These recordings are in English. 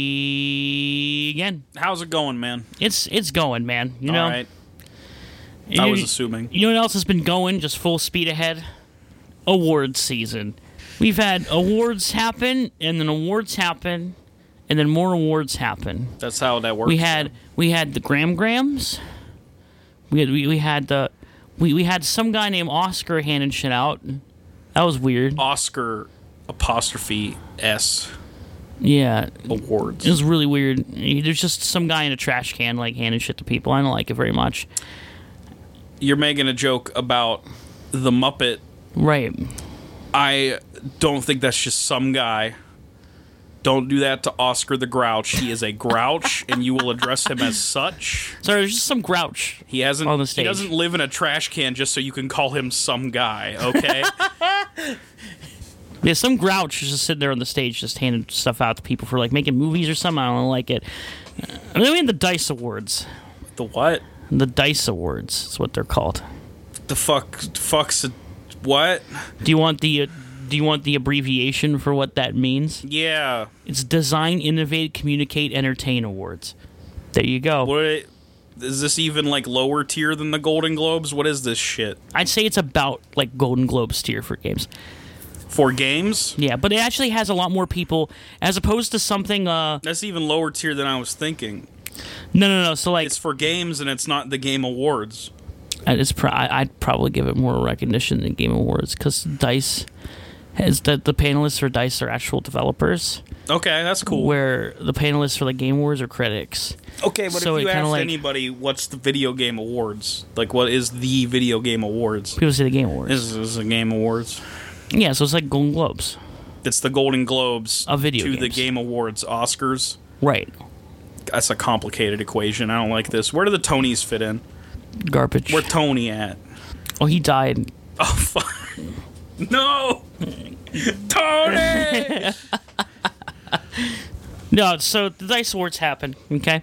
Hey again. How's it going, man? It's it's going, man. You know. All right. You- I was assuming. You know what else has been going just full speed ahead? Awards season. We've had awards happen, and then awards happen, and then more awards happen. That's how that works. We had we had the Gram Grams. We had we, we had the we, we had some guy named Oscar handing shit out. That was weird. Oscar apostrophe S Yeah, awards. it was really weird. There's just some guy in a trash can like handing shit to people. I don't like it very much. You're making a joke about the Muppet. Right. I don't think that's just some guy. Don't do that to Oscar the Grouch. He is a grouch, and you will address him as such. So there's just some grouch. He hasn't. On the stage. He doesn't live in a trash can just so you can call him some guy. Okay. Yeah, some grouch is just sitting there on the stage, just handing stuff out to people for like making movies or something. I don't like it. And then we had the Dice Awards. the what? The Dice Awards is what they're called. The fuck? Fucks. a- What? Do you want the uh, Do you want the abbreviation for what that means? Yeah. It's Design, Innovate, Communicate, Entertain Awards. There you go. What? Is this even like lower tier than the Golden Globes? What is this shit I'd say it's about like Golden Globes tier for games. for games? Yeah, but it actually has a lot more people as opposed to something. uh That's even lower tier than I was thinking. No, no, no. So like, It's for games, and it's not the Game Awards. I- it's pro- I- I'd probably give it more recognition than Game Awards because Dice has the the panelists for Dice are actual developers, Okay, that's cool. where the panelists for the Game Awards are critics. okay, but so if it you kinda asked like- anybody, what's the Video Game Awards? Like, what is the Video Game Awards? People say the Game Awards. This is- this is the Game Awards. yeah, so it's like Golden Globes, It's the Golden Globes Of video to the games. Game Awards, Oscars. right? That's a complicated equation. I don't like this. Where do the Tonys fit in? Garbage. Where Tony at? oh, he died. Oh fuck! No, Tony. No, so the Dice Awards happen, okay,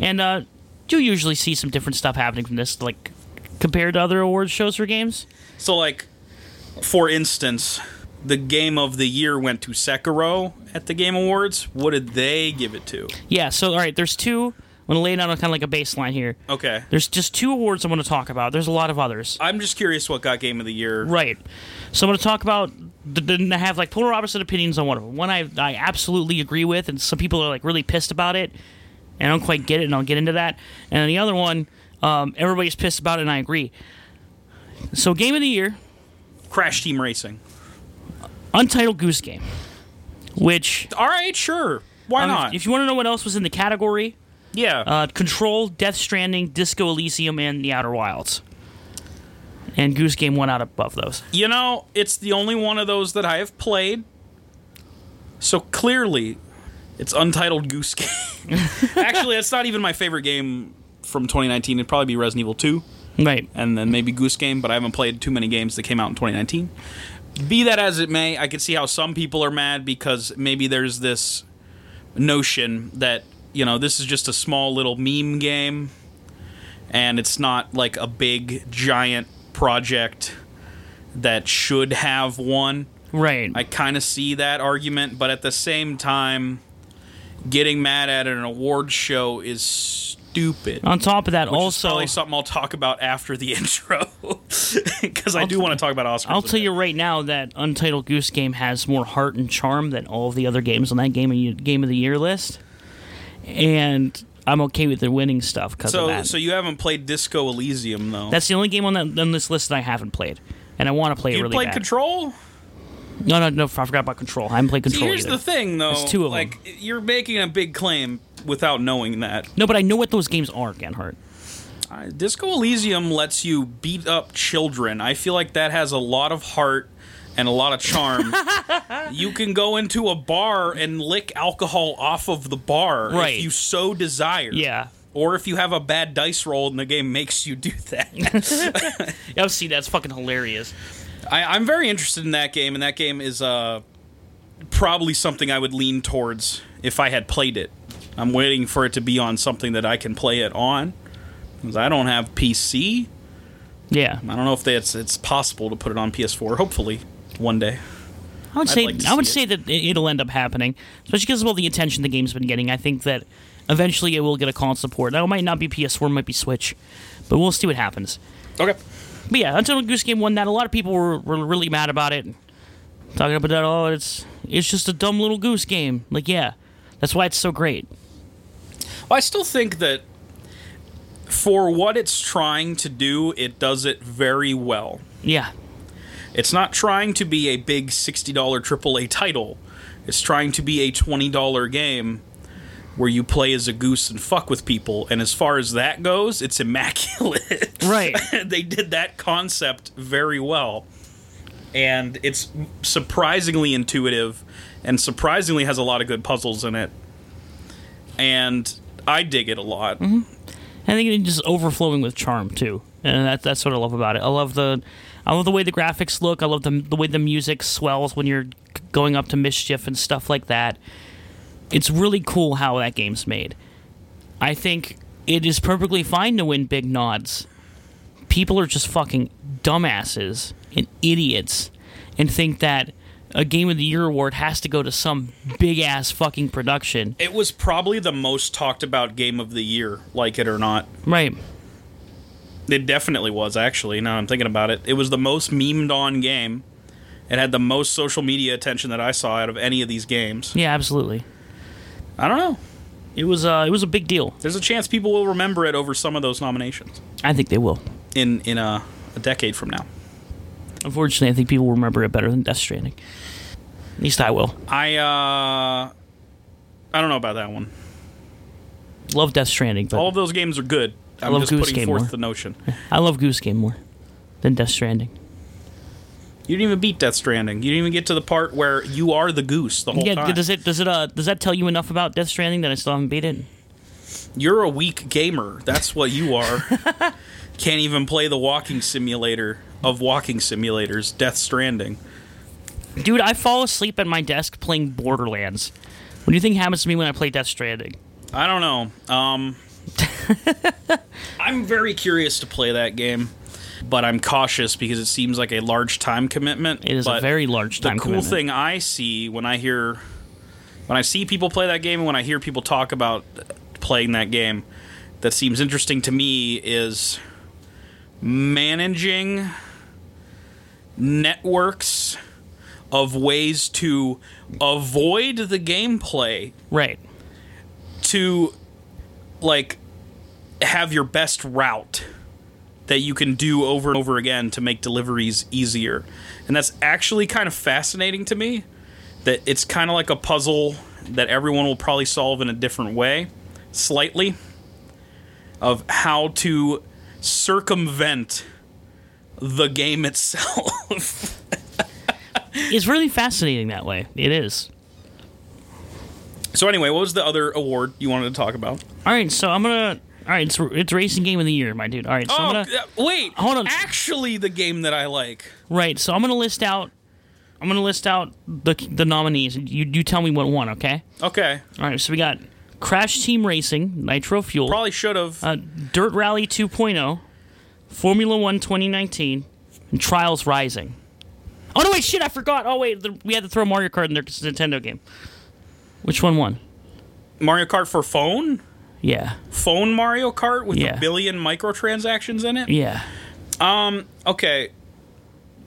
and uh, you usually see some different stuff happening from this, like compared to other awards shows for games. so, like, for instance, the game of the year went to Sekiro at the Game Awards. What did they give it to? Yeah. So all right, there's two. I'm gonna lay down on kind of like a baseline here. Okay, There's just two awards I want to talk about. There's a lot of others. I'm just curious what got game of the year. Right. So I'm going to talk about. th- Then I have like polar opposite opinions on one of them. One I, I absolutely agree with, and some people are like really pissed about it, and I don't quite get it, and I'll get into that. And then the other one, um, everybody's pissed about it, and I agree. So game of the year, Crash Team Racing. Untitled Goose Game, which All right, sure. Why um, not? if you want to know what else was in the category, yeah. uh, Control, Death Stranding, Disco Elysium, and The Outer Wilds. And Goose Game went out above those. you know, it's the only one of those that I have played. So clearly, it's Untitled Goose Game. Actually, that's not even my favorite game from 2019. It'd probably be Resident Evil 2 Right. and then maybe Goose Game, but I haven't played too many games that came out in 2019. Be that as it may, I can see how some people are mad because maybe there's this notion that, you know, this is just a small little meme game and it's not like a big giant project that should have one. Right. I kind of see that argument, but at the same time, getting mad at an award show is stupid. On top of that, Which is also probably something I'll talk about after the intro because I do want to talk about Oscars. I'll a tell bit. you right now that Untitled Goose Game has more heart and charm than all of the other games on that game of, game of the year list, and I'm okay with the winning stuff because of So, that. so you haven't played Disco Elysium though. That's the only game on that on this list that I haven't played, and I want to play it you really played bad. Control. No, no, no, I forgot about Control. I haven't played Control Here's either. the thing though. There's two of like you're making a big claim without knowing that. no, but I know what those games are, Genhart. Uh, Disco Elysium lets you beat up children. I feel like that has a lot of heart and a lot of charm. you can go into a bar and lick alcohol off of the bar Right. if you so desire. Yeah. Or if you have a bad dice roll and the game makes you do that. Yeah, see, that's fucking hilarious. I, I'm very interested in that game, and that game is uh, probably something I would lean towards if I had played it. I'm waiting for it to be on something that I can play it on. 'cause I don't have PC. Yeah, I don't know if that's it's possible to put it on PS4. Hopefully, one day. I would I'd say like to I would see say that it- it'll end up happening, especially because of all the attention the game's been getting. I think that eventually it will get a console port. Now it might not be PS4, it might be Switch, but we'll see what happens. Okay. But yeah, Untitled Goose Game won that. A lot of people were, were really mad about it, talking about that. Oh, it's it's just a dumb little goose game. Like yeah, that's why it's so great. Well, I still think that for what it's trying to do, it does it very well. Yeah, It's not trying to be a big $60 AAA title. It's trying to be a $20 game where you play as a goose and fuck with people. And as far as that goes, it's immaculate. Right. they did that concept very well. And it's surprisingly intuitive and surprisingly has a lot of good puzzles in it. And I dig it a lot. I think it's just overflowing with charm too, and that, that's what I love about it. I love the, I love the way the graphics look. I love the the way the music swells when you're going up to mischief and stuff like that. It's really cool how that game's made. I think it is perfectly fine to win big nods. People are just fucking dumbasses and idiots, and think that a game of the year award has to go to some big ass fucking production. It was probably the most talked about game of the year, like it or not. Right. It definitely was, actually. Now I'm thinking about it. It was the most memed on game. It had the most social media attention that I saw out of any of these games. Yeah. Absolutely. I don't know. It was uh, it was a big deal. There's a chance people will remember it over some of those nominations I think they will. in in a, a decade from now. Unfortunately, I think people will remember it better than Death Stranding. At least I will. I uh I don't know about that one. Love Death Stranding, but All of those games are good. I'm love just Goose putting Game forth more. the notion. I love Goose Game more than Death Stranding. You didn't even beat Death Stranding. You didn't even get to the part where you are the goose the whole Yeah, time. does it does it uh does that tell you enough about Death Stranding that I still haven't beat it? You're a weak gamer. That's what you are. Can't even play the walking simulator of walking simulators, Death Stranding. Dude, I fall asleep at my desk playing Borderlands. What do you think happens to me when I play Death Stranding? I don't know. Um, I'm very curious to play that game, but I'm cautious because it seems like a large time commitment. It is but a very large the time cool commitment. thing I see when I hear when I see people play that game and when I hear people talk about playing that game that seems interesting to me is managing networks of ways to avoid the gameplay Right. to like have your best route that you can do over and over again to make deliveries easier. And that's actually kind of fascinating to me that it's kind of like a puzzle that everyone will probably solve in a different way, slightly of how to circumvent the game itself. It's really fascinating that way. It is. so anyway, what was the other award you wanted to talk about? All right, so I'm gonna. All right, it's it's racing game of the year, my dude. All right, so oh, I'm gonna. uh, wait. Hold on. Actually the game that I like. Right. So I'm gonna list out. I'm gonna list out the the nominees. You you tell me what one, okay? Okay. All right. So we got Crash Team Racing, Nitro Fuel, Probably should have. uh, Dirt Rally 2.0, Formula One 2019, and Trials Rising. Oh no! Wait, shit! I forgot. Oh wait, the, we had to throw Mario Kart in there because it's a Nintendo game. Which one won? Mario Kart for phone? Yeah. Phone Mario Kart with Yeah. a billion microtransactions in it? Yeah. Okay.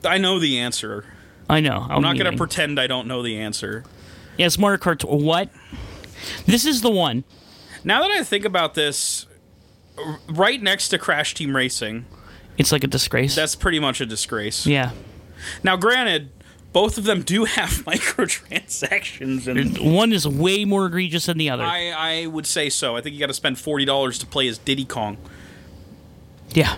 I know the answer. I know. I'm, I'm not going to leaving. pretend I don't know the answer. yeah, it's Mario Kart. What? This is the one. Now that I think about this, r- right next to Crash Team Racing, It's like a disgrace. that's pretty much a disgrace. yeah. Now, granted, both of them do have microtransactions, and One is way more egregious than the other. I, I would say so. I think you got to spend $40 to play as Diddy Kong. yeah.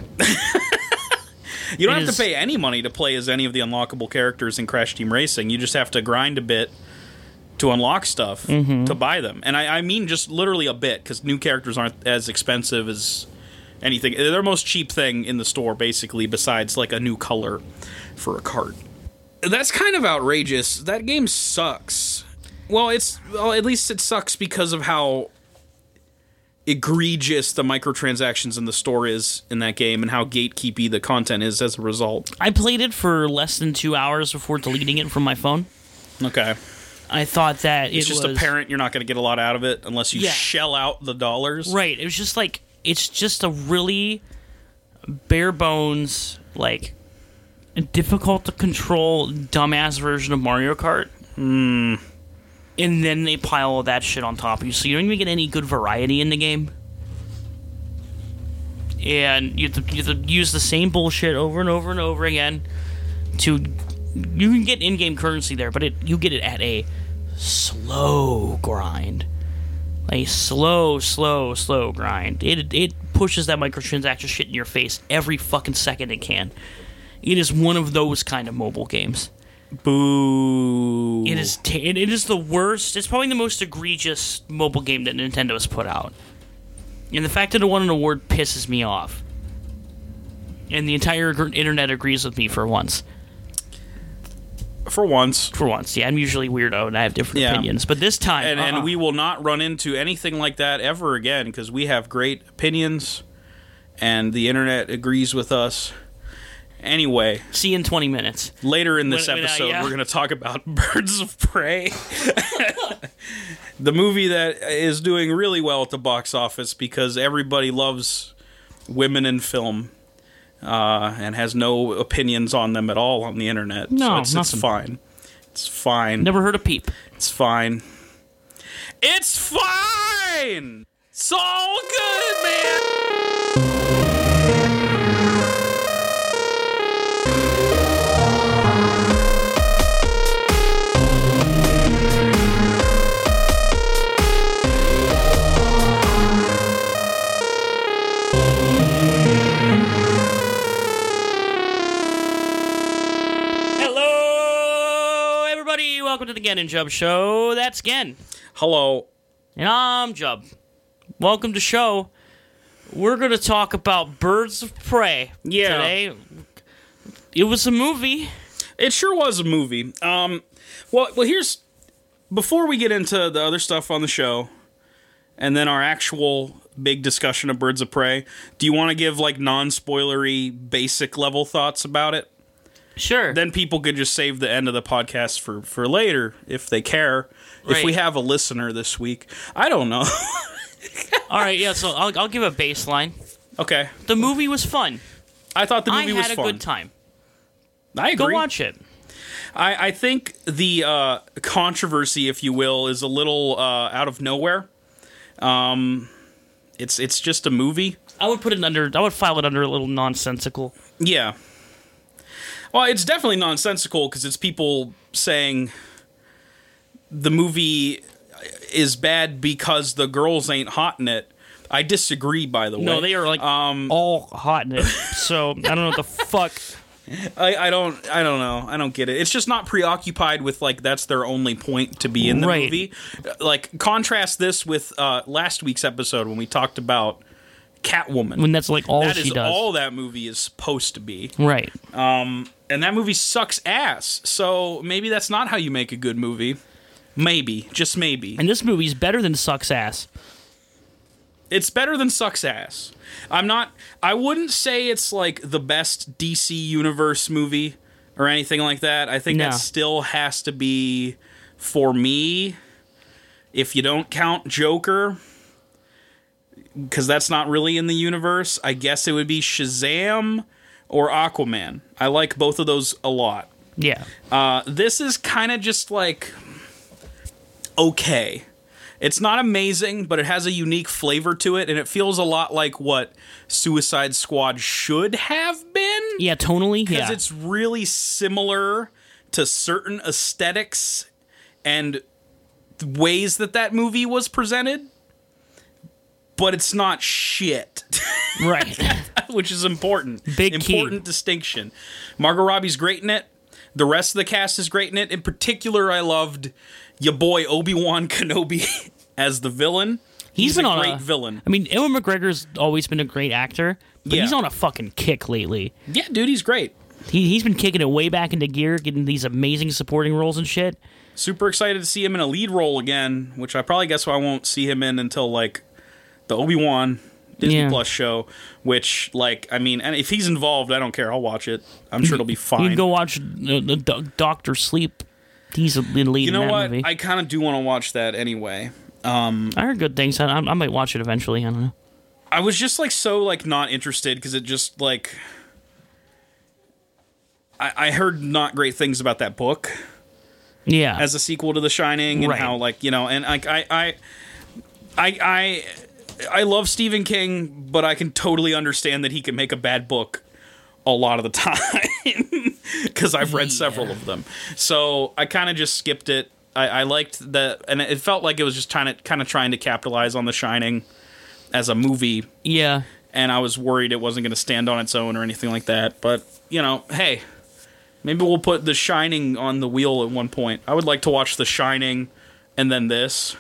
You don't It have is- to pay any money to play as any of the unlockable characters in Crash Team Racing. You just have to grind a bit to unlock stuff Mm-hmm. to buy them. And I, I mean just literally a bit because new characters aren't as expensive as anything. They're the most cheap thing in the store, basically, besides like a new color for a cart. That's kind of outrageous. That game sucks. Well, it's well, at least it sucks because of how egregious the microtransactions in the store is in that game and how gatekeepy the content is as a result. I played it for less than two hours before deleting it from my phone. Okay. I thought that It's it just was, apparent you're not going to get a lot out of it unless you Yeah. shell out the dollars. Right. It was just like it's just a really bare bones, like difficult to control, dumbass version of Mario Kart. Hmm. And then they pile all that shit on top of you, so you don't even get any good variety in the game. And you have, to, you have to use the same bullshit over and over and over again. To you can get in-game currency there, but it you get it at a slow grind a slow, slow, slow grind. It it pushes that microtransaction shit in your face every fucking second it can. It is one of those kind of mobile games. Boo. It is ta- it it is the worst. It's probably the most egregious mobile game that Nintendo has put out. And the fact that it won an award pisses me off. And the entire gr- internet agrees with me for once. for once. For once, yeah, I'm usually weirdo and I have different Yeah. opinions, but this time, and, uh-uh. and we will not run into anything like that ever again because we have great opinions and the internet agrees with us anyway see you in 20 minutes. later in this When- when I- episode yeah. we're going to talk about birds of prey the movie that is doing really well at the box office because everybody loves women in film uh, and has no opinions on them at all on the internet No, so it's, it's nothing. fine it's fine Never heard a peep. it's fine. It's fine. It's all good, man. Hello, everybody. Welcome to the Gen and Jub Show. That's Gen. Hello. And I'm Jub. Welcome to show. We're going to talk about Birds of Prey Yeah. today. It was a movie. It sure was a movie. Um, well, well, here's before we get into the other stuff on the show, and then our actual big discussion of Birds of Prey. Do you want to give like non-spoilery, basic level thoughts about it? Sure. Then people could just save the end of the podcast for for later if they care. If Right. we have a listener this week, I don't know. All right, yeah, so I'll, I'll give a baseline. okay, The movie was fun. I thought the I movie had was a fun. good time. I agree. Go watch it. I, I think the uh, controversy, if you will, is a little uh, out of nowhere. Um, it's it's just a movie. I would put it under, I would file it under a little nonsensical. Yeah. Well, it's definitely nonsensical because it's people saying the movie is bad because the girls ain't hot in it. I disagree, by the way. No, they are like Um, um, all hot in it. So I don't know what the fuck. I, I don't I don't know I don't get it. It's just not preoccupied with like that's their only point to be in the Right. movie. Like contrast this with uh, last week's episode when we talked about Catwoman. When that's like all that she is does. all that movie is supposed to be, Right. and that movie sucks ass. So maybe that's not how you make a good movie. Maybe just maybe And this movie's better than Sucks Ass. it's better than sucks ass. I'm not. I wouldn't say it's like the best DC universe movie or anything like that. I think No. that still has to be for me. If you don't count Joker, because that's not really in the universe, I guess it would be Shazam or Aquaman. I like both of those a lot. Yeah. Uh, this is kind of just like okay. It's not amazing, but it has a unique flavor to it, and it feels a lot like what Suicide Squad should have been. Yeah, tonally. Because Yeah. it's really similar to certain aesthetics and ways that that movie was presented, but it's not shit. right. which is important. Big key. important distinction. Margot Robbie's great in it. The rest of the cast is great in it. In particular, I loved your boy Obi Wan Kenobi as the villain. he's been a on great a villain. I mean, Ewan McGregor's always been a great actor, but Yeah. he's on a fucking kick lately. Yeah, dude, he's great. He he's been kicking it way back into gear, getting these amazing supporting roles and shit. Super excited to see him in a lead role again, which I probably guess I won't see him in until like the Obi Wan Disney Yeah. Plus show. Which, like, I mean, and if he's involved, I don't care. I'll watch it. I'm sure it'll be fine. You can go watch uh, uh, Doc- Doctor Sleep He's the lead You know in that what? movie. I, I kind of do want to watch that anyway. heard good things. I, I, I might watch it eventually. I don't know. I was just like so like not interested because it just like I, I heard not great things about that book Yeah. as a sequel to The Shining and Right. how like you know and like I I I I I love Stephen King, but I can totally understand that he can make a bad book a lot of the time because I've read several of them. So I kind of just skipped it. I, I liked the and it felt like it was just trying to kind of trying to capitalize on The Shining as a movie yeah. and I was worried it wasn't going to stand on its own or anything like that. But you know, hey, maybe we'll put The Shining on the wheel at one point. I would like to watch The Shining and then this.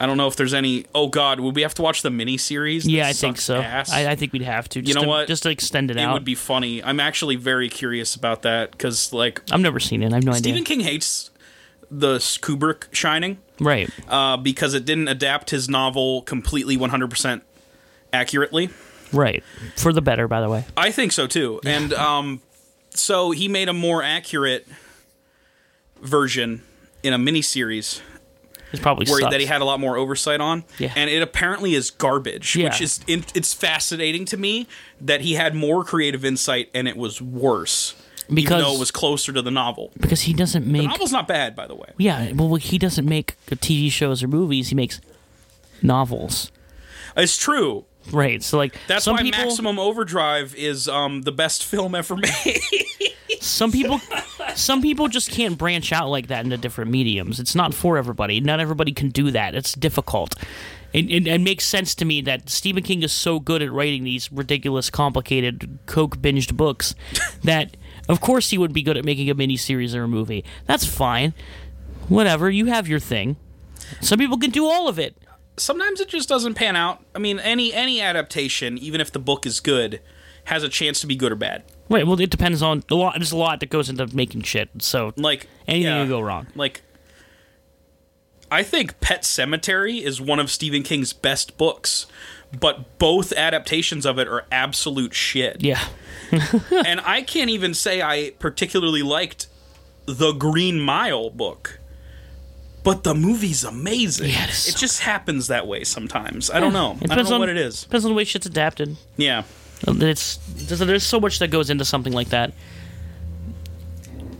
I don't know if there's any. Oh God, would we have to watch the miniseries? that Yeah, I think sucks so. ass? I, I think we'd have to. Just know to, what? Just to extend it, it out. would be funny. I'm actually very curious about that because like I've never seen it. I have no Stephen idea. King hates the Kubrick Shining Right. uh, because it didn't adapt his novel completely 100% accurately. Right. For the better, by the way. I think so too. And um, so he made a more accurate version in a miniseries It's probably where sucks. that he had a lot more oversight on. Yeah. And it apparently is garbage, Yeah. which is in, it's fascinating to me that he had more creative insight and it was worse. Because- even though it was closer to the novel. because he doesn't make. The novel's not bad, by the way. Yeah. Well, he doesn't make TV shows or movies. He makes novels. It's true. Right. So like That's some why people, Maximum Overdrive is um, the best film ever made. some people, some people just can't branch out like that into different mediums. It's not for everybody. Not everybody can do that. It's difficult. It, it, it makes sense to me that Stephen King is so good at writing these ridiculous, complicated, coke binged books that, of course, he would be good at making a miniseries or a movie. That's fine. Whatever. You have your thing. Some people can do all of it. sometimes it just doesn't pan out. I mean, any any adaptation, even if the book is good, has a chance to be good or bad. Right. Well, it depends on a lot. There's a lot that goes into making shit. So Like anything yeah, can go wrong. Like I think Pet Cemetery is one of Stephen King's best books, but both adaptations of it are absolute shit. Yeah. and I can't even say I particularly liked the Green Mile book. But the movie's amazing. Yeah, it is it so just happens that way sometimes. I don't know. I don't depends know on- what it is. Depends on the way shit's adapted. Yeah. It's there's, there's so much that goes into something like that.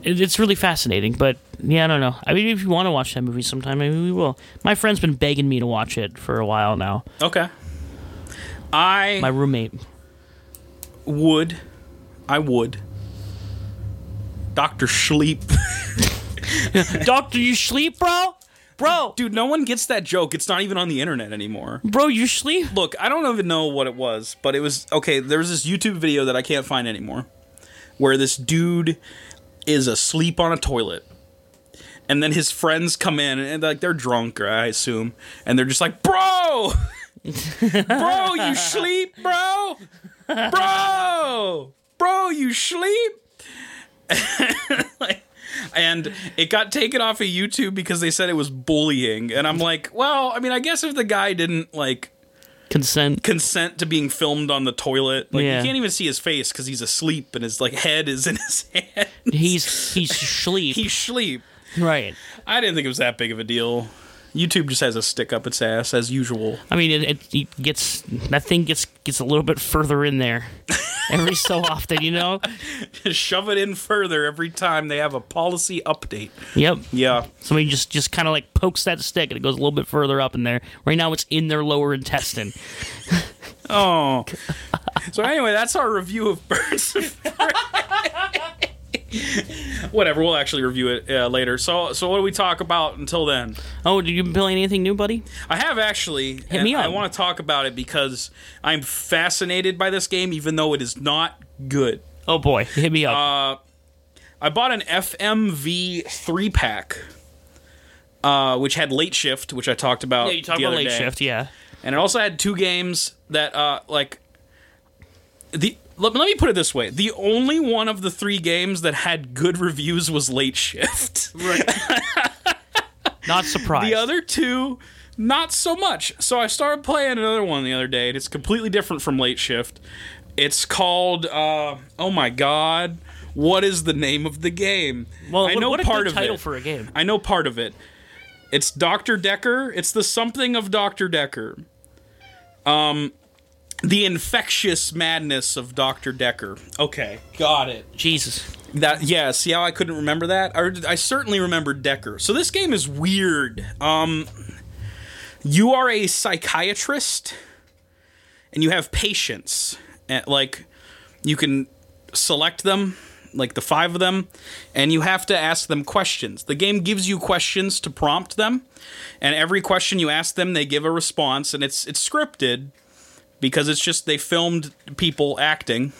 It, it's really fascinating, but yeah, I don't know. I mean, if you want to watch that movie sometime, maybe we will. My friend's been begging me to watch it for a while now. Okay. I My roommate. would I would Doctor Sleep. Doctor, you sleep, bro? Bro, Dude, no one gets that joke. It's not even on the internet anymore. bro, you sleep? Look, I don't even know what it was, but it was okay, there was this YouTube video that I can't find anymore where this dude is asleep on a toilet. And then his friends come in and like they're drunk, or I assume, and they're just like, "Bro, bro, you sleep, bro, bro, bro, you sleep." and it got taken off of YouTube because they said it was bullying. And I'm like, well, I mean, I guess if the guy didn't like Consent. consent to being filmed on the toilet, like Yeah. you can't even see his face because he's asleep and his like head is in his hand. He's he's sleep. he's sleep. right. I didn't think it was that big of a deal. YouTube just has a stick up its ass as usual. I mean, it, it, it gets that thing gets gets a little bit further in there every so often, you know. Shove it in further every time they have a policy update. Yep. Yeah. Somebody just just kind of like pokes that stick and it goes a little bit further up in there. Right now, it's in their lower intestine. Oh. So anyway, that's our review of Birds of Prey. Whatever, we'll actually review it uh, later. So, so what do we talk about until then? oh, did you been playing anything new, buddy? I have actually. Hit me up. I want to talk about it because I'm fascinated by this game, even though it is not good. Oh boy, hit me up. Uh, I bought an FMV three pack, uh, which had Late Shift, which I talked about. yeah, you talk the about other late day. shift, yeah. and it also had two games that uh like the let, let me put it this way the only one of the three games that had good reviews was late shift Not surprised. the other two not so much so i started playing another one the other day and it's completely different from late shift it's called uh oh my god what is the name of the game? Well, I what, know what a part good of title it. for a game. I know part of it. It's Dr. Decker. It's the something of Dr. Decker. Um the infectious madness of Dr. Decker. Okay, got it. Jesus. That yeah, see how I couldn't remember that? I, I certainly remember Decker. So this game is weird. Um you are a psychiatrist and you have patients. And, like you can select them, like the five of them, and you have to ask them questions. The game gives you questions to prompt them, and every question you ask them, they give a response and it's it's scripted because it's just they filmed people acting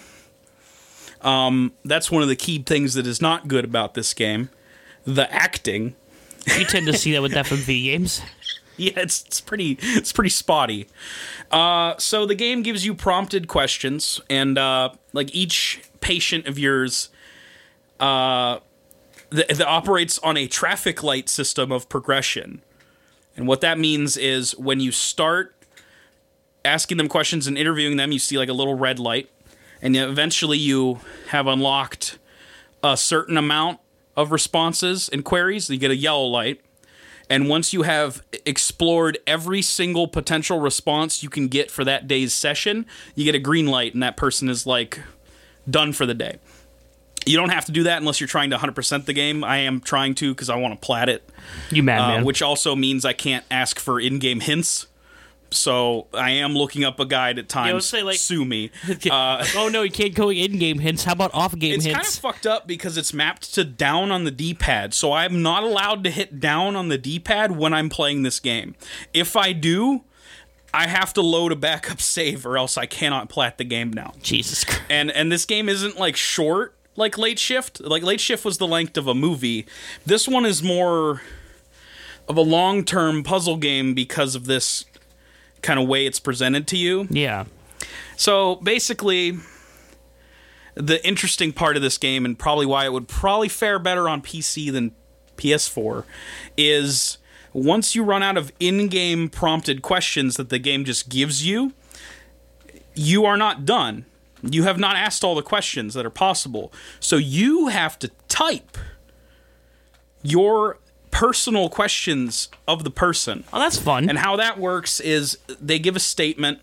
that's one of the key things that is not good about this game the acting You tend to see that with FMV games. yeah it's, it's pretty it's pretty spotty uh, so the game gives you prompted questions and uh, like each patient of yours uh, th- that operates on a traffic light system of progression and what that means is when you start asking them questions and interviewing them you see like a little red light and then eventually you have unlocked a certain amount of responses and queries you get a yellow light and once you have explored every single potential response you can get for that day's session, you get a green light, and that person is like done for the day. You don't have to do that unless you're trying to 100% the game. I am trying to because I want to plat it, You uh, madman. which also means I can't ask for in game hints. So I am looking up a guide at times. say, like- Sue me. oh no, you can't go in game hints. How about off game uh, It's hints? kind of fucked up because it's mapped to down on the D pad, so I'm not allowed to hit down on the D pad when I'm playing this game. If I do, I have to load a backup save or else I cannot plat the game now. Jesus Christ. And and this game isn't like short like Late Shift. Like Late Shift was the length of a movie. This one is more of a long-term puzzle game because of this kind of way it's presented to you. Yeah. So basically, the interesting part of this game, and probably why it would probably fare better on PC than PS4, is once you run out of in game prompted questions that the game just gives you, you are not done. You have not asked all the questions that are possible. So you have to type your personal questions of the person. Oh, that's fun. And how that works is they give a statement,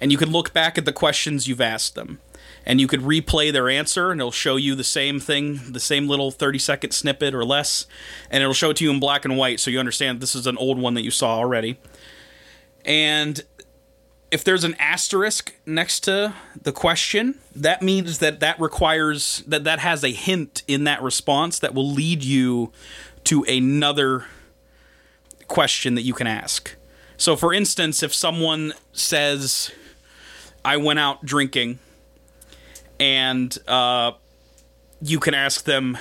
and you can look back at the questions you've asked them. And you could replay their answer, and it'll show you the same thing, the same little 30 second snippet or less. And it'll show it to you in black and white, so you understand this is an old one that you saw already. And if there's an asterisk next to the question, that means that that requires that that has a hint in that response that will lead you to another question that you can ask. So, for instance, if someone says, I went out drinking, and uh, you can ask them,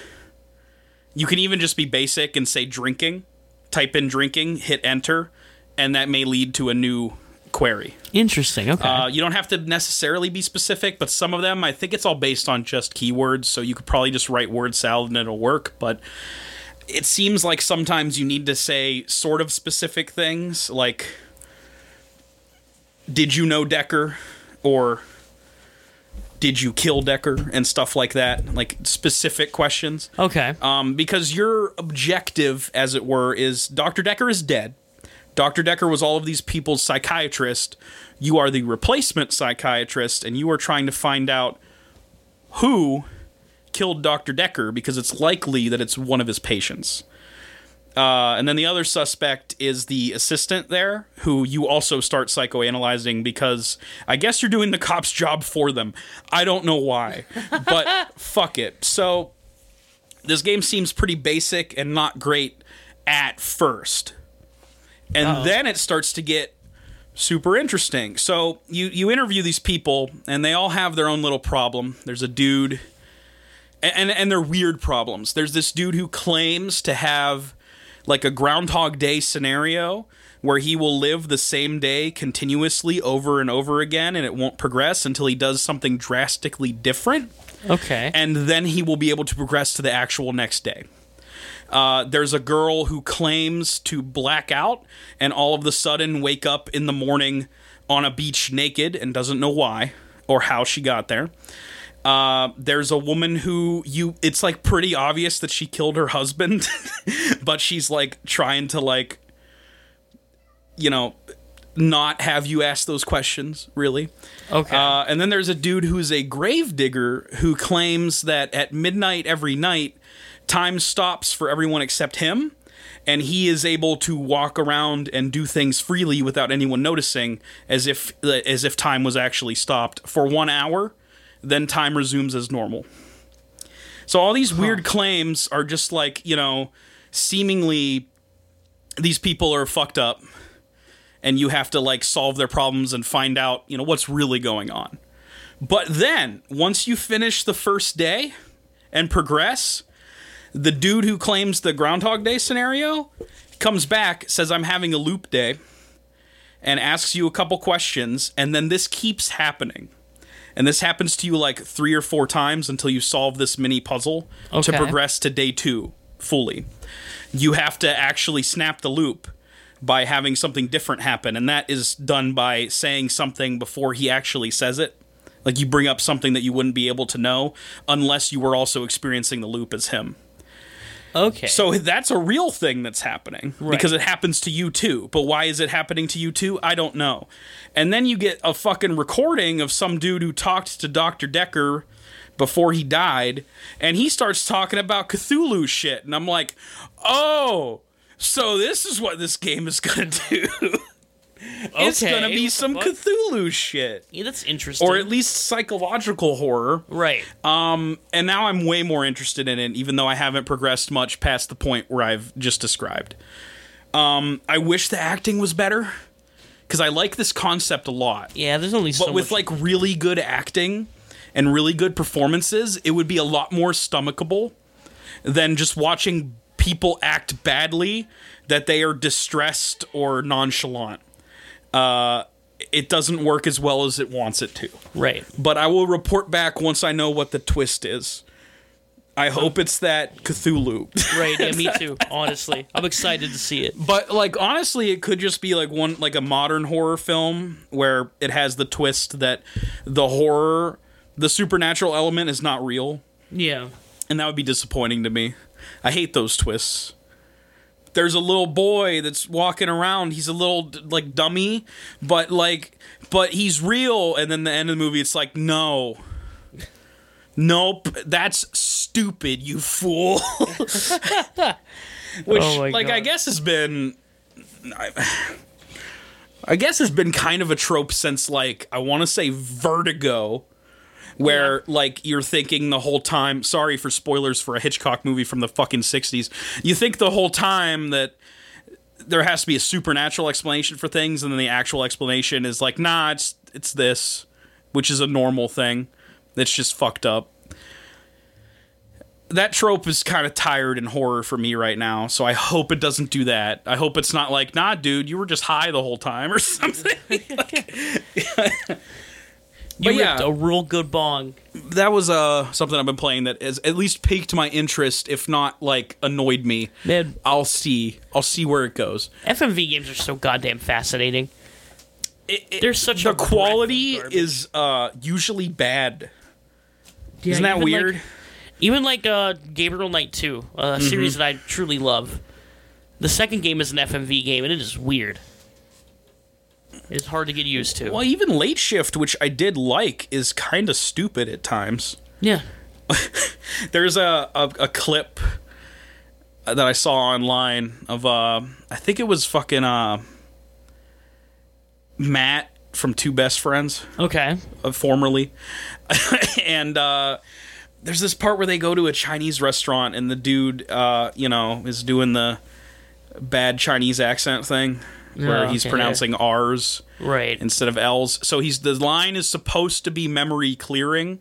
you can even just be basic and say drinking, type in drinking, hit enter, and that may lead to a new query. Interesting. Okay. Uh, you don't have to necessarily be specific, but some of them, I think it's all based on just keywords, so you could probably just write word salad and it'll work. But it seems like sometimes you need to say sort of specific things, like, did you know Decker? Or did you kill Decker? And stuff like that, like specific questions okay. um, because your objective, as it were, is Dr. Decker is dead. Dr. Decker was all of these people's psychiatrist. You are the replacement psychiatrist, and you are trying to find out who killed Dr. Decker because it's likely that it's one of his patients. Uh, and then the other suspect is the assistant there, who you also start psychoanalyzing because I guess you're doing the cop's job for them. I don't know why, but fuck it. So this game seems pretty basic and not great at first. And then it starts to get super interesting. So you you interview these people and they all have their own little problem. There's a dude and and, and they're weird problems. There's this dude who claims to have like a groundhog day scenario where he will live the same day continuously over and over again and it won't progress until he does something drastically different okay. and then he will be able to progress to the actual next day. Uh, there's a girl who claims to black out and all of the sudden wake up in the morning on a beach naked and doesn't know why or how she got there. Uh, there's a woman who you it's like pretty obvious that she killed her husband, but she's like trying to like you know not have you ask those questions really. Okay. Uh, and then there's a dude who's a grave digger who claims that at midnight every night, time stops for everyone except him, and he is able to walk around and do things freely without anyone noticing, as if uh, as if time was actually stopped for one hour. Then time resumes as normal. So all these weird claims are just like you know, seemingly these people are fucked up and you have to like solve their problems and find out, you know, what's really going on. But then, once you finish the first day and progress, the dude who claims the Groundhog Day scenario comes back, says, I'm having a loop day, and asks you a couple questions, and then this keeps happening. And this happens to you like three or four times until you solve this mini puzzle Okay. to progress to day two fully. You have to actually snap the loop by having something different happen, and that is done by saying something before he actually says it. Like you bring up something that you wouldn't be able to know unless you were also experiencing the loop as him. okay. So that's a real thing that's happening because it happens to you too. But why is it happening to you too? I don't know. And then you get a fucking recording of some dude who talked to Dr. Decker before he died and he starts talking about Cthulhu shit and I'm like, "Oh, so this is what this game is going to do. It's Okay, going to be what the some fuck? Cthulhu shit yeah, that's interesting. or Uh, at least psychological horror." right. and now I'm way more interested in it, even though I haven't progressed much past the point where I've just described. Um, I wish the acting was better because I like this concept a lot. yeah, there's only so But with much- like really good acting and really good performances, it would be a lot more stomachable than just watching people act badly that they are distressed or nonchalant. Uh, it doesn't work as well as it wants it to right. but I will report back once I know what the twist is. I hope it's that Cthulhu. Right. Yeah, me too. Honestly, I'm excited to see it. but like honestly, it could just be like one like a modern horror film where it has the twist that the horror, the supernatural element is not real, Yeah. and that would be disappointing to me. I hate those twists. There's a little boy that's walking around. He's a little d- like dummy, but like but he's real and then the end of the movie it's like no. Nope, that's stupid, you fool. Which Oh my like I God. guess has been I, I guess has been kind of a trope since like I want to say Vertigo where like you're thinking the whole time, sorry for spoilers for a Hitchcock movie from the fucking 60s. You think the whole time that there has to be a supernatural explanation for things, and then the actual explanation is like, nah, it's it's this, which is a normal thing. That's just fucked up. That trope is kind of tired in horror for me right now, so I hope it doesn't do that. I hope it's not like, nah, dude, you were just high the whole time or something. You But yeah. ripped a real good bong. that was uh something I've been playing that has at least piqued my interest, if not like annoyed me. Man, I'll see. I'll see where it goes. FMV games are so goddamn fascinating. It, it- There's such the a breadth of quality garbage. is uh usually bad. Yeah, Isn't that even, like- weird? even like uh, Gabriel Knight 2, a series that I truly love. The second game is an FMV game, and it is weird. It's hard to get used to. well, even late shift, which I did like, is kind of stupid at times. Yeah. There's a, a a clip that I saw online of uh I think it was fucking uh Matt from Two Best Friends. Okay. uh, formerly. and uh, there's this part where they go to a Chinese restaurant and the dude, uh, you know, is doing the bad Chinese accent thing where Oh, he's okay. pronouncing R's Right. instead of L's. So he's the line is supposed to be memory clearing,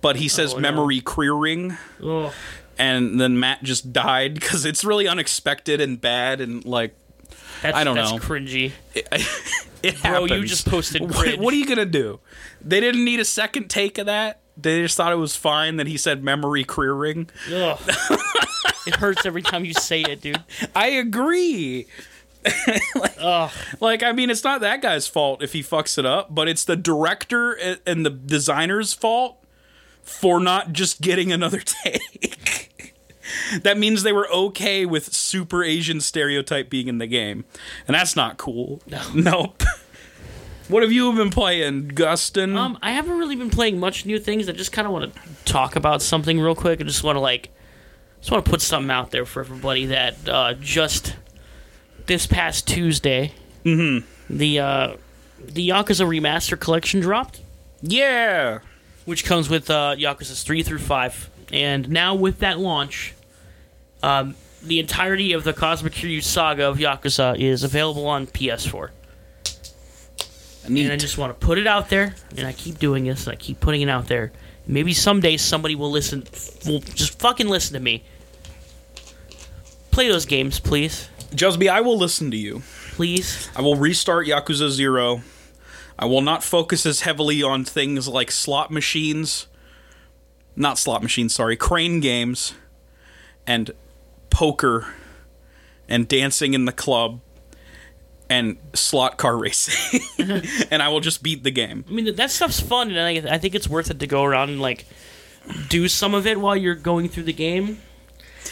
but he says Oh, no. memory clearing. Ugh. And then Matt just died because it's really unexpected and bad and like That's, I don't that's know. cringy. it Bro, you happens. just posted What, cringe. what are you gonna do? They didn't need a second take of that. They just thought it was fine that he said memory clearing. Ugh. it hurts every time you say it, dude. I agree. Ugh. Like, I mean, it's not that guy's fault if he fucks it up, but it's the director a- and the designer's fault for not just getting another take. that means they were okay with super Asian stereotype being in the game, and that's not cool. Nope. what have you been playing, Gustin? Um, I haven't really been playing much new things. I just kind of want to talk about something real quick. I just want to like, just want to put something out there for everybody that uh, just this past Tuesday, mm-hmm. the uh, the Yakuza Remaster Collection dropped, yeah. which comes with uh, Yakuza's three through five, and now with that launch, um, the entirety of the Cosmic Kiryu saga of Yakuza is available on PS4. And I Neat. just want to put it out there, and I keep doing this, and I keep putting it out there. Maybe someday somebody will listen, will just fucking listen to me. Play those games, please. Jusby, I will listen to you. Please. I will restart Yakuza Zero. I will not focus as heavily on things like slot machines, not slot machines, sorry, crane games, and poker, and dancing in the club, and slot car racing. and I will just beat the game. I mean, that- that stuff's fun, and I, I think it's worth it to go around and, like, do some of it while you're going through the game.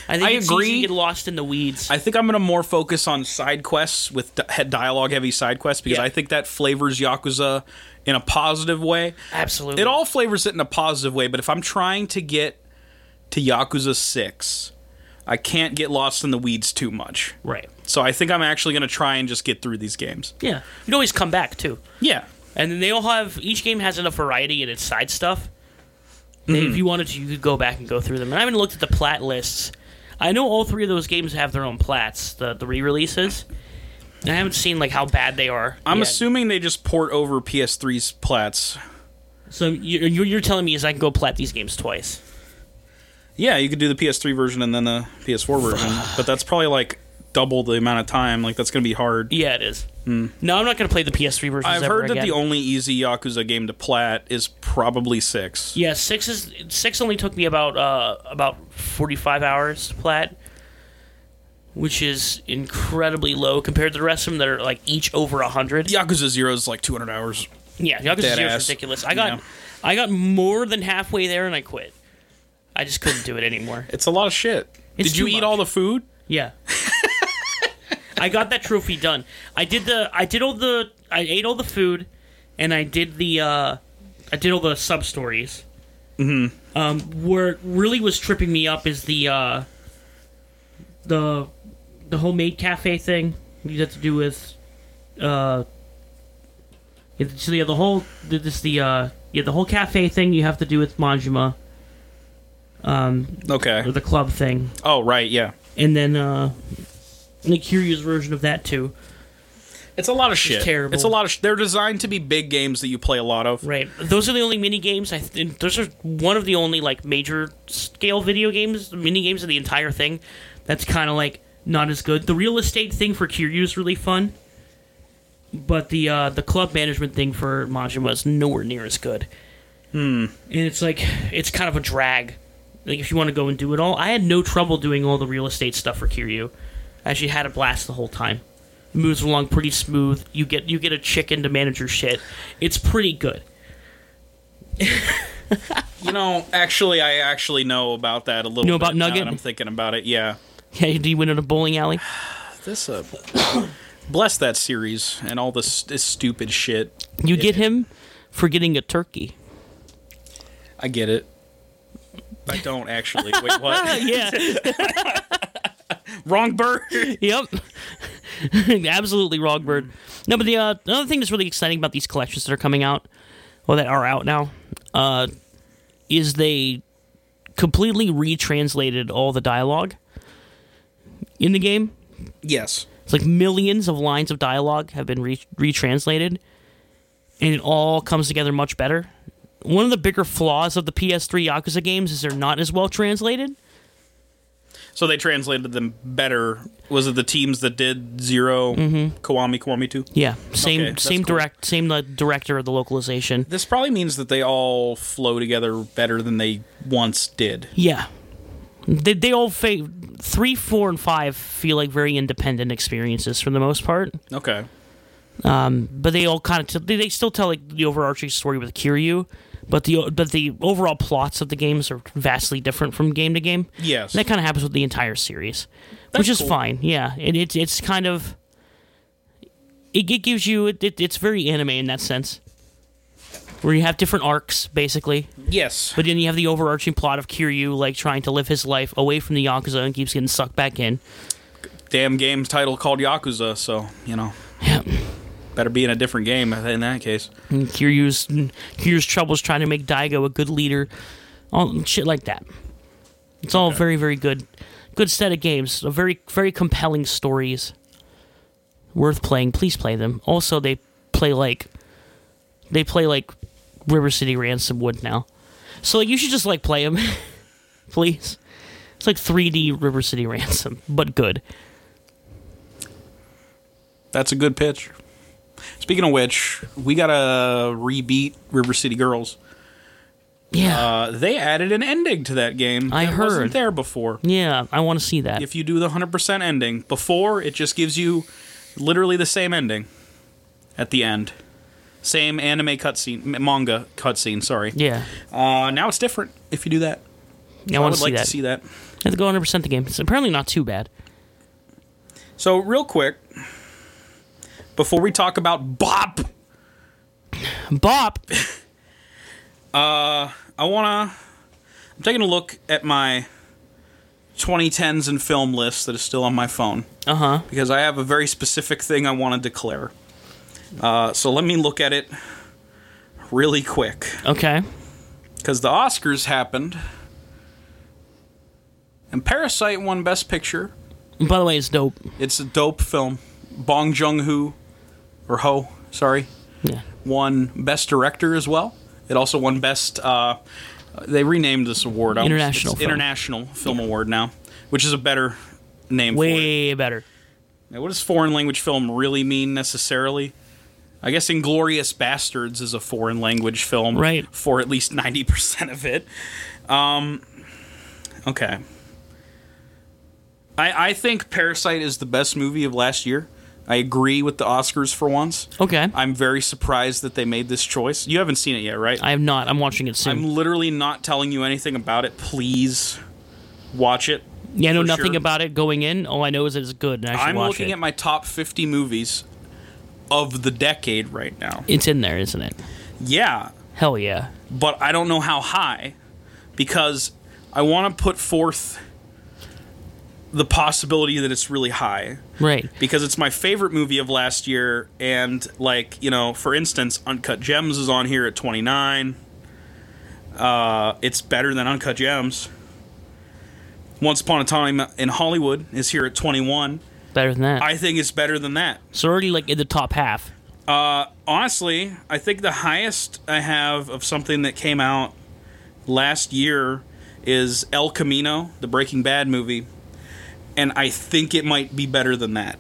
I think I it's agree. easy to get lost in the weeds. I think I'm going to more focus on side quests with di- dialogue heavy side quests because Yeah. I think that flavors Yakuza in a positive way. Absolutely. it all flavors it in a positive way, but if I'm trying to get to Yakuza 6, I can't get lost in the weeds too much. Right. So I think I'm actually going to try and just get through these games. Yeah. You'd always come back, too. Yeah. And then they all have each game has enough variety in its side stuff. that Mm-hmm. If you wanted to, you could go back and go through them. And I haven't looked at the plat lists. I know all three of those games have their own plats, the the re-releases. And I haven't seen like how bad they are. I'm yet. assuming they just port over PS3's plats. So you- you- you're telling me is I can go plat these games twice? Yeah, you could do the PS3 version and then the PS4 version, but that's probably like double the amount of time. Like that's going to be hard. Yeah, it is. No, I'm not going to play the PS3 versions. Hmm. I've ever heard that again. the only easy Yakuza game to plat is probably 6. yeah six is six only took me about uh about 45 hours to plat. Which is incredibly low compared to the rest of them that are like each over hundred. Yakuza 0 is like 200 hours. Yeah, Yakuza Dead Zero is ass, ridiculous. I you got, know. I got more than halfway there and I quit. I just couldn't do it anymore. It's a lot of shit. It's Did you too eat much. all the food? Yeah. I got that trophy done. I did the, I did all the, I ate all the food, and I did the, uh I did all the sub stories. Mm-hmm. Um, where it really was tripping me up is the, uh the, the homemade cafe thing you have to do with, uh. It's, yeah, the whole this the uh yeah the whole cafe thing you have to do with Majima um, Okay. or the club thing Oh, right, yeah. and then uh Nick Curious version of that too. It's a lot of shit. terrible. It's a lot of. Sh- they're designed to be big games that you play a lot of. Right. Those are the only mini games. I think those are one of the only like major scale video games, mini games of the entire thing. That's kind of like not as good. The real estate thing for Kiryu is really fun, but the uh, the club management thing for Majima is nowhere near as good. Hmm. And it's like it's kind of a drag. Like if you want to go and do it all, I had no trouble doing all the real estate stuff for Kiryu. I actually had a blast the whole time. It moves along pretty smooth. You get you get a chicken to manage your shit. It's pretty good. You know, actually, I actually know about that a little. Know bit about now Nugget? that I'm thinking about it. Yeah, Yeah, do you win at a bowling alley? this uh, bless that series and all this, this stupid shit. You get him for getting a turkey. I get it. I don't actually. Wait, what? Yeah. Wrong bird. yep. Absolutely wrong bird. No, but the uh, another thing that's really exciting about these collections that are coming out, or that are out now, uh, is they completely retranslated all the dialogue in the game. Yes. It's like millions of lines of dialogue have been re- retranslated, and it all comes together much better. One of the bigger flaws of the PS3 Yakuza games is they're not as well translated. So they translated them better. Was it the teams that did 0 Kiwami, Kiwami two? Yeah, same Okay, that's same cool. direct same uh, director of the localization. This probably means that they all flow together better than they once did. Yeah, They, they all fa- three, four, and five feel like very independent experiences for the most part, Okay. but they all kind of t- they, they still tell like the overarching story with Kiryu, but the o- but the overall plots of the games are vastly different from game to game. Yes. And that kind of happens with the entire series, which That's is cool. fine. Yeah, it, it it's kind of it, it gives you it, it, it's very anime in that sense, where you have different arcs basically. Yes. But then you have the overarching plot of Kiryu like trying to live his life away from the Yakuza and keeps getting sucked back in. Damn game's title called Yakuza, so you know. Yeah. Better be in a different game in that case. And Kiryu's Kiryu's troubles trying to make Daigo a good leader, all shit like that. It's all very very good, good set of games. A very very compelling stories. Worth playing. Please play them. Also, they play like, they play like River City Ransom would now. So like, you should just like play them, please. It's like 3D River City Ransom, but good. That's a good pitch. Speaking of which, we gotta rebeat River City Girls. Yeah. Uh, they added an ending to that game. I that heard. wasn't there before. yeah, I want to see that. If you do the hundred percent ending before, it just gives you literally the same ending at the end. Same anime cutscene, m- manga cutscene. Sorry. yeah. Uh, now it's different if you do that. Yeah, I I want would to see like that. to see that. I have to go 100% the game. It's apparently not too bad. So real quick, before we talk about Bop, Bop. I wanna. I'm taking a look at my 2010s and film list that is still on my phone Uh huh. because I have a very specific thing I want to declare. Uh, so let me look at it really quick. Okay. because the Oscars happened, and Parasite won Best Picture. By the way, it's dope. It's a dope film. Bong Joon Ho, or Ho, sorry, Yeah. won Best Director as well. It also won Best. Uh, they renamed this award I was- International it's Film. International Film Award now, which is a better name for it. Way better. Now, what does foreign language film really mean necessarily? I guess Inglorious Bastards is a foreign language film Right. for at least 90% of it. Um, okay. I, I think Parasite is the best movie of last year. I agree with the Oscars for once. Okay. I, I'm very surprised that they made this choice. You haven't seen it yet, right? am not. I'm watching it soon. I'm literally not telling you anything about it. Please watch it. yeah, I know for nothing sure. about it going in. All I know is that it's good and I should I'm watch looking it. at my top 50 movies of the decade right now. it's in there, isn't it? Yeah, Hell yeah. but I don't know how high because I want to put forth the possibility that it's really high Right. because it's my favorite movie of last year and like, you know, for instance, Uncut Gems is on here at 29. Uh, it's better than Uncut Gems. Once Upon a Time in Hollywood is here at 21. Better than that. I think it's better than that. so already like in the top half. honestly, I think the highest I have of something that came out last year is El Camino, the Breaking Bad movie, and I think it might be better than that.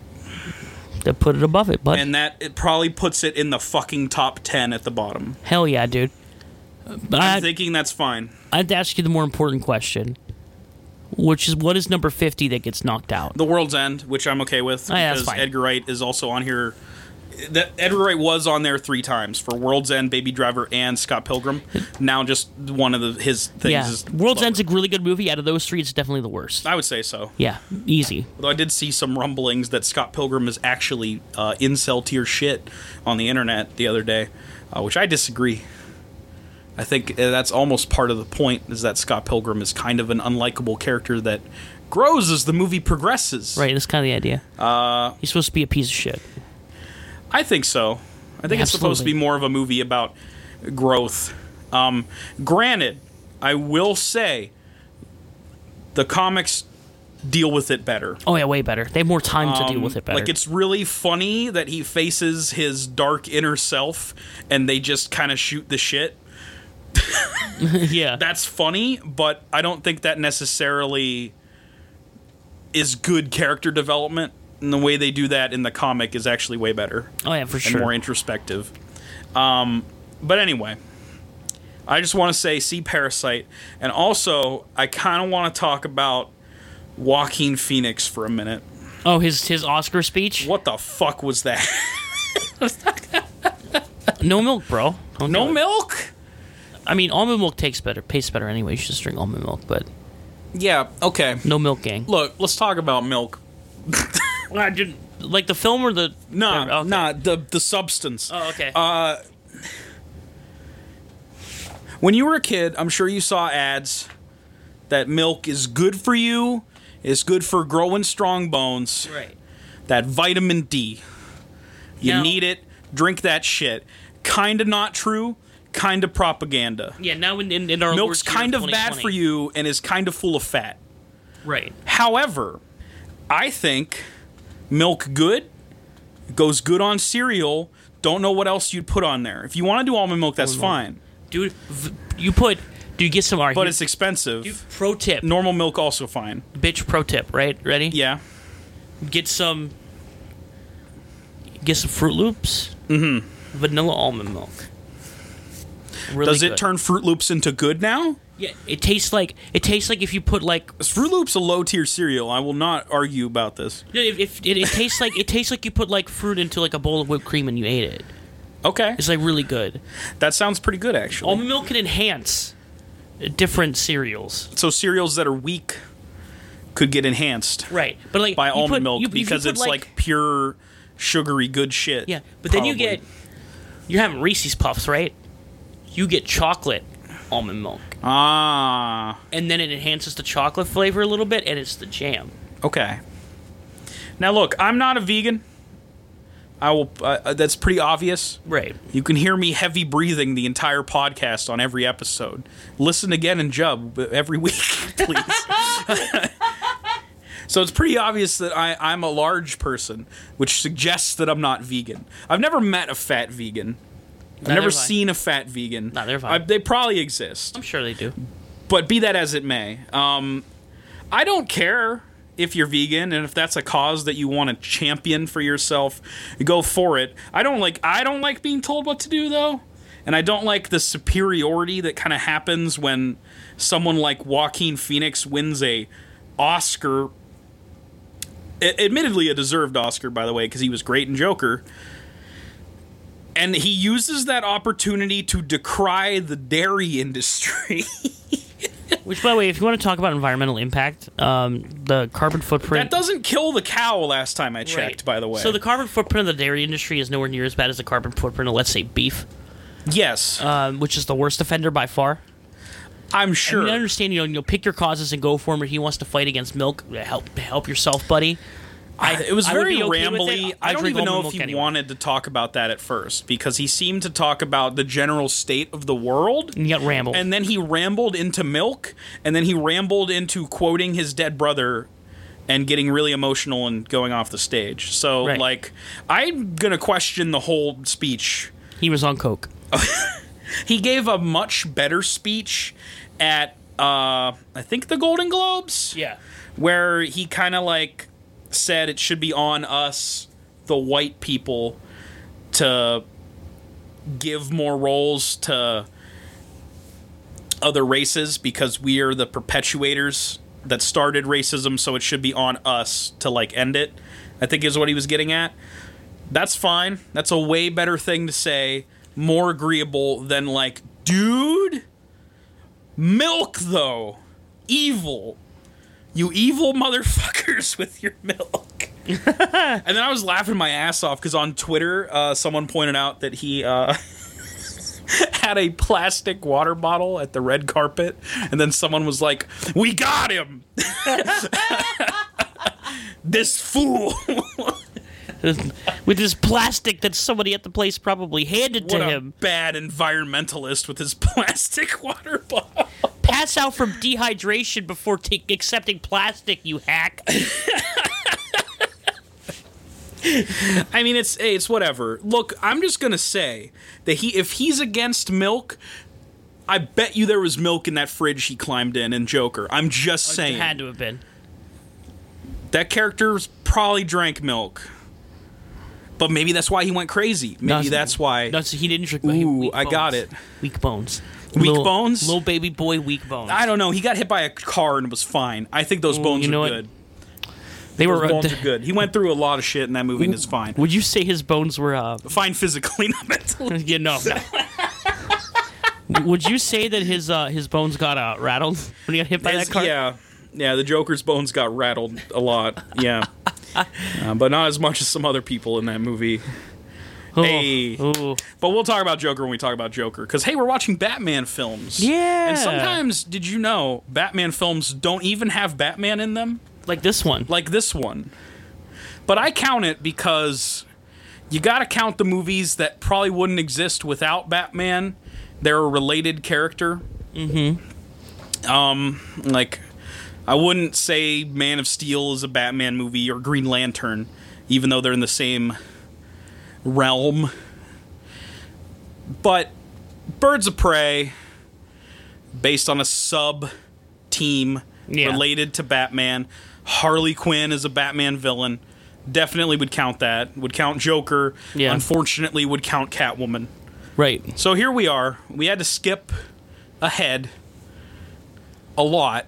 That put it above it, but And that it probably puts it in the fucking top 10 at the bottom. hell yeah, dude. But I'm I, thinking that's fine. I have to ask you the more important question, which is what is number 50 that gets knocked out? The World's End, which I'm okay with Oh, yeah, that's because fine. Edgar Wright is also on here. That Edgar Wright was on there three times for World's End, Baby Driver, and Scott Pilgrim. Now, just one of the, his things yeah. is World's lower. End's a really good movie. Out of those three, it's definitely the worst. I would say so. Yeah. Easy. Although I did see some rumblings that Scott Pilgrim is actually uh, incel tier shit on the internet the other day, uh, which I disagree. I think uh, that's almost part of the point is that Scott Pilgrim is kind of an unlikable character that grows as the movie progresses. Right, that's kind of the idea. Uh, He's supposed to be a piece of shit. I think so. I think it's supposed to Absolutely. be more of a movie about growth. Um, granted, I will say the comics deal with it better. Oh yeah, way better. They have more time to deal Um, with it better. Like it's really funny that he faces his dark inner self and they just kind of shoot the shit. yeah, That's funny, but I don't think that necessarily is good character development. And the way they do that in the comic is actually way better oh yeah, for and sure. more introspective. Um, but anyway, I just want to say see Parasite, and also I kind of want to talk about Joaquin Phoenix for a minute. Oh, his his Oscar speech. What the fuck was that? No milk, bro. Don't no do it. milk? I mean, almond milk tastes better. Tastes better anyway. You should just drink almond milk, but Yeah. Okay. no milk, gang. Look, let's talk about milk. I didn't- like the film or the Nah, Okay. nah. Uh, The the substance. Oh, okay. When you were a kid, I'm sure you saw ads that milk is good for you, is good for growing strong bones, right. that vitamin D. You Now- need it, drink that shit. Kinda not true, kinda propaganda. Yeah. Now in in, in our Milk's Lord's year kind of bad 2020. for you and is kind of full of fat. Right. However, I think milk good goes good on cereal. Don't know what else you'd put on there. If you want to do almond milk, that's fine, Dude, v- you put. Do you get some? Alright, but here- it's expensive. pro tip, Normal milk also fine. bitch. Pro tip. Right. Ready? Yeah. Get some. Get some Fruit Loops. Mm-hmm. Vanilla almond milk. Really Does it good. turn Fruit Loops into good now? Yeah, it tastes like it tastes like if you put like Is Fruit Loops a low tier cereal? I will not argue about this. No, if, if it, it tastes like it tastes like you put like fruit into like a bowl of whipped cream and you ate it. Okay, It's like really good. that sounds pretty good actually. Almond milk can enhance different cereals, so cereals that are weak could get enhanced right? But like by you almond put- milk you- if you because put, it's like, pure sugary good shit. yeah. But then you probably. get you're having Reese's Puffs, right? You get chocolate almond milk, ah and then it enhances the chocolate flavor a little bit, and it's the jam. okay. Now look, I'm not a vegan. I will. Uh, uh, that's pretty obvious. Right. You can hear me heavy breathing the entire podcast on every episode. Listen again and Jub every week, please. so it's pretty obvious that I, I'm a large person, which suggests that I'm not vegan. I've never met a fat vegan. I've Neither never have I. seen a fat vegan. Neither have I. I, they probably exist I'm sure they do. but be that as it may, um, I don't care if you're vegan and if that's a cause that you want to champion for yourself, go for it. I don't like I don't like being told what to do though, and I don't like the superiority that kind of happens when someone like Joaquin Phoenix wins a Oscar. a- Admittedly, a deserved Oscar, by the way, because he was great in Joker. And he uses that opportunity to decry the dairy industry. Which, by the way, if you want to talk about environmental impact, um, the carbon footprint That doesn't kill the cow last time I checked, Right. by the way. So the carbon footprint of the dairy industry is nowhere near as bad as the carbon footprint of, let's say, beef, yes, um, which is the worst offender by far. I'm I sure. mean, I understand, you know, you'll pick your causes and go for them. If he wants to fight against milk, help help yourself, buddy. I, it was I would very be okay with rambly. it. I don't drink even almond know if milk he anyway. wanted to talk about that at first because he seemed to talk about the general state of the world. And yet ramble. And then he rambled into milk, and then he rambled into quoting his dead brother and getting really emotional and going off the stage. So, Right. like, I'm going to question the whole speech he was on coke. he gave a much better speech at uh I think the Golden Globes. Yeah. Where he kind of like said it should be on us the white people to give more roles to other races because we are the perpetuators that started racism so it should be on us to like end it. I think is what he was getting at. That's fine. That's a way better thing to say. More agreeable than like, dude, milk though. Evil. You evil motherfuckers with your milk. and then I was laughing my ass off because on Twitter, uh, someone pointed out that he uh, had a plastic water bottle at the red carpet. And then someone was like, We got him! this fool! With his plastic that somebody at the place probably handed what to a him. bad environmentalist with his plastic water bottle. Pass out from dehydration before ta- accepting plastic, you hack. I mean, it's hey, it's whatever. Look, I'm just gonna say that he, if he's against milk, I bet you there was milk in that fridge he climbed in in Joker. I'm just It saying had to have been. that character's probably drank milk, but maybe that's why he went crazy. Maybe Nothing. that's why. No, so he didn't drink. he- Ooh, weak I got bones. it. Weak bones. Weak little, bones? little baby boy, weak bones. I don't know. He got hit by a car and was fine. I think those bones Mm, you know what? are good. they Those were. bones are good. He went through a lot of shit in that movie and is fine. Would you say his bones were? Uh, Fine physically, not mentally. you know. Would you say that his uh, his bones got uh, rattled when he got hit by His- that car? Yeah, yeah. The Joker's bones got rattled a lot. Yeah, Uh, but not as much as some other people in that movie. Oh, Hey. oh. But we'll talk about Joker when we talk about Joker, because hey, we're watching Batman films. Yeah. And sometimes, did you know, Batman films don't even have Batman in them, like this one. like this one. But I count it because you got to count the movies that probably wouldn't exist without Batman. They're a related character. Mm-hmm. Um, like I wouldn't say Man of Steel is a Batman movie or Green Lantern, even though they're in the same realm. But Birds of Prey, based on a sub team Yeah. related to Batman, Harley Quinn is a Batman villain. Definitely would count that. Would count Joker. Yeah. Unfortunately, would count Catwoman. right. So here we are. We had to skip ahead a lot,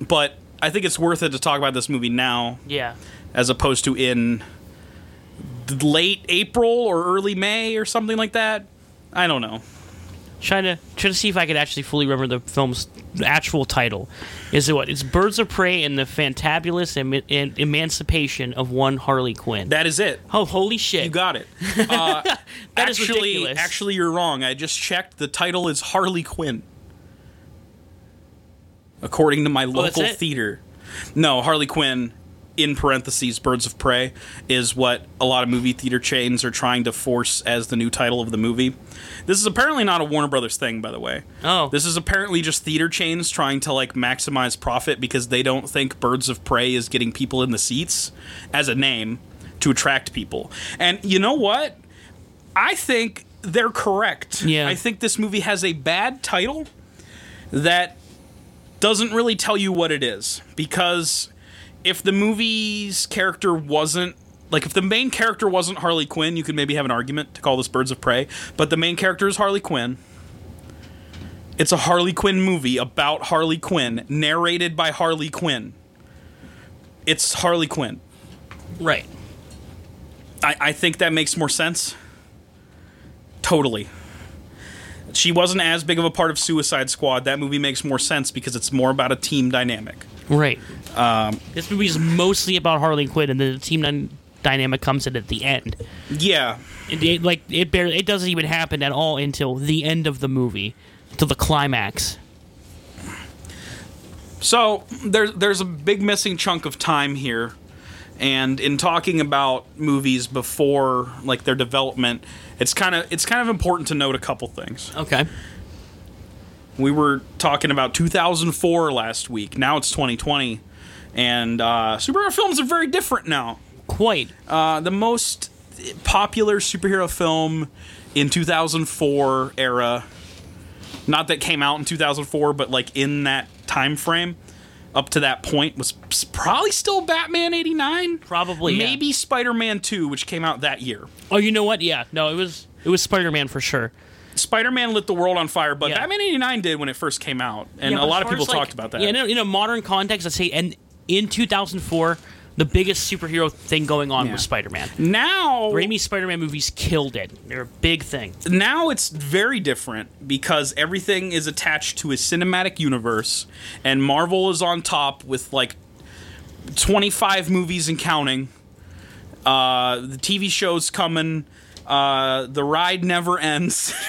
but I think it's worth it to talk about this movie now Yeah. as opposed to in th- late April or early May or something like that. I don't know. Trying to trying to see if I could actually fully remember the film's actual title. Is it what? It's Birds of Prey and the Fantabulous Em- Em- Emancipation of One Harley Quinn. That is it. oh, holy shit! You got it. Uh, That is actually, ridiculous. actually, you're wrong. I just checked. The title is Harley Quinn, according to my local Oh, that's it? theater. No, Harley Quinn, in parentheses, Birds of Prey, is what a lot of movie theater chains are trying to force as the new title of the movie. This is apparently not a Warner Brothers thing, by the way. Oh. this is apparently just theater chains trying to like maximize profit because they don't think Birds of Prey is getting people in the seats as a name to attract people. And you know what? I think they're correct. Yeah. I think this movie has a bad title that doesn't really tell you what it is because if the movie's character wasn't like if the main character wasn't Harley Quinn, you could maybe have an argument to call this Birds of Prey, but the main character is Harley Quinn. It's a Harley Quinn movie about Harley Quinn, narrated by Harley Quinn. It's Harley Quinn. right. I, I think that makes more sense. Totally. She wasn't as big of a part of Suicide Squad. That movie makes more sense because it's more about a team dynamic. Right. Um, this movie is mostly about Harley Quinn, and then the team dyn- dynamic comes in at the end. Yeah. It, it, like it barely, it doesn't even happen at all until the end of the movie, to the climax. So there's there's a big missing chunk of time here, and in talking about movies before like their development, it's kind of it's kind of important to note a couple things. Okay. We were talking about 2004 last week. Now it's 2020, and uh, superhero films are very different now. Quite. Uh, the most popular superhero film in 2004 era, not that came out in 2004, but like in that time frame up to that point was s- probably still Batman 89, Probably, yeah. maybe Spider-Man 2 which came out that year. Oh, you know what? Yeah. No, it was it was Spider Man for sure. Spider-Man lit the world on fire, but Yeah. Batman 89 did when it first came out and Yeah, a but lot as of far people as, like, talked about that. Yeah, in a, in a modern context, I'd say, and in 2004, the biggest superhero thing going on Yeah. was Spider Man. now Raimi's Spider Man movies killed it. They're a big thing. now it's very different because everything is attached to a cinematic universe and Marvel is on top with like 25 movies and counting. Uh, the TV show's coming. Uh, the ride never ends.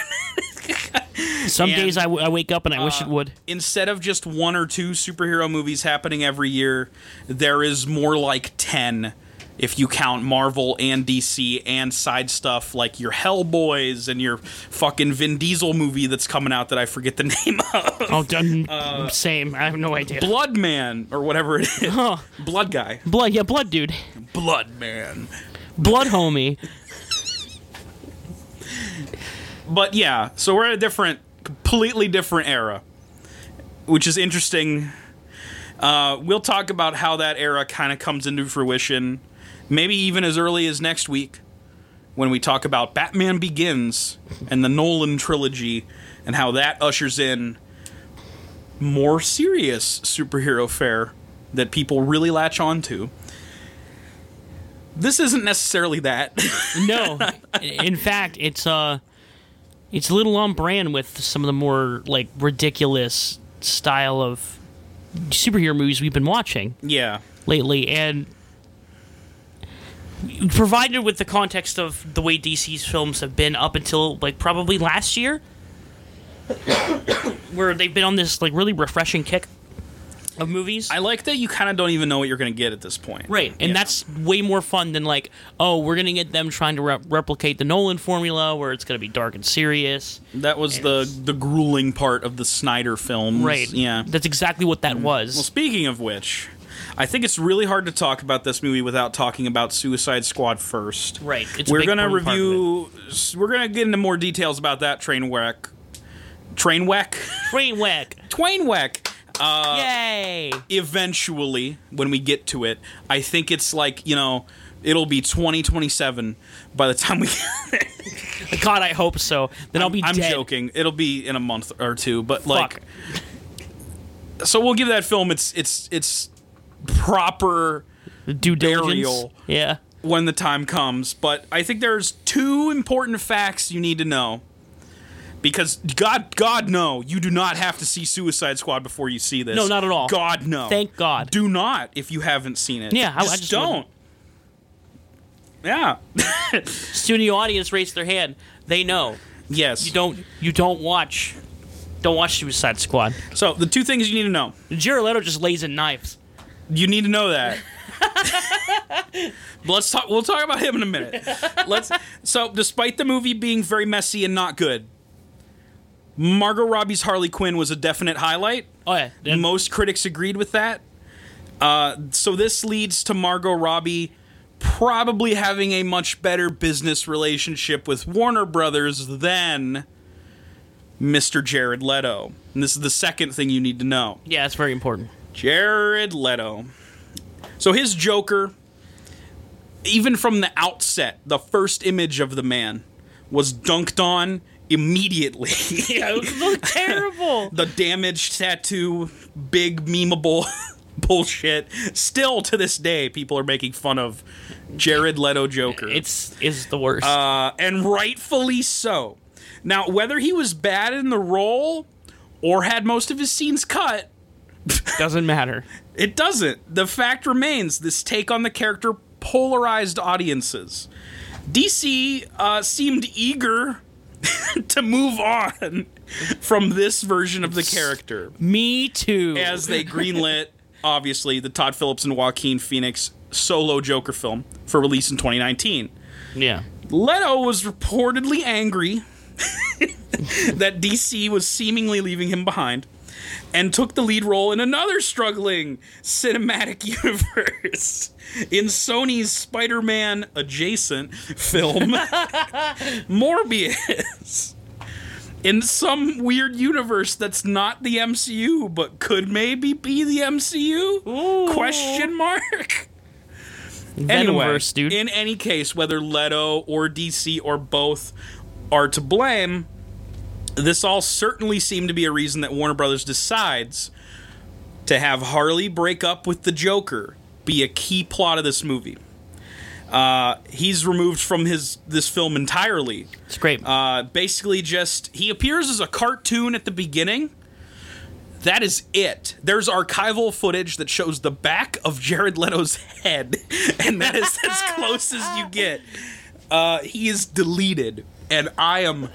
Some And, uh, days I, w- I wake up and I wish it would. Instead of just one or two superhero movies happening every year, there is more like 10 if you count Marvel and DC and side stuff like your Hellboys and your fucking Vin Diesel movie that's coming out that I forget the name of. Oh, done. uh, same. I have no idea. Blood Man or whatever it is. Blood Guy. Blood, yeah, blood, dude. Blood Man. Blood, homie. But yeah, so we're at a different, completely different era, which is interesting. Uh, we'll talk about how that era kind of comes into fruition, maybe even as early as next week when we talk about Batman Begins and the Nolan trilogy and how that ushers in more serious superhero fare that people really latch on to. This isn't necessarily that. No, in fact, it's uh, it's a little on brand with some of the more like ridiculous style of superhero movies we've been watching yeah. lately, and provided with the context of the way DC's films have been up until like probably last year, where they've been on this like really refreshing kick of movies. I like that you kind of don't even know what you're going to get at this point. Right, and Yeah. that's way more fun than like, oh, we're gonna get them trying to rep- replicate the Nolan formula, where it's gonna be dark and serious. that was the the grueling part of the Snyder films. Right. Yeah. Mm-hmm. That's exactly what that Well, was. speaking of which, I think it's really hard to talk about this movie without talking about Suicide Squad first. Right, it's a we're big gonna important part of review. s- We're gonna get into more details about that train wreck. Train wreck. Train whack! Twain wreck. Uh, Yay! Eventually, when we get to it, I think it's like you know. It'll be 2027 by the time we. God, I hope so. Then i will be I'm dead. joking. It'll be in a month or two, but Fuck. like, so we'll give that film its its its proper Due diligence. burial. Yeah. when the time comes, but I think there's two important facts you need to know. Because God God no, you do not have to see Suicide Squad before you see this. No, not at all. God no. Thank God. Do not if you haven't seen it. Yeah, I- I just, just don't. wouldn't. Yeah. Studio audience raised their hand. They know yes. you don't. You don't watch. Don't watch Suicide Squad. So the two things you need to know. Jared Leto just lays in knives. You need to know that. Let's talk. We'll talk about him in a minute. Let's. So, despite the movie being very messy and not good, Margot Robbie's Harley Quinn was a definite highlight. Oh yeah. Then- Most critics agreed with that. Uh, so this leads to Margot Robbie probably having a much better business relationship with Warner Brothers than Mr. Jared Leto. And this is the second thing you need to know. yeah, it's very important. Jared Leto. So his Joker, even from the outset, the first image of the man was dunked on immediately. Yeah, it looks terrible. the damaged tattoo, big memeable bullshit. Still to this day, people are making fun of Jared Leto Joker. It's is the worst. Uh, and rightfully so. Now, whether he was bad in the role or had most of his scenes cut, Doesn't matter. It doesn't. The fact remains this take on the character polarized audiences. DC uh, seemed eager to move on from this version of the character Me too. as they greenlit, obviously, the Todd Phillips and Joaquin Phoenix solo Joker film for release in 2019. yeah. Leto was reportedly angry that DC was seemingly leaving him behind and took the lead role in another struggling cinematic universe in Sony's Spider Man adjacent film, Morbius. In some weird universe that's not the MCU, but could maybe be the MCU? Ooh. Question mark. Venomverse, dude. In any case, whether Leto or DC or both are to blame, this all certainly seemed to be a reason that Warner Brothers decides to have Harley break up with the Joker be a key plot of this movie. Uh, he's removed from his this film entirely. it's great. Uh, basically, just he appears as a cartoon at the beginning. That is it. There's archival footage that shows the back of Jared Leto's head, and that is as close as you get. Uh, he is deleted, and I am,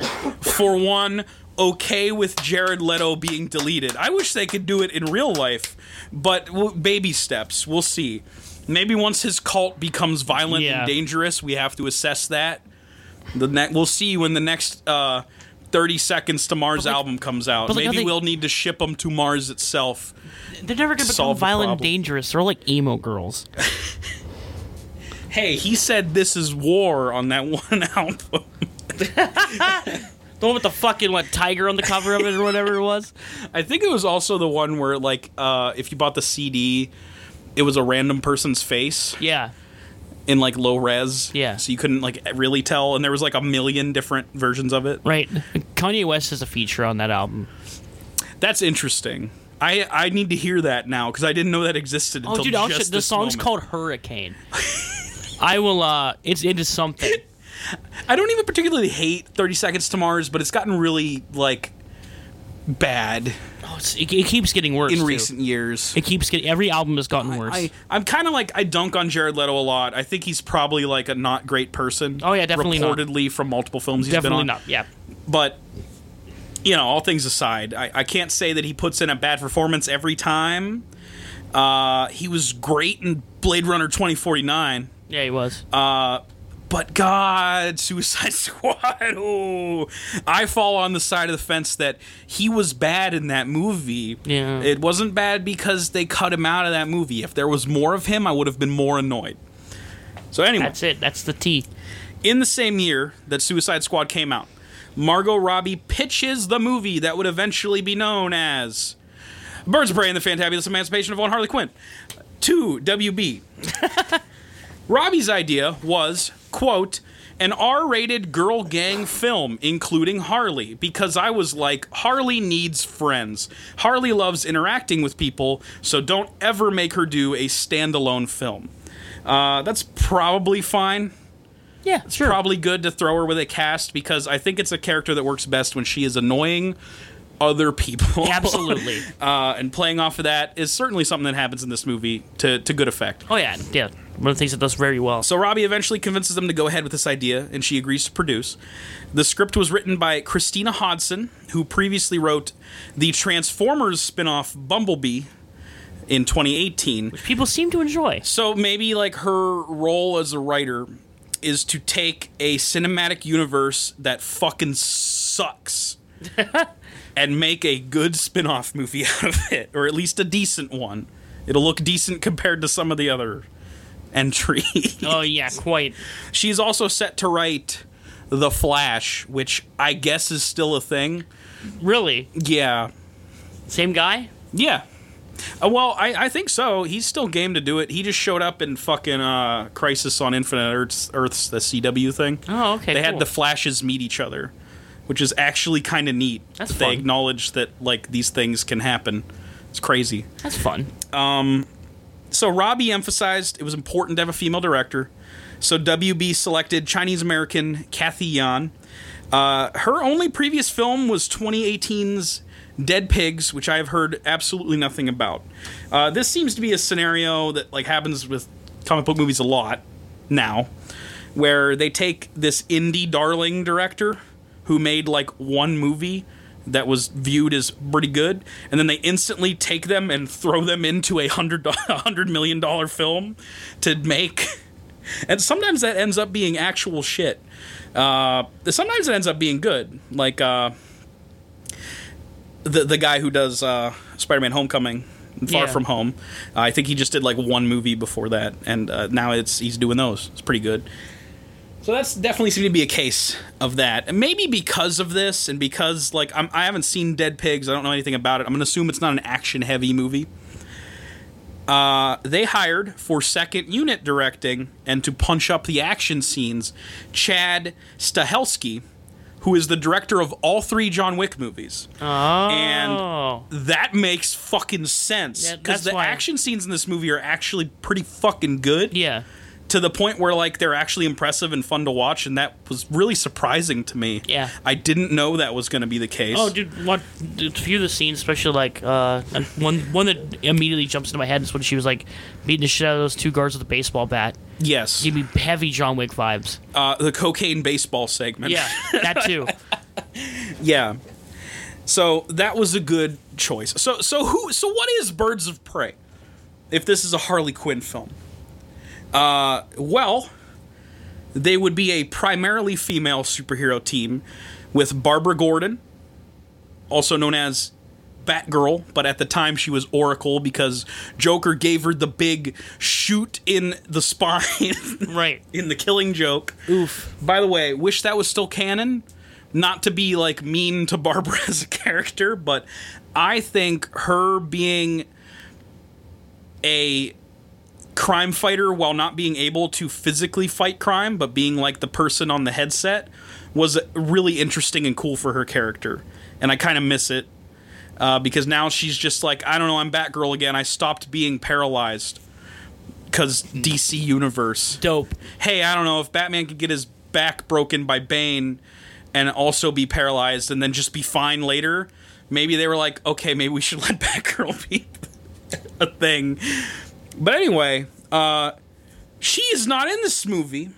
for one, okay with Jared Leto being deleted. I wish they could do it in real life, but w- baby steps. We'll see. Maybe once his cult becomes violent Yeah. and dangerous, we have to assess that. The ne- we'll see when the next uh, 30 Seconds to Mars album comes out. like, I Maybe think- we'll need to ship them to Mars itself. They're never gonna become solve the violent and problem. dangerous. They're like emo girls. Hey, he said this is war on that one album. The one with the fucking what tiger on the cover of it or whatever it was. I think it was also the one where, like, uh, if you bought the CD, it was a random person's face. Yeah. in like low res. Yeah. So you couldn't like really tell, and there was like a million different versions of it. Right. Kanye West is a feature on that album. That's interesting. I I need to hear that now because I didn't know that existed. Oh, until dude, I'll just sh- the this song's moment. called Hurricane. I will. uh It's into something. I don't even particularly hate Thirty Seconds to Mars, but it's gotten really like bad Oh, it's, it, it keeps getting worse. in too. recent years. it keeps getting. Every album has gotten worse. I, I'm kind of like I dunk on Jared Leto a lot. I think he's probably like a not great person. Oh, yeah, definitely not. Reportedly from multiple films he's been Definitely on. not. Yeah. But you know, all things aside, I, I can't say that he puts in a bad performance every time. Uh, he was great in Blade Runner 2049. Yeah, he was. Um, But God, Suicide Squad. Ooh. I fall on the side of the fence that he was bad in that movie. Yeah. It wasn't bad because they cut him out of that movie. If there was more of him, I would have been more annoyed. So anyway, That's it. That's the T. in the same year that Suicide Squad came out, Margot Robbie pitches the movie that would eventually be known as Birds of Prey and the Fantabulous Emancipation of One Harley Quinn to WB. Robbie's idea was, quote, an R rated girl gang film, including Harley, because I was like, Harley needs friends. Harley loves interacting with people, so don't ever make her do a standalone film. Uh, that's probably fine Yeah, sure. probably good to throw her with a cast because I think it's a character that works best when she is annoying other people. Absolutely. uh, and playing off of that is certainly something that happens in this movie to, to good effect. oh yeah, yeah. One of the things that does very well. So Robbie eventually convinces them to go ahead with this idea, and she agrees to produce. The script was written by Christina Hodson, who previously wrote the Transformers spin-off Bumblebee in 2018. People seem to enjoy. So maybe like her role as a writer is to take a cinematic universe that fucking sucks and make a good spin-off movie out of it or at least a decent one. It'll look decent compared to some of the other entries. Oh yeah, quite. She's also set to write The Flash, which I guess is still a thing. Really, Yeah. same guy. Yeah. Uh, well, I, I think so. He's still game to do it. He just showed up in fucking uh, Crisis on Infinite Earths, Earths, the CW thing. Oh okay. they had cool. the Flashes meet each other, which is actually kind of neat. That's that they fun. acknowledge that like these things can happen. It's crazy. That's fun. So Robbie emphasized it was important to have a female director. So WB selected Chinese American Kathy Yan. Uh, her only previous film was 2018's Dead Pigs, which I have heard absolutely nothing about. Uh, this seems to be a scenario that like happens with comic book movies a lot now, where they take this indie darling director who made like one movie that was viewed as pretty good, and then they instantly take them and throw them into a hundred a hundred million dollar film to make. And sometimes that ends up being actual shit. Uh, sometimes it ends up being good, like uh, the the guy who does uh, Spider-Man: Homecoming, and Far Yeah. From Home. Uh, I think he just did like one movie before that, and uh, now it's he's doing those. It's pretty good. So that's definitely seemed to be a case of that. And maybe because of this, and because like I'm, I haven't seen Dead Pigs, I don't know anything about it. I'm gonna assume it's not an action-heavy movie. Uh, they hired for second unit directing and to punch up the action scenes Chad Stahelski, who is the director of all three John Wick movies. Oh. and- That makes fucking sense Yeah, because that's the why- action scenes in this movie are actually pretty fucking good yeah. to the point where like they're actually impressive and fun to watch and that was really surprising to me Yeah. i didn't know that was going to be the case Oh, dude, what? A few of the scenes, especially like uh, one one that immediately jumps into my head is when she was like beating the shit out of those two guards with a baseball bat. yes Give me heavy John Wick vibes. uh, the cocaine baseball segment Yeah, that too. yeah so that was a good choice so so who so what is birds of prey if this is a harley quinn film uh well they would be a primarily female superhero team with barbara gordon also known as Batgirl, but at the time she was Oracle because Joker gave her the big shoot in the spine Right. in the killing joke. Oof. By the way, wish that was still canon. Not to be like mean to Barbara as a character, but I think her being a crime fighter while not being able to physically fight crime, but being like the person on the headset was really interesting and cool for her character. And I kind of miss it uh, because now she's just like, I don't know, I'm Batgirl again. I stopped being paralyzed because DC Universe. Dope. Hey, I don't know if Batman could get his back broken by Bane and also be paralyzed and then just be fine later. Maybe they were like, okay, maybe we should let Batgirl be a thing. But anyway, uh, she is not in this movie,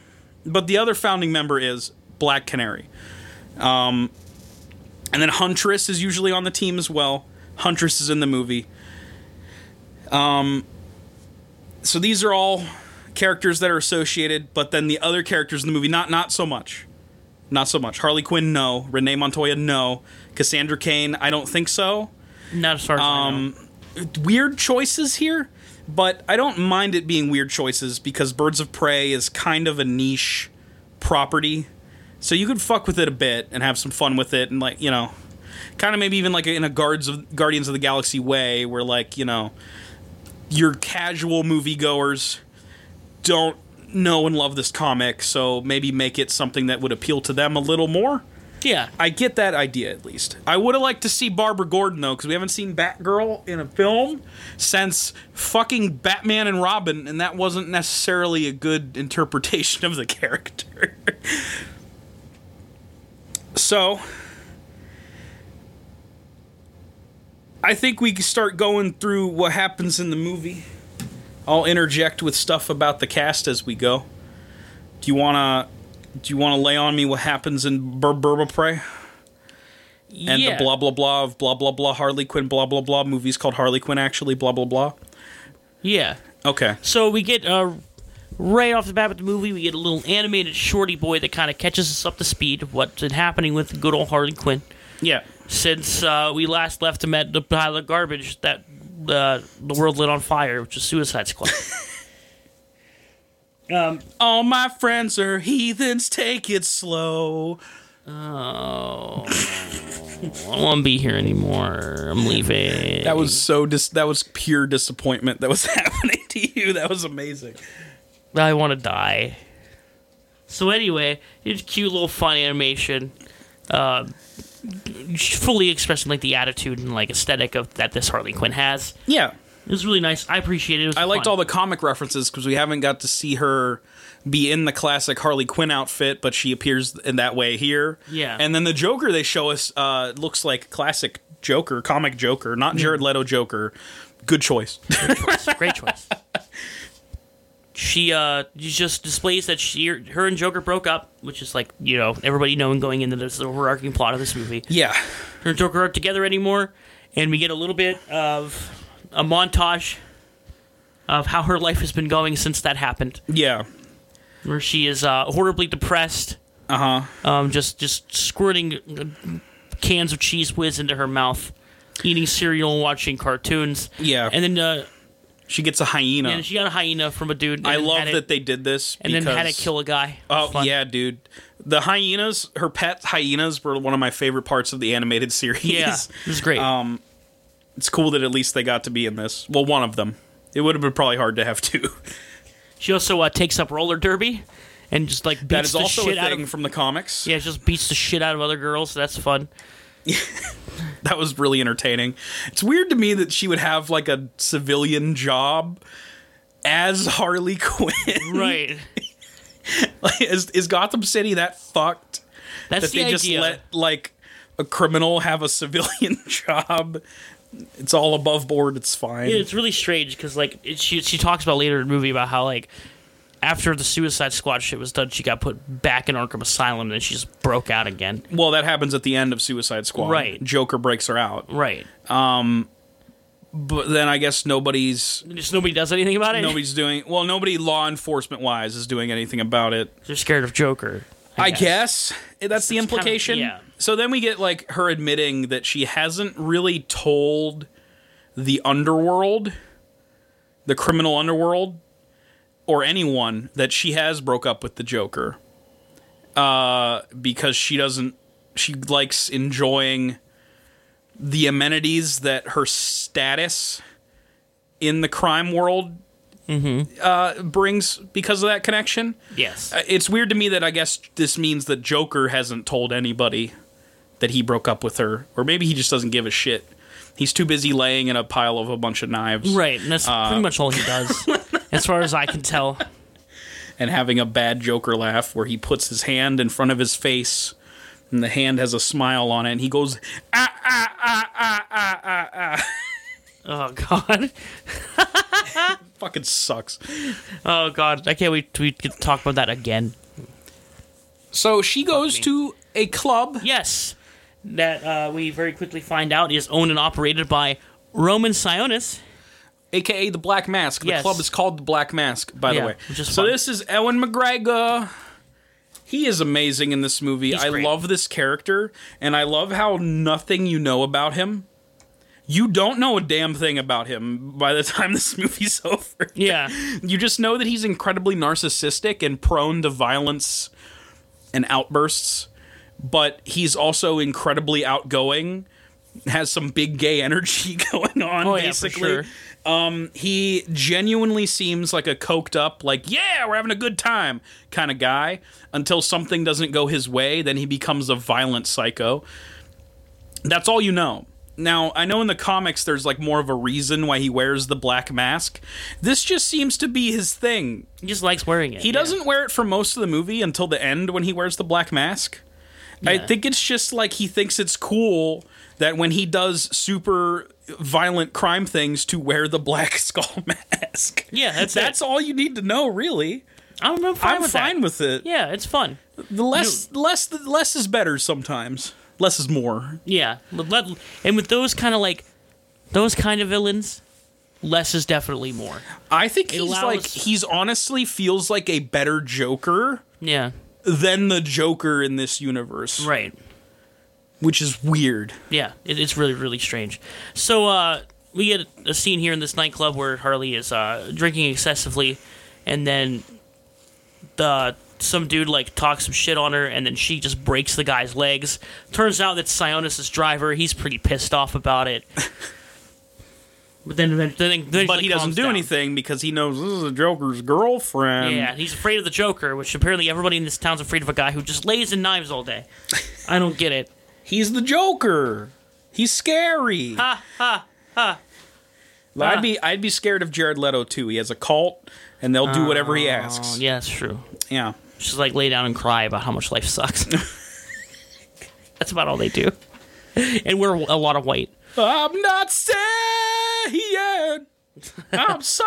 but the other founding member is Black Canary. Um, and then Huntress is usually on the team as well. Huntress is in the movie. Um, so these are all characters that are associated, but then the other characters in the movie, not not so much. Not so much. Harley Quinn, no. Renee Montoya, no. Cassandra Kane, I don't think so. Not as far as I know. Um, weird choices here, but I don't mind it being weird choices because Birds of Prey is kind of a niche property. So you could fuck with it a bit and have some fun with it and like, you know, kind of maybe even like in a Guards of Guardians of the Galaxy way where like, you know, your casual moviegoers don't know and love this comic, so maybe make it something that would appeal to them a little more. Yeah. I get that idea at least. I would have liked to see Barbara Gordon though, because we haven't seen Batgirl in a film since fucking Batman and Robin, and that wasn't necessarily a good interpretation of the character. so, I think we can start going through what happens in the movie. I'll interject with stuff about the cast as we go. Do you wanna? Do you wanna lay on me what happens in Bur- Burba Prey? and yeah. the blah blah blah of blah blah blah Harley Quinn blah blah blah movies called Harley Quinn actually blah blah blah. Yeah. Okay. So we get uh, right off the bat with the movie, we get a little animated shorty boy that kind of catches us up to speed of what's been happening with good old Harley Quinn Yeah. since uh, we last left him at the pile of garbage that uh, the world lit on fire, which is Suicide Squad. All my friends are heathens. Take it slow. Oh, I won't be here anymore. I'm leaving. That was so dis- that was pure disappointment that was happening to you. That was amazing. I want to die. So anyway, it's cute little fun animation, uh, fully expressing like the attitude and like aesthetic of that this Harley Quinn has. Yeah. It was really nice. I appreciate it. it was I liked fun. all the comic references because we haven't got to see her be in the classic Harley Quinn outfit, but she appears in that way here. Yeah. And then the Joker they show us uh, looks like classic Joker, comic Joker, not Jared Leto Joker. Good choice. Great choice. She uh just displays that she her and Joker broke up, which is like you know everybody knowing going into this overarching plot of this movie. yeah. Her and Joker aren't together anymore, and we get a little bit of a montage of how her life has been going since that happened, Yeah. where she is uh, horribly depressed, Uh huh. um just just squirting uh, cans of cheese whiz into her mouth, eating cereal, and watching cartoons, Yeah. and then uh, She gets a hyena. and she got a hyena from a dude. and I then love had it- that they did this. and then had to because- kill a guy. Oh Fun. yeah, dude. The hyenas, her pet hyenas, were one of my favorite parts of the animated series. yeah, this is great. Um, it's cool that at least they got to be in this. Well, one of them. It would have been probably hard to have two. she also uh, takes up roller derby and just like beats That is the also a shit out thing of from the comics. yeah, just beats the shit out of other girls. So that's fun. That was really entertaining. It's weird to me that she would have like a civilian job as Harley Quinn. Right. Like, is, is Gotham City that fucked? That's that the they idea. just let like a criminal have a civilian job. It's all above board. It's fine. Yeah, it's really strange because like it, she she talks about later in the movie about how like after the Suicide Squad shit was done, she got put back in Arkham Asylum, and then she just broke out again. well, that happens at the end of Suicide Squad. Right. Joker breaks her out. Right. But then I guess nobody's Just nobody does anything about it. nobody's doing well. Nobody law enforcement wise is doing anything about it. They're scared of Joker. I guess that's, the kinda- implication. yeah. So then we get like her admitting that she hasn't really told the underworld, the criminal underworld, or anyone that she has broke up with the Joker, uh, because she doesn't. She likes enjoying the amenities that her status in the crime world uh, brings because of that connection. Yes. Uh, It's weird to me that I guess this means that Joker hasn't told anybody that he broke up with her, or maybe he just doesn't give a shit. He's too busy laying in a pile of a bunch of knives Right, and that's Uh, pretty much all he does, as far as I can tell. and having a bad Joker laugh where he puts his hand in front of his face and the hand has a smile on it and he goes, ah, ah, ah, ah, ah, ah, ah. Oh God, Fucking sucks. oh God, I can't wait to we get to talk about that again. So she goes to a club. Yes, that uh, we very quickly find out is owned and operated by Roman Sionis. aka the Black Mask. The Yes. club is called the Black Mask, by Yeah, the way. which is so fun. this is Ewan McGregor. He is amazing in this movie. I great. love this character, and I love how nothing you know about him. You don't know a damn thing about him by the time this movie's over. Yeah, You just know that he's incredibly narcissistic and prone to violence and outbursts, but he's also incredibly outgoing, has some big gay energy going on, Oh, yeah, for basically. sure. um, he genuinely seems like a coked up, like, yeah, we're having a good time kind of guy until something doesn't go his way. Then he becomes a violent psycho. That's all you know. Now, I know in the comics there's like more of a reason why he wears the black mask. This just seems to be his thing. he just likes wearing it. He doesn't wear it for most of the movie until the end when he wears the black mask. I Yeah. think it's just like he thinks it's cool that when he does super violent crime things to wear the black skull mask. Yeah, that's it. that's all you need to know, really. I'm, I'm fine I'm with fine that. with it. Yeah, it's fun. The less, less, the less is better sometimes. Less is more. Yeah, Let- let- and with those kind of like those kind of villains, less is definitely more. I think he's allows- like he's honestly feels like a better Joker Yeah, than the Joker in this universe, right. which is weird. Yeah, it, it's really really strange. So uh, we get a scene here in this nightclub where Harley is uh, drinking excessively, and then the some dude like talks some shit on her, and then she just breaks the guy's legs. Turns out that's Sionis' driver. He's pretty pissed off about it. But then, then, then then But he doesn't calms do down. anything because he knows this is the Joker's girlfriend. Yeah, he's afraid of the Joker, which apparently everybody in this town's afraid of a guy who just lays in knives all day. I don't get it. He's the Joker. He's scary. Ha ha ha. I'd be I'd be scared of Jared Leto too. He has a cult and they'll do whatever he asks. Oh, Yeah, that's true. Yeah. just like lay down and cry about how much life sucks. That's about all they do. And we're a lot of white. I'm not saying I'm sorry.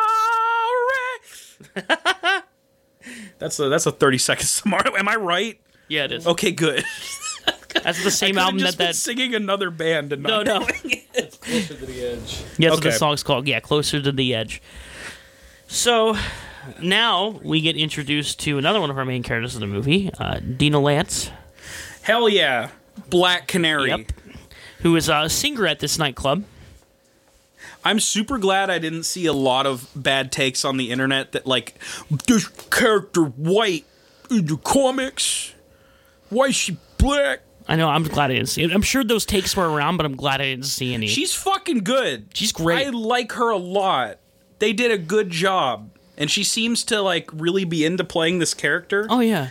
that's a that's a 30 seconds tomorrow. Am I right? Yeah, it is. Okay, good. That's the same Could've album that just been that. singing another band and No, not no. to the edge. Yes, what the Okay. song's called. Yeah, closer to the edge. So now we get introduced to another one of our main characters in the movie, uh, Dina Lance, Hell yeah. Black Canary. Yep. who is a singer at this nightclub. I'm super glad I didn't see a lot of bad takes on the internet that like this character white in the comics. Why is she black? I know. I'm glad I didn't see it. I'm sure those takes were around, but I'm glad I didn't see any. She's fucking good. She's great. I like her a lot. They did a good job. And she seems to like really be into playing this character. oh yeah.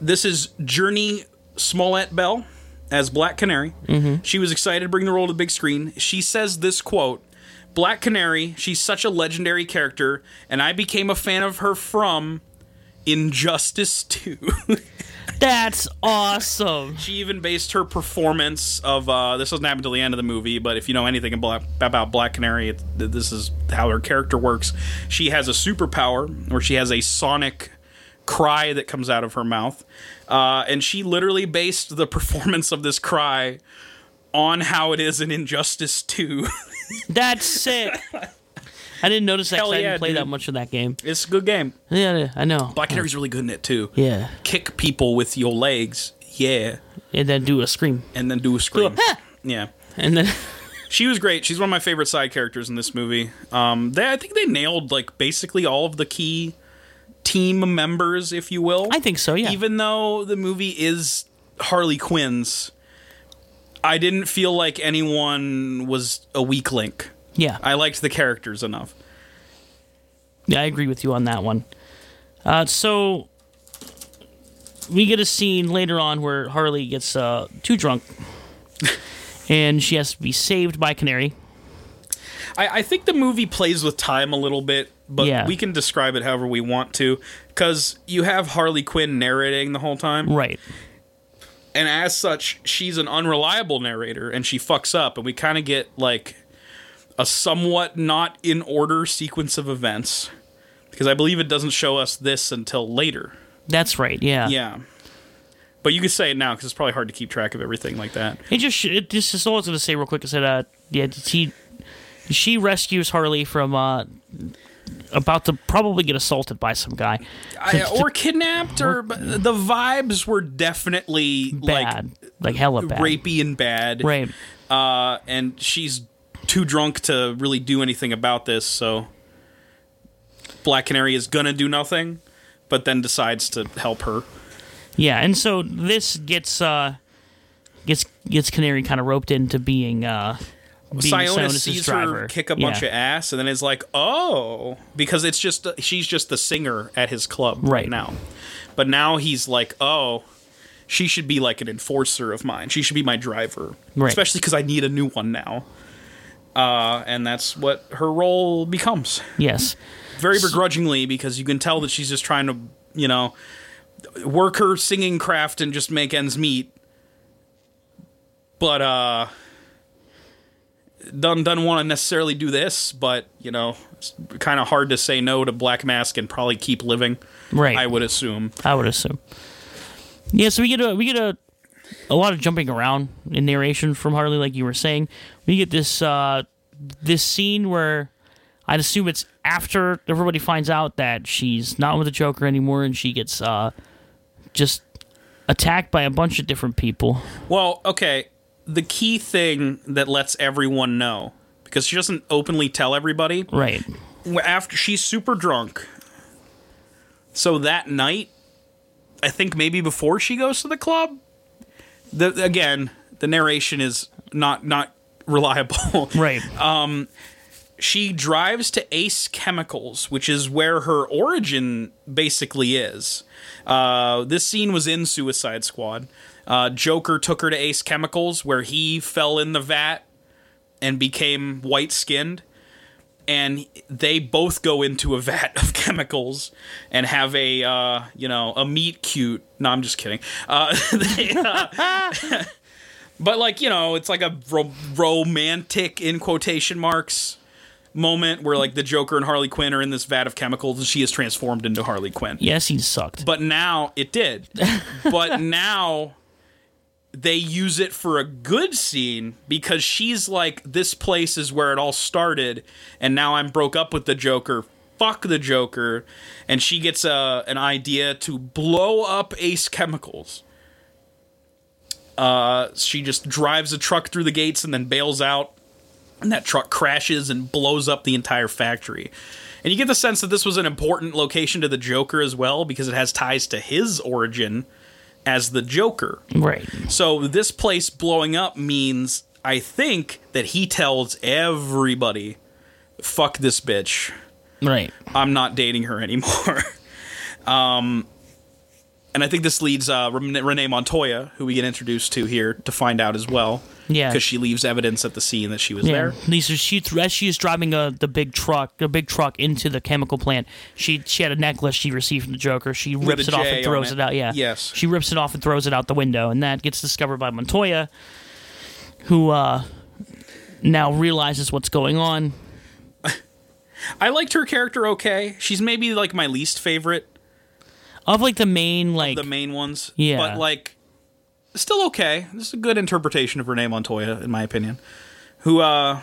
This is Journey Smollett Bell as Black Canary. Mm-hmm. She was excited to bring the role to the big screen. She says this quote Black Canary, she's such a legendary character, and I became a fan of her from Injustice 2. That's awesome. she even based her performance of uh, this doesn't happen till the end of the movie, but if you know anything about, about Black Canary, it, th- this is how her character works. She has a superpower where she has a sonic cry that comes out of her mouth, uh, and she literally based the performance of this cry on how it is in Injustice Two. That's sick. I didn't notice that 'cause Hell I yeah, didn't play dude. that much of that game. it's a good game. Yeah, I know. Black Canary's really good in it too. Yeah, Kick people with your legs, yeah, and then do a scream, and then do a scream. yeah. and then She was great. She's one of my favorite side characters in this movie. Um, they, I think they nailed like basically all of the key team members, if you will. I think so. Yeah, Even though the movie is Harley Quinn's, I didn't feel like anyone was a weak link. yeah, I liked the characters enough. Yeah, I agree with you on that one. Uh, so we get a scene later on where Harley gets uh, too drunk, and she has to be saved by Canary. I, I think the movie plays with time a little bit, but Yeah. we can describe it however we want to, because you have Harley Quinn narrating the whole time, Right. and as such, she's an unreliable narrator, and she fucks up, and we kind of get like a somewhat not in order sequence of events, because I believe it doesn't show us this until later. That's right. Yeah. Yeah. But you can say it now because it's probably hard to keep track of everything like that. It just it just is all I was gonna say real quick is that uh yeah she she rescues Harley from uh about to probably get assaulted by some guy. I, uh, or kidnapped, or but the vibes were definitely Bad. Like, hella like bad. rapey and bad. Right. Uh, and she's too drunk to really do anything about this, so Black Canary is gonna do nothing, but then decides to help her. Yeah, and so this gets uh gets gets Canary kind of roped into being uh being Siona Sionis's sees driver. her kick a bunch yeah. of ass, and then is like, "Oh," because it's just she's just the singer at his club Right. now. But now he's like, "Oh, she should be like an enforcer of mine. She should be my driver, Right. especially because I need a new one now." Uh, and that's what her role becomes, Yes. very begrudgingly, because you can tell that she's just trying to, you know, work her singing craft and just make ends meet. But uh, doesn't doesn't want to necessarily do this, but you know, it's kind of hard to say no to Black Mask and probably keep living. Right. I would assume. I would assume. Yeah, so we get a we get a a lot of jumping around in narration from Harley, like you were saying. We get this uh this scene where I'd assume it's after everybody finds out that she's not with the Joker anymore and she gets uh just attacked by a bunch of different people. Well, okay. The key thing that lets everyone know because she doesn't openly tell everybody Right. after she's super drunk. So that night, I think maybe before she goes to the club, the again, the narration is not not reliable. Right. she drives to Ace Chemicals, which is where her origin basically is. Uh, this scene was in Suicide Squad. Uh, Joker took her to Ace Chemicals, where he fell in the vat and became white skinned. And they both go into a vat of chemicals and have a, uh, you know, a meet cute. No, I'm just kidding. Uh, they, uh, but, like, you know, it's like a ro- romantic, in quotation marks, moment where like the Joker and Harley Quinn are in this vat of chemicals and she is transformed into Harley Quinn. yes, he sucked. But now it did. but now they use it for a good scene because she's like, this place is where it all started, and now I'm broke up with the Joker. Fuck the Joker. And she gets a, an idea to blow up Ace Chemicals. Uh, she just drives a truck through the gates and then bails out. And that truck crashes and blows up the entire factory. And you get the sense that this was an important location to the Joker as well because it has ties to his origin as the Joker. right. So this place blowing up means I think that he tells everybody, "Fuck this bitch. Right. I'm not dating her anymore." um, and I think this leads uh, Ren- Renee Montoya, who we get introduced to here, to find out as well. Yeah. because she leaves evidence at the scene that she was Yeah. there. Lisa, she th- as she is driving a, the big truck, the big truck into the chemical plant. She she had a necklace she received from the Joker. She rips a it off J and throws on it. it. out. Yeah. Yes. She rips it off and throws it out the window, and that gets discovered by Montoya, who uh, now realizes what's going on. I liked her character okay. She's maybe like my least favorite, Of like the main like the main ones. Yeah. But like still okay. This is a good interpretation of Renee Montoya, in my opinion. Who uh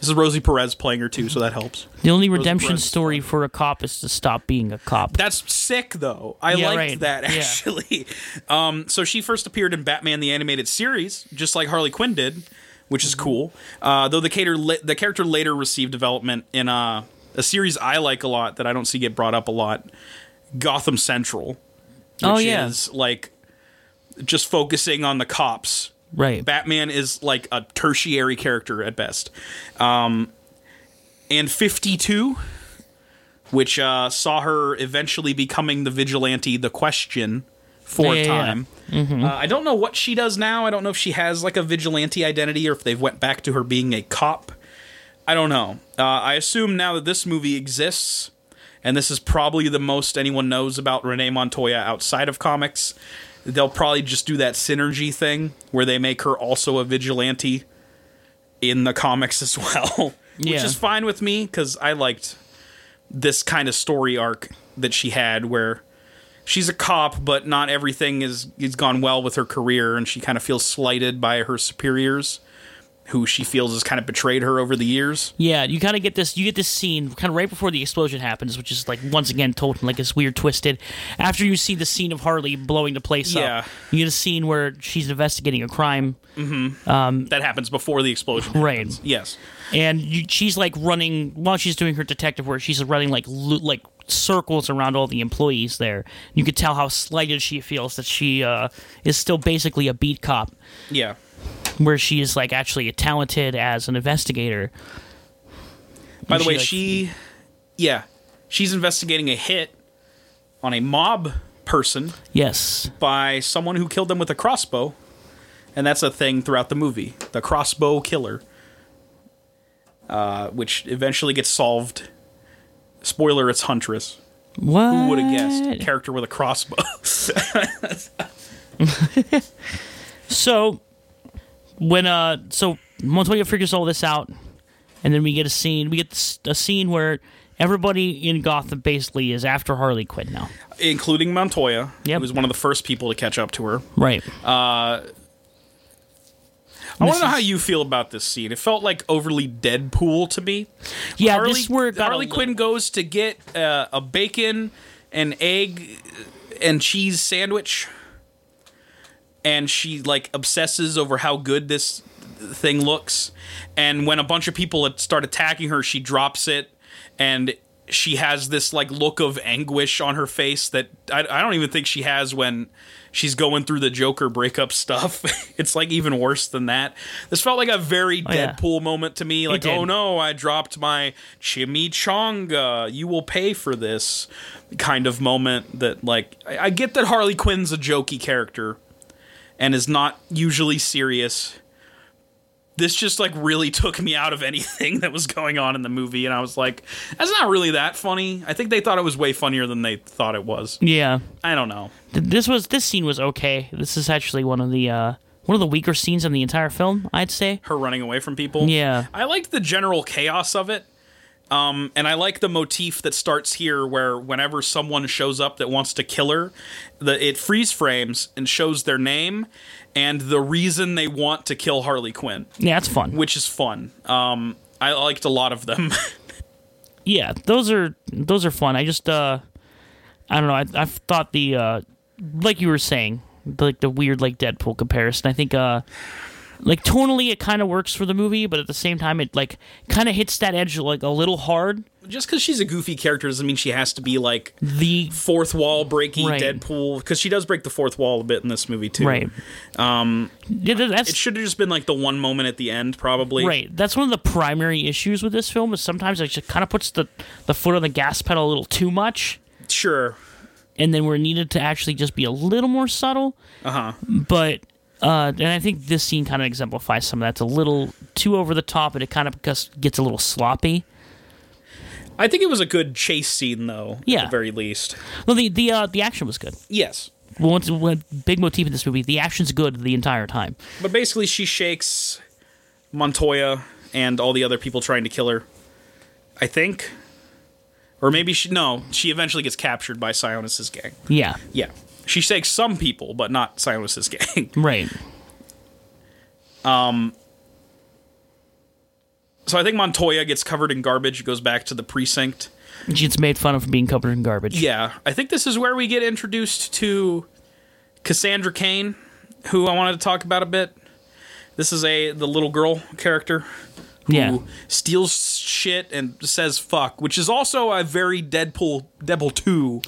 this is Rosie Perez playing her too, so that helps. the only redemption Perez's story for a cop is to stop being a cop. That's sick though. I Yeah, liked right. that Yeah. actually. Um so she first appeared in Batman the Animated Series, just like Harley Quinn did, which Mm-hmm. is cool. Uh though the cater the character later received development in uh a series I like a lot that I don't see get brought up a lot, Gotham Central. oh which yeah. is like just focusing on the cops. right. Batman is like a tertiary character at best. Um, and 52, which uh, saw her eventually becoming the vigilante, the question for Yeah, a yeah, Mm-hmm. yeah. time. Uh, I don't know what she does now. I don't know if she has like a vigilante identity or if they've went back to her being a cop. I don't know. Uh, I assume now that this movie exists, and this is probably the most anyone knows about Renee Montoya outside of comics, they'll probably just do that synergy thing where they make her also a vigilante in the comics as well, which Yeah. is fine with me because I liked this kind of story arc that she had where she's a cop, but not everything is has gone well with her career, and she kind of feels slighted by her superiors, who she feels has kind of betrayed her over the years. Yeah, you kind of get this. You get this scene kind of right before the explosion happens, which is like once again told in like this weird twisted. After you see the scene of Harley blowing the place Yeah. up, you get a scene where she's investigating a crime, That happens before the explosion. Right. happens. Yes. and you, she's like running while she's doing her detective work. She's running like lo- like circles around all the employees there. You could tell how slighted she feels that she uh, is still basically a beat cop, Yeah. where she is like actually talented as an investigator. By the she, way, like- she, yeah, she's investigating a hit on a mob person Yes, by someone who killed them with a crossbow, and that's a thing throughout the movie, the crossbow killer, uh, which eventually gets solved. Spoiler: It's Huntress. what Who would have guessed? Character with a crossbow. So when uh, so Montoya figures all this out, and then we get a scene. We get s- a scene where everybody in Gotham basically is after Harley Quinn now. including Montoya, Yep. who was one of the first people to catch up to her. Right. I want to know is- how you feel about this scene. It felt like overly Deadpool to me. yeah. Harley, this where it got a Harley little- Quinn goes to get uh, a bacon, an egg, and cheese sandwich, and she like obsesses over how good this thing looks. And when a bunch of people start attacking her, she drops it, and she has this like look of anguish on her face that I, I don't even think she has when she's going through the Joker breakup stuff. it's like even worse than that. This felt like a very Oh, yeah. Deadpool moment to me. Like, did. oh no, I dropped my chimichanga. You will pay for this kind of moment. That like I, I get that Harley Quinn's a jokey character and is not usually serious this just like really took me out of anything that was going on in the movie and i was like that's not really that funny i think they thought it was way funnier than they thought it was Yeah. i don't know Th- This was this scene was okay. This is actually one of the uh, one of the weaker scenes in the entire film. I'd say. her running away from people Yeah. i liked the general chaos of it um, and i like the motif that starts here where whenever someone shows up that wants to kill her the, it freeze frames and shows their name and the reason they want to kill harley quinn Yeah, it's fun. which is fun um, i liked a lot of them yeah, those are those are fun. I just uh, I don't know. I I thought the uh, like you were saying, the- like the weird like Deadpool comparison. I think uh, like tonally it kind of works for the movie, but at the same time it like kind of hits that edge like a little hard. just because she's a goofy character doesn't mean she has to be like The fourth wall breaking Right. Deadpool because she does break the fourth wall a bit in this movie too. right. Um, yeah, th- that's It should have just been like the one moment at the end, probably. Right. That's one of the primary issues with this film is sometimes it just kind of puts the, the foot on the gas pedal a little too much, Sure. and then we're needed to actually just be a little more subtle. Uh huh. But uh, and I think this scene kind of exemplifies some of that. It's a little too over the top, and it kind of gets gets a little sloppy. I think it was a good chase scene though. At Yeah. the very least. Well, the the uh, the action was good. Yes. Well, it's one big motif in this movie. The action's good the entire time. But basically, she shakes Montoya and all the other people trying to kill her. I think. Or maybe she no. She eventually gets captured by Sionis's gang. Yeah. Yeah. She shakes some people, but not Sionis's gang. Right. So I think Montoya gets covered in garbage, goes back to the precinct. She gets made fun of for being covered in garbage. Yeah, I think this is where we get introduced to Cassandra Kane, who I wanted to talk about a bit. This is a the little girl character who Yeah. steals shit and says fuck, which is also a very Deadpool Deadpool 2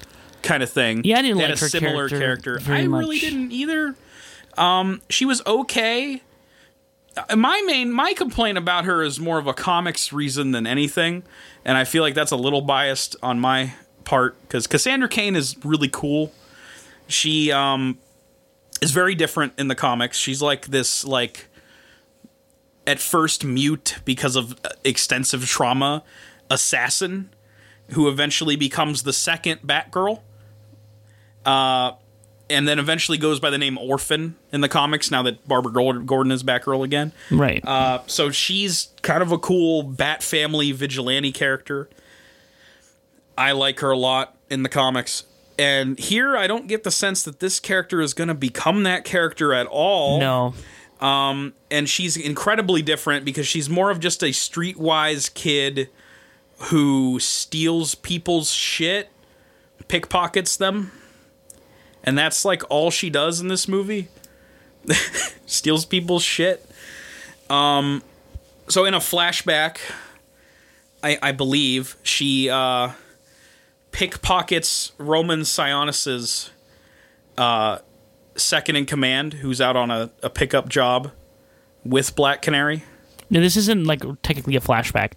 kind of thing. Yeah, I didn't They had like a her similar character very I much. really didn't either. Um she was okay. my main my complaint about her is more of a comics reason than anything, and I feel like that's a little biased on my part because Cassandra Kane is really cool. She um, is very different in the comics. She's like this like at first mute because of uh, extensive trauma assassin who eventually becomes the second Batgirl. Uh, and then eventually goes by the name Orphan in the comics now that Barbara Gor- Gordon is Batgirl again. Right. Uh, so she's kind of a cool Bat family vigilante character. I like her a lot in the comics. And here, I don't get the sense that this character is going to become that character at all no. and she's incredibly different because she's more of just a streetwise kid who steals people's shit, pickpockets them, and that's like all she does in this movie. steals people's shit. Um, so in a flashback, I, I believe she uh, pickpockets Roman Sionis's uh, second in command, who's out on a, a pickup job with Black Canary. No, this isn't like technically a flashback.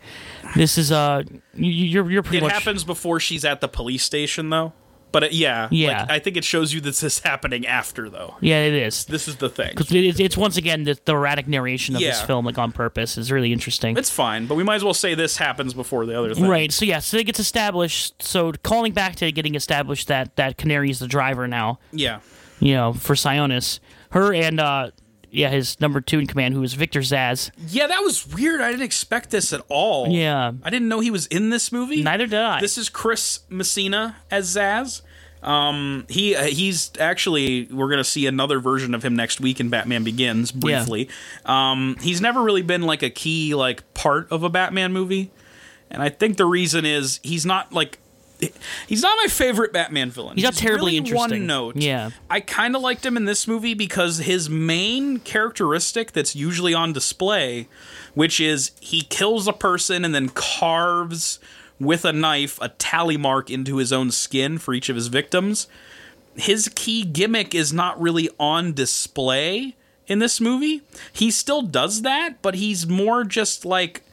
This is uh, you, you're you're pretty It much happens before she's at the police station, though. But it, yeah, Yeah. Like, I think it shows you this is happening after, though. yeah, it is. This is the thing. Because it, it's once again the, the erratic narration of this Yeah. film, like on purpose, is really interesting. It's fine, but we might as well say this happens before the other thing. Right. So yeah. So it gets established. So calling back to getting established that that Canary is the driver now. Yeah. You know, for Sionis, her and uh, yeah, his number two in command, who is Victor Zaz. Yeah, that was weird. I didn't expect this at all. Yeah. I didn't know he was in this movie. Neither did I. This is Chris Messina as Zaz. Um, he uh, he's actually we're gonna see another version of him next week in Batman Begins briefly. Um, he's never really been like a key like part of a Batman movie, and I think the reason is he's not like he's not my favorite Batman villain. He's not terribly really interesting. One note. Yeah. I kind of liked him in this movie because his main characteristic that's usually on display, which is he kills a person and then carves with a knife a tally mark into his own skin for each of his victims. His key gimmick is not really on display in this movie. He still does that, but he's more just like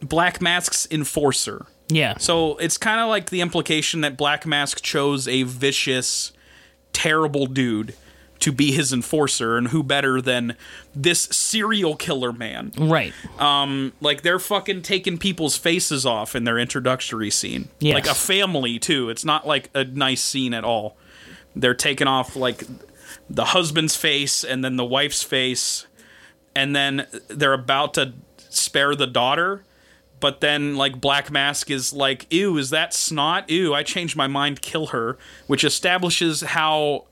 Black Mask's enforcer. yeah. So it's kind of like the implication that Black Mask chose a vicious, terrible dude to be his enforcer, and who better than this serial killer man? right. Like they're fucking taking people's faces off in their introductory scene. Yes. Like a family too. It's not like a nice scene at all. They're taking off like the husband's face and then the wife's face and then they're about to spare the daughter but then like black mask is like ew is that snot ew i changed my mind kill her which establishes how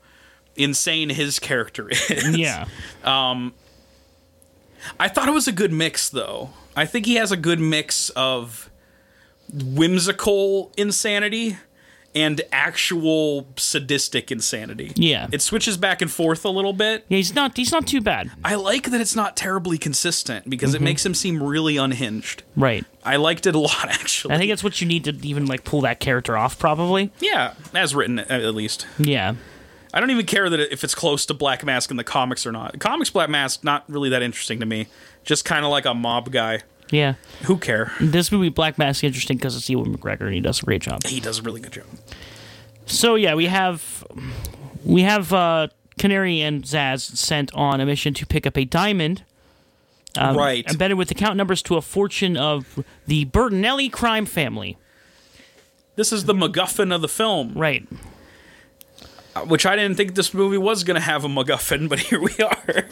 insane his character is yeah. I thought it was a good mix, though. I think he has a good mix of whimsical insanity and actual sadistic insanity. Yeah. It switches back and forth a little bit. Yeah. He's not. He's not too bad. I like that it's not terribly consistent because Mm-hmm. it makes him seem really unhinged. Right. I liked it a lot, actually. I think that's what you need to even like pull that character off. Probably. yeah, as written, a- at least. Yeah. I don't even care that it, if it's close to Black Mask in the comics or not. Comics Black Mask, not really that interesting to me. Just kind of like a mob guy. Yeah. Who care? This movie Black Mask is interesting because it's Ewan McGregor and he does a great job. He does a really good job. So yeah, we have we have uh, Canary and Zaz sent on a mission to pick up a diamond Um, right. embedded with account numbers to a fortune of the Bertinelli crime family. This is the MacGuffin of the film, Right. which I didn't think this movie was going to have a MacGuffin, but here we are.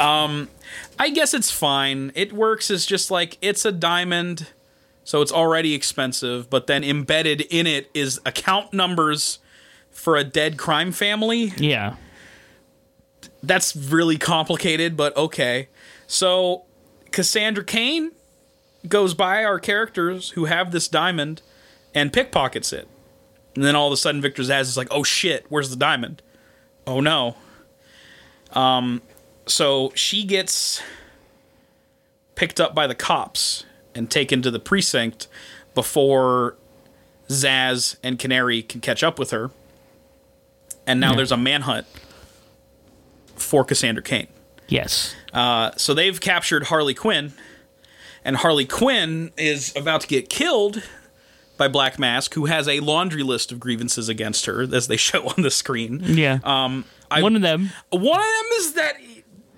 Um, I guess it's fine. It works as just like it's a diamond, so it's already expensive, but then embedded in it is account numbers for a dead crime family. Yeah. That's really complicated, but okay. So Cassandra Kane goes by our characters who have this diamond and pickpockets it. And then all of a sudden, Victor Zaz is like, "Oh shit, where's the diamond? Oh no." Um, so she gets picked up by the cops and taken to the precinct before Zaz and Canary can catch up with her. And now there's a manhunt for Cassandra Kane. Yes. Uh, so they've captured Harley Quinn, and Harley Quinn is about to get killed by Black Mask, who has a laundry list of grievances against her, as they show on the screen. Yeah. Um, I, One of them. One of them is that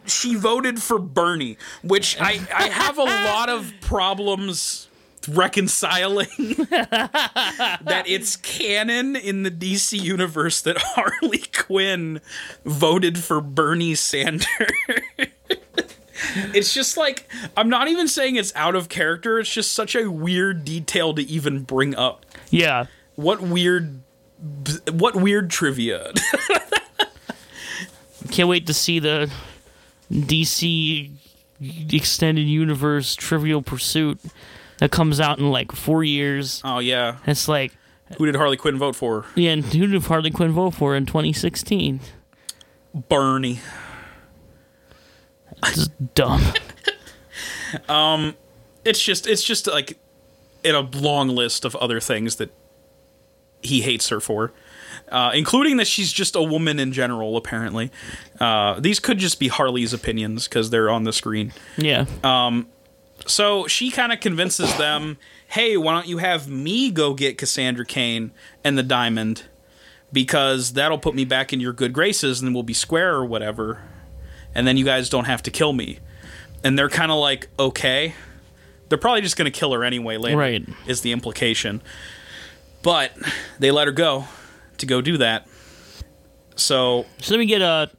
she voted for Bernie, which I, I have a lot of problems reconciling that it's canon in the DC universe that Harley Quinn voted for Bernie Sanders. it's just like I'm not even saying it's out of character, it's just such a weird detail to even bring up. Yeah. What weird what weird trivia. Can't wait to see the DC extended universe Trivial Pursuit that comes out in like four years. oh yeah. It's like, Who did Harley Quinn vote for? yeah, and who did Harley Quinn vote for in 2016? Bernie. It's dumb. It's just it's just like in a long list of other things that he hates her for, uh, including that she's just a woman in general. Apparently, uh, these could just be Harley's opinions because they're on the screen. Yeah. So she kind of convinces them, "Hey, why don't you have me go get Cassandra Kane and the diamond?" Because that'll put me back in your good graces and we'll be square or whatever. And then you guys don't have to kill me. And they're kind of like, okay. They're probably just going to kill her anyway later, Right. is the implication. But they let her go to go do that. So so then we get a,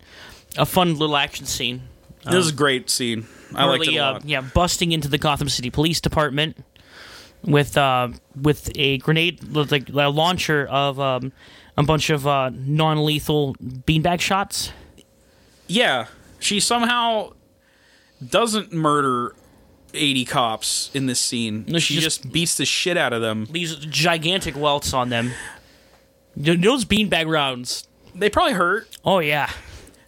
a fun little action scene. this is a great scene. I Um, Harley, liked it a uh, lot. yeah, busting into the Gotham City Police Department with uh, with a grenade, with like a launcher of um, a bunch of uh, non-lethal beanbag shots. Yeah, she somehow doesn't murder 80 cops in this scene. No, she she just- just beats the shit out of them. These gigantic welts on them. Th- Those beanbag rounds. They probably hurt. Oh yeah,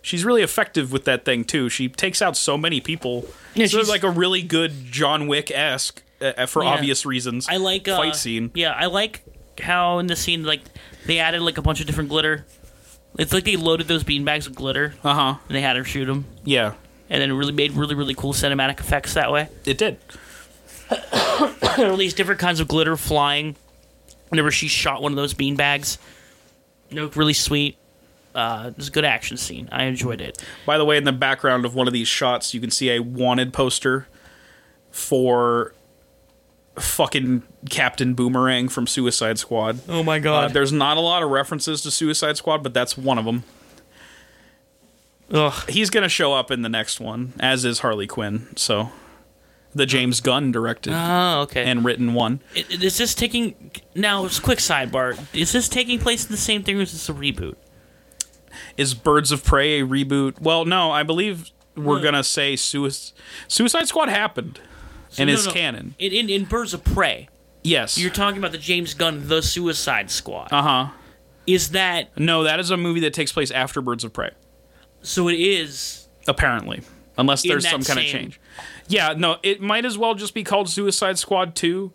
She's really effective with that thing too. She takes out so many people. Yeah, so it's she's- like a really good John Wick esque uh, for Yeah. obvious reasons. I like uh, fight scene. Yeah, I like how in the scene like they added like a bunch of different glitter. It's like they loaded those beanbags with glitter Uh huh. and they had her shoot them, Yeah, and then it really made really really cool cinematic effects that way. it did. there were these different kinds of glitter flying whenever she shot one of those bean bags. It looked really sweet. Uh, it was a good action scene. I enjoyed it. By the way, in the background of one of these shots, you can see a wanted poster for fucking Captain Boomerang from Suicide Squad. Oh my Uh, there's not a lot of references to Suicide Squad, but that's one of them. Ugh. He's going to show up in the next one, as is Harley Quinn. So, the James Gunn directed Oh, okay. And and written one. is this taking now? It's a quick sidebar. Is this taking place in the same thing, or is this a reboot? Is Birds of Prey a reboot? Well, no, I believe we're going to say Sui- Suicide Squad happened and No, is no. canon. In, in in Birds of Prey, Yes. you're talking about the James Gunn, The Suicide Squad. Uh huh. Is that No, that is a movie that takes place after Birds of Prey, so? It is. apparently. Unless In there's that some kind of same- change. Yeah, no, it might as well just be called Suicide Squad 2,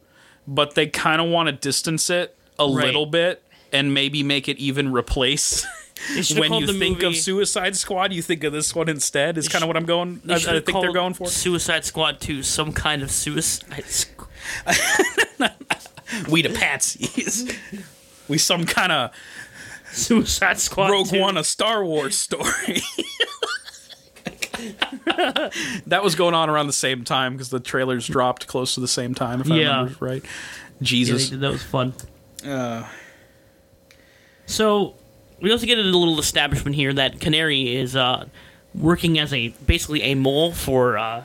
but they kind of want to distance it a Right. little bit and maybe make it even replace. They should've when called you the think of movie- Suicide Squad, you think of this one instead, is kind of should- what I'm going, they I, I should've think they're called going for. Suicide Squad 2, some kind of suicide. Squ- We the Patsies. we some kind of Suicide Squad. Rogue 2. One, a Star Wars story. that was going on around the same time because the trailers dropped close to the same time, if I Yeah. remember right. Yeah, Jesus. they did. That was fun. Uh. So we also get into a little establishment here that Canary is uh, working as a basically a mole for. Uh,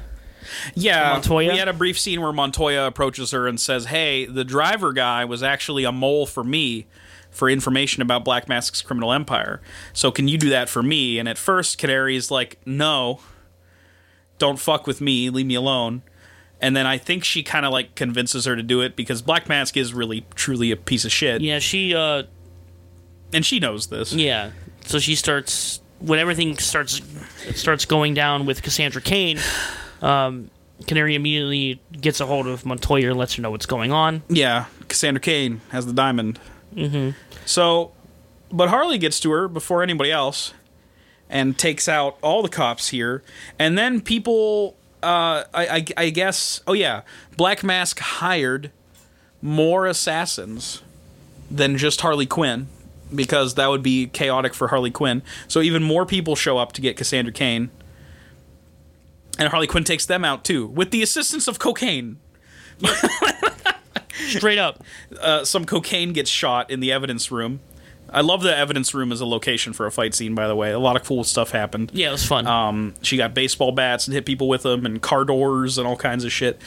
Yeah, Montoya? We had a brief scene where Montoya approaches her and says, "Hey, the driver guy was actually a mole for me for information about Black Mask's criminal empire. So can you do that for me?" And at first, Canary is like, "No, don't fuck with me. Leave me alone." And then I think she kind of like convinces her to do it because Black Mask is really truly a piece of shit, yeah, she. Uh, and she knows this. yeah, so she starts when everything starts starts going down with Cassandra Kane. Um, Canary immediately gets a hold of Montoya and lets her know what's going on. Yeah, Cassandra Kane has the diamond. Mm-hmm. So, but Harley gets to her before anybody else, and takes out all the cops here. And then people, uh, I, I, I guess, oh yeah, Black Mask hired more assassins than just Harley Quinn because that would be chaotic for Harley Quinn. So even more people show up to get Cassandra Cain. And Harley Quinn takes them out too with the assistance of cocaine. Straight up. Uh, some cocaine gets shot in the evidence room. I love the evidence room as a location for a fight scene, by the way. A lot of cool stuff happened. Yeah, it was fun. Um, she got baseball bats and hit people with them, and car doors and all kinds of shit.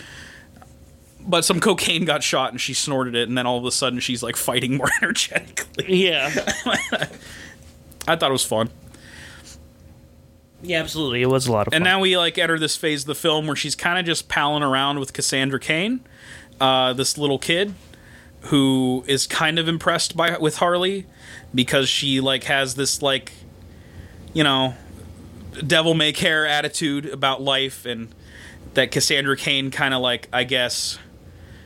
But some cocaine got shot, and she snorted it, and then all of a sudden she's like fighting more energetically. yeah. I thought it was fun. Yeah, absolutely. It was a lot of fun. And now we like enter this phase of the film where she's kind of just palling around with Cassandra Kane, uh, this little kid who is kind of impressed by with Harley because she like has this like, you know, devil may care attitude about life and that Cassandra Kane kind of like I guess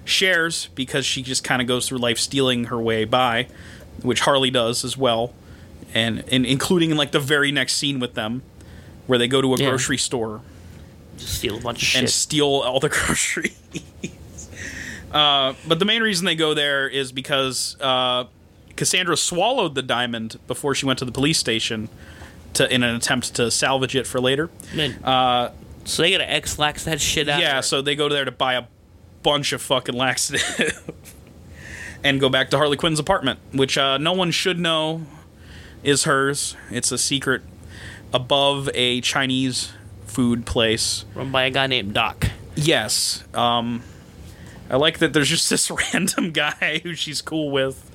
shares because she just kind of goes through life stealing her way by, which Harley does as well, and and including in like the very next scene with them where they go to a Yeah. grocery store just steal a bunch of shit. and steal all the groceries. uh, but the main reason they go there is because uh, Cassandra swallowed the diamond before she went to the police station to in an attempt to salvage it for later. Man. Uh, so they gotta X lax that shit out. Yeah, so they go there to buy a bunch of fucking laxative and go back to Harley Quinn's apartment, which uh, no one should know is hers. It's a secret above a Chinese food place. run by a guy named Doc. Yes. Um, I like that there's just this random guy who she's cool with,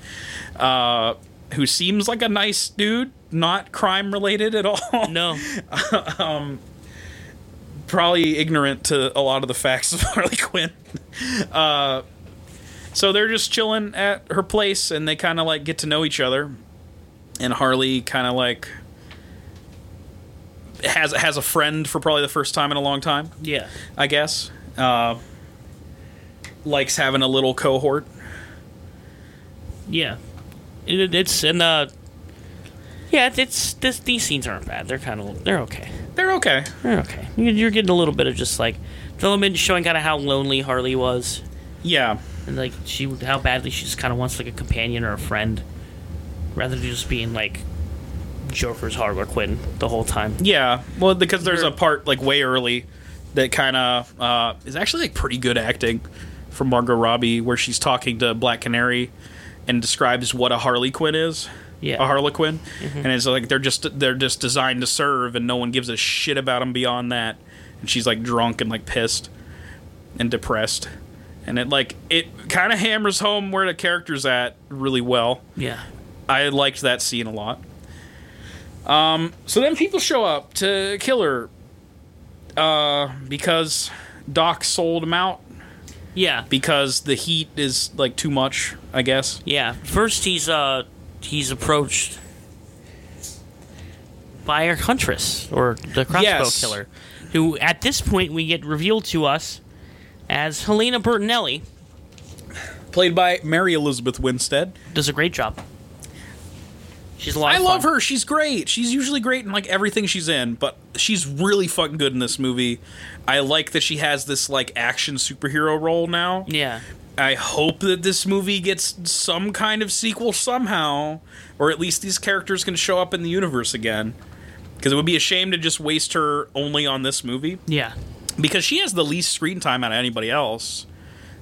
uh, who seems like a nice dude, not crime related at all. No, Probably ignorant to a lot of the facts of Harley Quinn. Uh, so they're just chilling at her place and they kind of like get to know each other. And Harley kind of like has has a friend for probably the first time in a long time. yeah, I guess. Uh, likes having a little cohort. yeah. It- It, it's and uh, yeah, it's, it's this. These scenes aren't bad. They're kind of they're okay. They're okay. They're okay. You- You're getting a little bit of just like the element showing kind of how lonely Harley was, Yeah. and like she how badly she just kind of wants like a companion or a friend, rather than just being like Joker's Harley Quinn the whole time. Yeah. Well, because there's a part like way early that kind of uh, is actually like pretty good acting from Margot Robbie where she's talking to Black Canary and describes what a Harley Quinn is. Yeah. A Harlequin, and it's like they're just they're just designed to serve, and no one gives a shit about them beyond that. And she's like drunk and like pissed and depressed, and it like it kind of hammers home where the character's at really well. Yeah, I liked that scene a lot. Um, so then people show up to kill her uh, because Doc sold him out yeah. because the heat is like too much, I guess. Yeah. First, he's uh he's approached by our huntress or the crossbow Yes. killer, who at this point we get revealed to us as Helena Bertinelli. Played by Mary Elizabeth Winstead. Does a great job. She's a lot. I of love fun. her. She's great. She's usually great in like everything she's in, but she's really fucking good in this movie. I like that she has this like action superhero role now. Yeah. I hope that this movie gets some kind of sequel somehow, or at least these characters can show up in the universe again. Because it would be a shame to just waste her only on this movie. Yeah. Because she has the least screen time out of anybody else,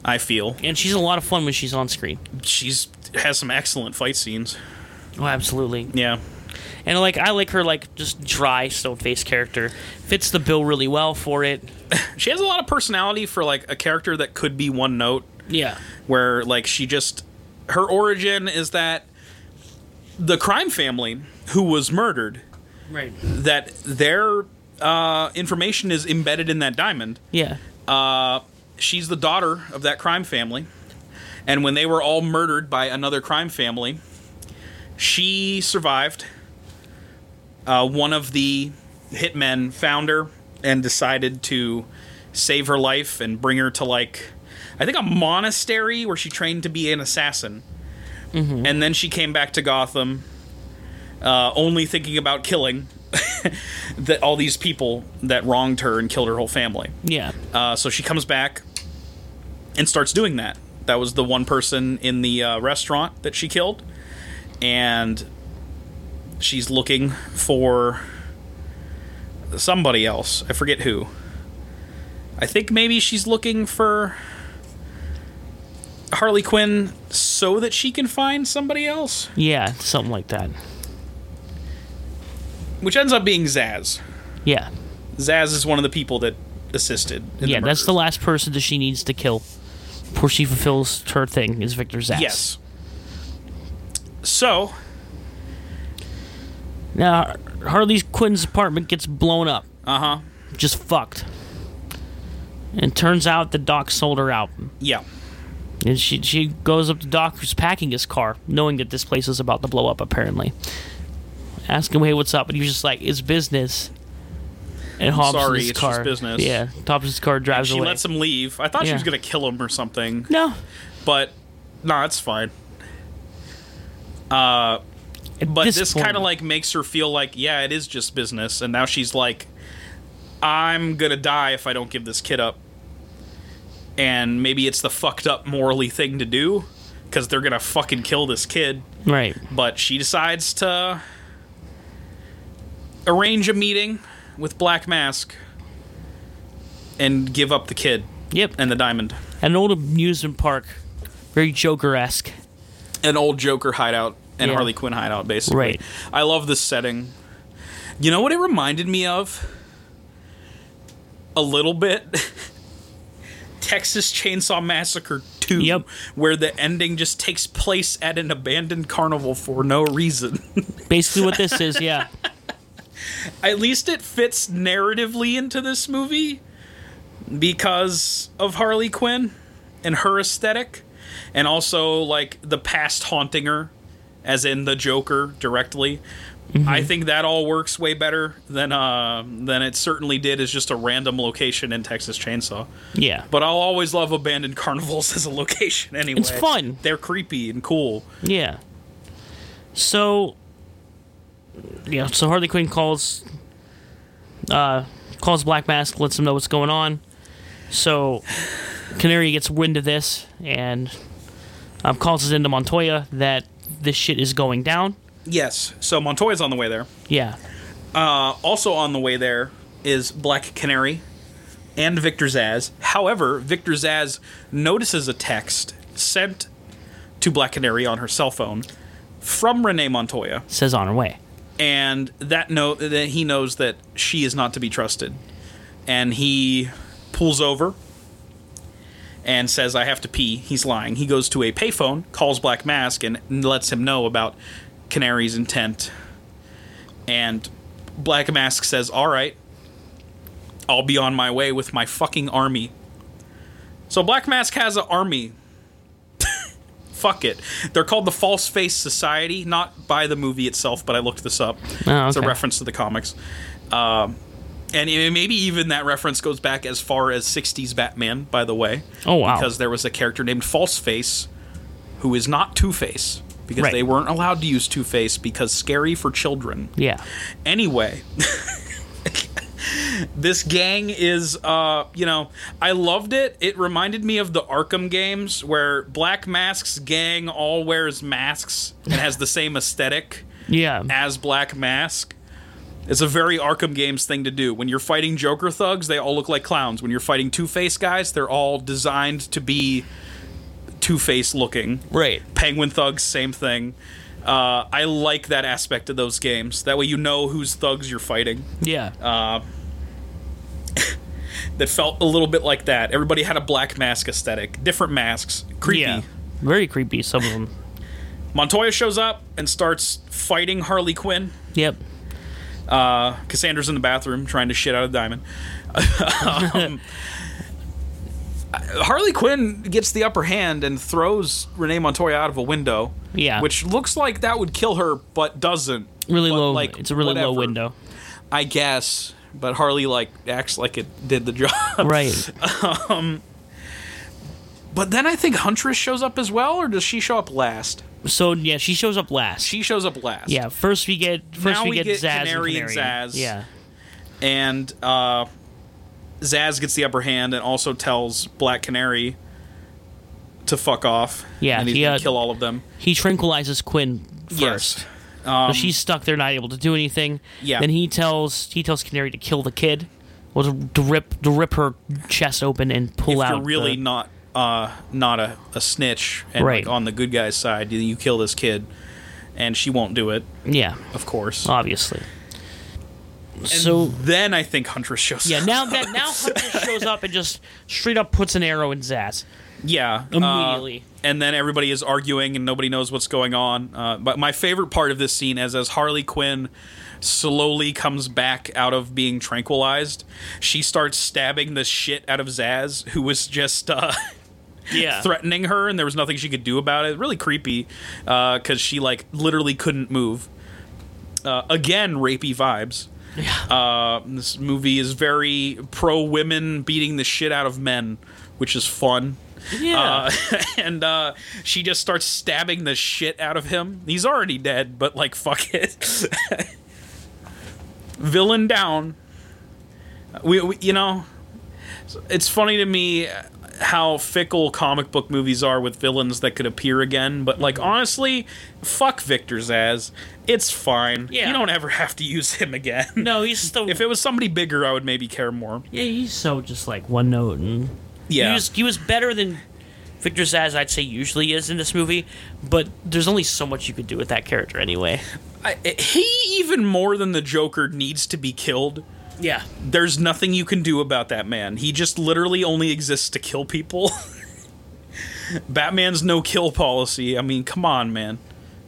I feel. And she's a lot of fun when she's on screen. She's has some excellent fight scenes. Oh, absolutely. Yeah. And like I like her like just dry stone faced character. Fits the bill really well for it. She has a lot of personality for like a character that could be one note Yeah. where like she just her origin is that the crime family who was murdered Right. that their uh, information is embedded in that diamond. Yeah. She's the daughter of that crime family. And when they were all murdered by another crime family, she survived. Uh, one of the hitmen found her and decided to save her life and bring her to, like, I think a monastery where she trained to be an assassin. And then she came back to Gotham, uh, only thinking about killing. that all these people that wronged her and killed her whole family. Yeah. Uh, so she comes back and starts doing that. That was the one person in the uh, restaurant that she killed, and she's looking for somebody else. I forget who. I think maybe she's looking for Harley Quinn so that she can find somebody else, Yeah. Something like that. which ends up being Zaz. Yeah. Zaz is one of the people that assisted. in yeah. That's murders. the last person that she needs to kill before she fulfills her thing. Is Victor Zass? Yes. So Now Harley Quinn's apartment gets blown up. Uh huh. Just fucked. And turns out the doc sold her out. Yeah. And she she goes up to Doc, who's packing his car, knowing that this place is about to blow up, apparently. Ask him, hey, what's up? And he's just like, it's business. And hops sorry, in his it's car. just business. Yeah, hops in his car, drives She away. lets him leave. I thought she Yeah. was gonna kill him or something, no. but nah, it's fine. At But this, point- kind of like makes her feel like, yeah, it is just business, and now she's like, I'm gonna die if I don't give this kid up. And maybe it's the fucked up morally thing to do, because they're gonna fucking kill this kid. Right. But she decides to arrange a meeting with Black Mask and give up the kid Yep. and the diamond. At an old amusement park, very Joker esque. an old Joker hideout and Yeah. Harley Quinn hideout, basically. Right. I love this setting. You know what it reminded me of? A little bit. Texas Chainsaw Massacre 2, Yep. where the ending just takes place at an abandoned carnival for no reason. Basically, what this is, yeah. at least it fits narratively into this movie because of Harley Quinn and her aesthetic, and also like the past haunting her, as in the Joker directly. I Mm-hmm. think that all works way better than uh, than it certainly did as just a random location in Texas Chainsaw. Yeah. But I'll always love abandoned carnivals as a location anyway. It's fun. They're creepy and cool. Yeah. So yeah, so Harley Quinn calls uh calls Black Mask, lets him know what's going on. So Canary gets wind of this and um, calls it into Montoya that this shit is going down. Yes. So Montoya's on the way there. Yeah. Also on the way there is Black Canary and Victor Zaz. However, Victor Zaz notices a text sent to Black Canary on her cell phone from Renee Montoya, Says on her way. and that note that he knows that she is not to be trusted, and he pulls over and says, "I have to pee." He's lying. He goes to a payphone, calls Black Mask, and lets him know about Canary's intent. And Black Mask says, "All right, I'll be on my way with my fucking army." So Black Mask has an army. Fuck it. They're called the False Face Society, not by the movie itself, but I looked this up. Oh, It's a okay. reference to the comics. Um, and it- maybe even that reference goes back as far as 60s Batman, by the way Oh wow. because there was a character named False Face who is not Two Face because Right. they weren't allowed to use Two Face because scary for children. yeah. Anyway, this gang is, uh, you know, I loved it. It reminded me of the Arkham games where Black Mask's gang all wears masks and has the same aesthetic Yeah. as Black Mask. It's a very Arkham Games thing to do. When you're fighting Joker thugs, they all look like clowns. When you're fighting Two Face guys, they're all designed to be Two Face looking. Right. Penguin thugs, same thing. Uh, I like that aspect of those games. That way you know whose thugs you're fighting. Yeah. That felt a little bit like that. Everybody had a black mask aesthetic, different masks, creepy. Yeah. Very creepy some of them. Montoya shows up and starts fighting Harley Quinn. Yep. Cassandra's in the bathroom trying to shit out of Diamond. Um, Harley Quinn gets the upper hand and throws Renee Montoya out of a window. Yeah. Which looks like that would kill her, but doesn't. Really But, low like, it's a really whatever. low window. I guess. But Harley like acts like it did the job. Right. But then I think Huntress shows up as well, or does she show up last? So yeah, she shows up last. She shows up last. yeah, first we get first Now we, we get, get Zaz Canary and and Canary. Zaz. Yeah, and uh, Zaz gets the upper hand and also tells Black Canary to fuck off. Yeah, and he's he, gonna uh, kill all of them. he tranquilizes Quinn first. Yes. So um, she's stuck there, not able to do anything. Yeah. Then he tells he tells Canary to kill the kid, or to, to rip to rip her chest open and pull If out. you're really the- not uh, not a, a snitch and Right. like on the good guy's side, you, you kill this kid, and she won't do it, yeah, of course. obviously. Uh, so then I think Huntress shows. yeah, up. now that now Hunter shows up and just straight up puts an arrow in Zaz. Yeah, uh, Immediately. and then everybody is arguing, and nobody knows what's going on. Uh, but my favorite part of this scene is as Harley Quinn slowly comes back out of being tranquilized. She starts stabbing the shit out of Zaz, who was just uh, Yeah, threatening her, and there was nothing she could do about it. Really creepy, because she like literally couldn't move. Uh, again, rapey vibes. Uh, this movie is very pro women beating the shit out of men, which is fun. yeah. Uh, and uh, she just starts stabbing the shit out of him. He's already dead, but like, fuck it. Villain down. We, we, you know, it's funny to me how fickle comic book movies are with villains that could appear again. But like, honestly, fuck Victor Zaz. It's fine. Yeah. You don't ever have to use him again. no, he's so If it was somebody bigger, I would maybe care more. yeah, he's so just like one note and Yeah. He was he was better than Victor Zaz, I'd say usually is in this movie, but there's only so much you could do with that character anyway. I, he even more than the Joker needs to be killed. Yeah. There's nothing you can do about that man. He just literally only exists to kill people. Batman's no kill policy. I mean, come on, man.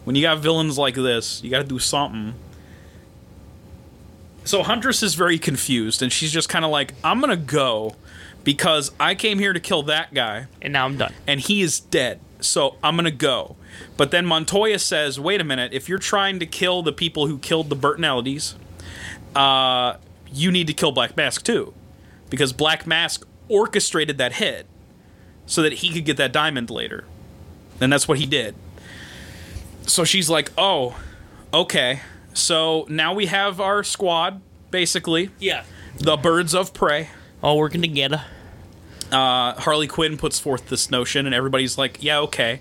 When you got villains like this, you got to do something. So Huntress is very confused, and she's just kind of like, I'm going to go because I came here to kill that guy And now I'm done. and he is dead. So I'm gonna go. But then Montoya says, "Wait a minute! If you're trying to kill the people who killed the Burtonellides, uh, you need to kill Black Mask too, because Black Mask orchestrated that hit so that he could get that diamond later, and that's what he did." So she's like, "Oh, okay. So now we have our squad, basically Yeah. the Birds of Prey." All working together. Harley Quinn puts forth this notion, and everybody's like, "Yeah, okay."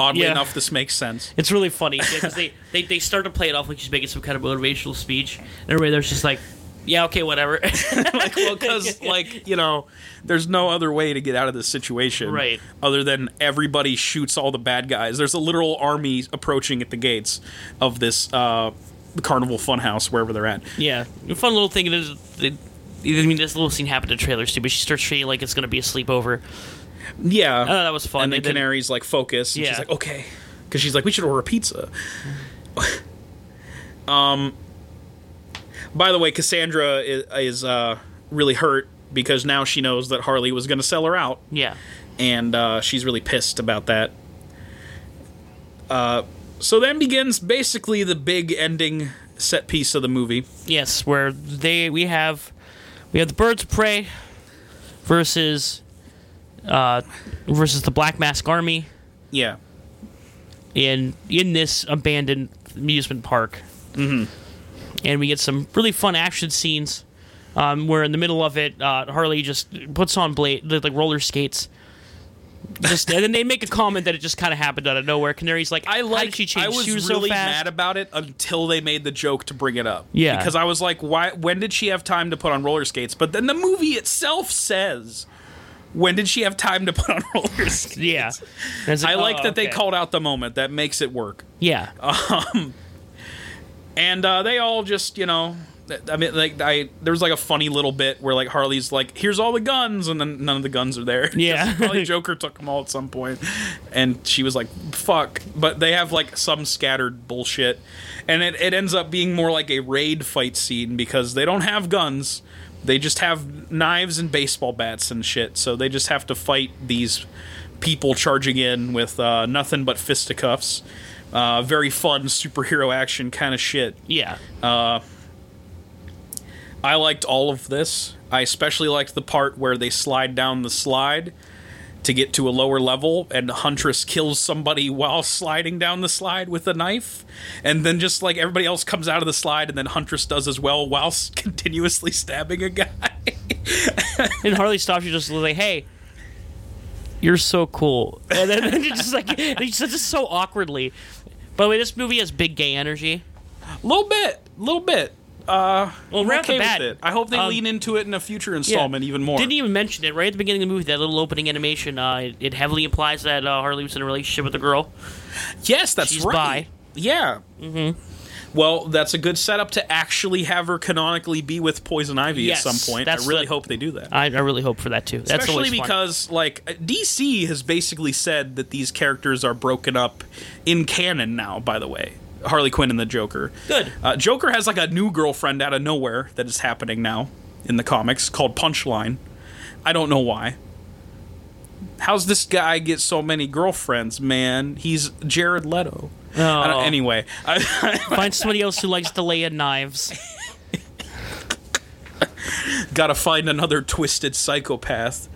Oddly Yeah. enough, this makes sense. It's really funny because they, they they start to play it off like she's making some kind of motivational speech, and everybody there's just like, yeah, okay, whatever. like, well, because like you know, there's no other way to get out of this situation, Right. Other than everybody shoots all the bad guys. There's a literal army approaching at the gates of this uh, carnival funhouse, wherever they're at. yeah. A fun little thing is. It, I mean, this little scene happened in trailers too, but she starts treating it like it's going to be a sleepover. Yeah, I thought Oh, that was fun. and They then did- Canary's like focus, and Yeah. she's like, okay, because she's like, we should order a pizza. um, by the way, Cassandra is, is uh, really hurt because now she knows that Harley was going to sell her out, Yeah. and uh, she's really pissed about that. Uh, so then begins basically the big ending set piece of the movie. Yes, where they we have we have the birds of prey versus uh, versus the Black Mask Army Yeah, in in this abandoned amusement park. Mm-hmm. And we get some really fun action scenes. Um, where in the middle of it, uh, Harley just puts on blade the, like roller skates. Just and then they make a comment that it just kind of happened out of nowhere. Canary's like, I How like. did she change I was shoes really so fast?" mad about it until they made the joke to bring it up. Yeah. because I was like, why? When did she have time to put on roller skates? But then the movie itself says, when did she have time to put on roller skates? yeah, And it's I like oh, that they okay. called Uh, out the moment. That makes it work. Yeah, And uh, they all just, you know, th- I mean, like, I there was like a funny little bit where like Harley's like, "Here's all the guns," and then none of the guns are there. oh, Yeah. probably Joker took them all at some point, and she was like, "Fuck!" But they have like some scattered bullshit, and it it ends up being more like a raid fight scene because they don't have guns. They just have knives and baseball bats and shit, so they just have to fight these people charging in with uh, nothing but fisticuffs. Uh, very fun superhero action kind of shit. yeah, I liked all of this. I especially liked the part where they slide down the slide to get to a lower level and huntress kills somebody while sliding down the slide with a knife and then just like everybody else comes out of the slide and then huntress does as well whilst continuously stabbing a guy It hardly stops you. Just like, hey, you're so cool, and then, then you just like they just, just so awkwardly. By the way, this movie has big gay energy. little bit little bit Well, right off the okay bat, with it. i hope they um, lean into it in a future yeah. installment even more Didn't even mention it right at the beginning of the movie. That little opening animation, uh, it, it heavily implies that uh, Harley was in a relationship with a girl. Yes, that's She's right. bi. Yeah. Mm-hmm. Well, that's a good setup to actually have her canonically be with Poison Ivy Yes, at some point. I that's really the- hope they do that. I, I really hope for that too. That's Especially always fun. because, like, DC has basically said that these characters are broken up in canon now, by the way. Harley Quinn and the Joker. Good. Uh, Joker has, like, a new girlfriend out of nowhere that is happening now in the comics called Punchline. I don't know why. How's this guy get so many girlfriends, man? He's Jared Leto. I don't- Oh. anyway, I, find somebody else who likes to lay in knives. gotta find another twisted psychopath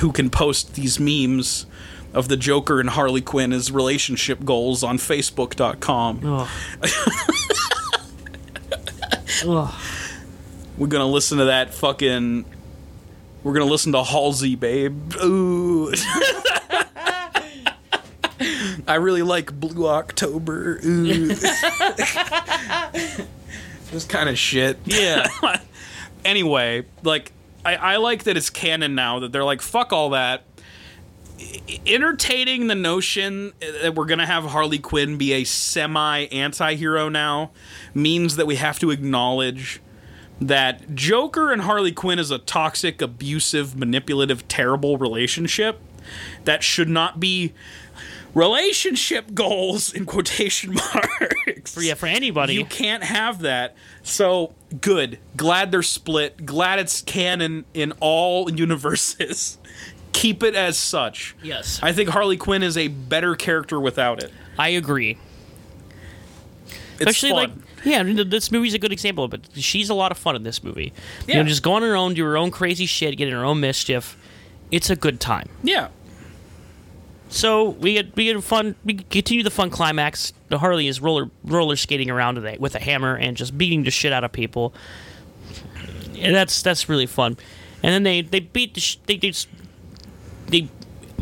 who can post these memes of the Joker and Harley Quinn as relationship goals on Facebook.com. Ugh. Ugh. We're gonna listen to that fucking. We're gonna listen to Halsey, babe. Ooh. I really like Blue October. Ooh. this kind of shit. Yeah. anyway, like I, I like that it's canon now that they're like fuck all that. I- Entertaining the notion that we're gonna have Harley Quinn be a semi anti-hero now means that we have to acknowledge that Joker and Harley Quinn is a toxic, abusive, manipulative, terrible relationship that should not be relationship goals in quotation marks. yeah, for anybody. You can't have that. So good. Glad they're split. Glad it's canon in all universes. Keep it as such. yes. I think Harley Quinn is a better character without it. I agree. It's Especially fun. like yeah, I mean, th- this movie's a good example of it. She's a lot of fun in this movie. You Yeah. know, just go on her own, do her own crazy shit, get in her own mischief. It's a good time. yeah. So we get we get a fun we continue the fun climax. The Harley is roller roller skating around with a, with a hammer and just beating the shit out of people. And that's that's really fun. And then they they beat the sh- they they, s- they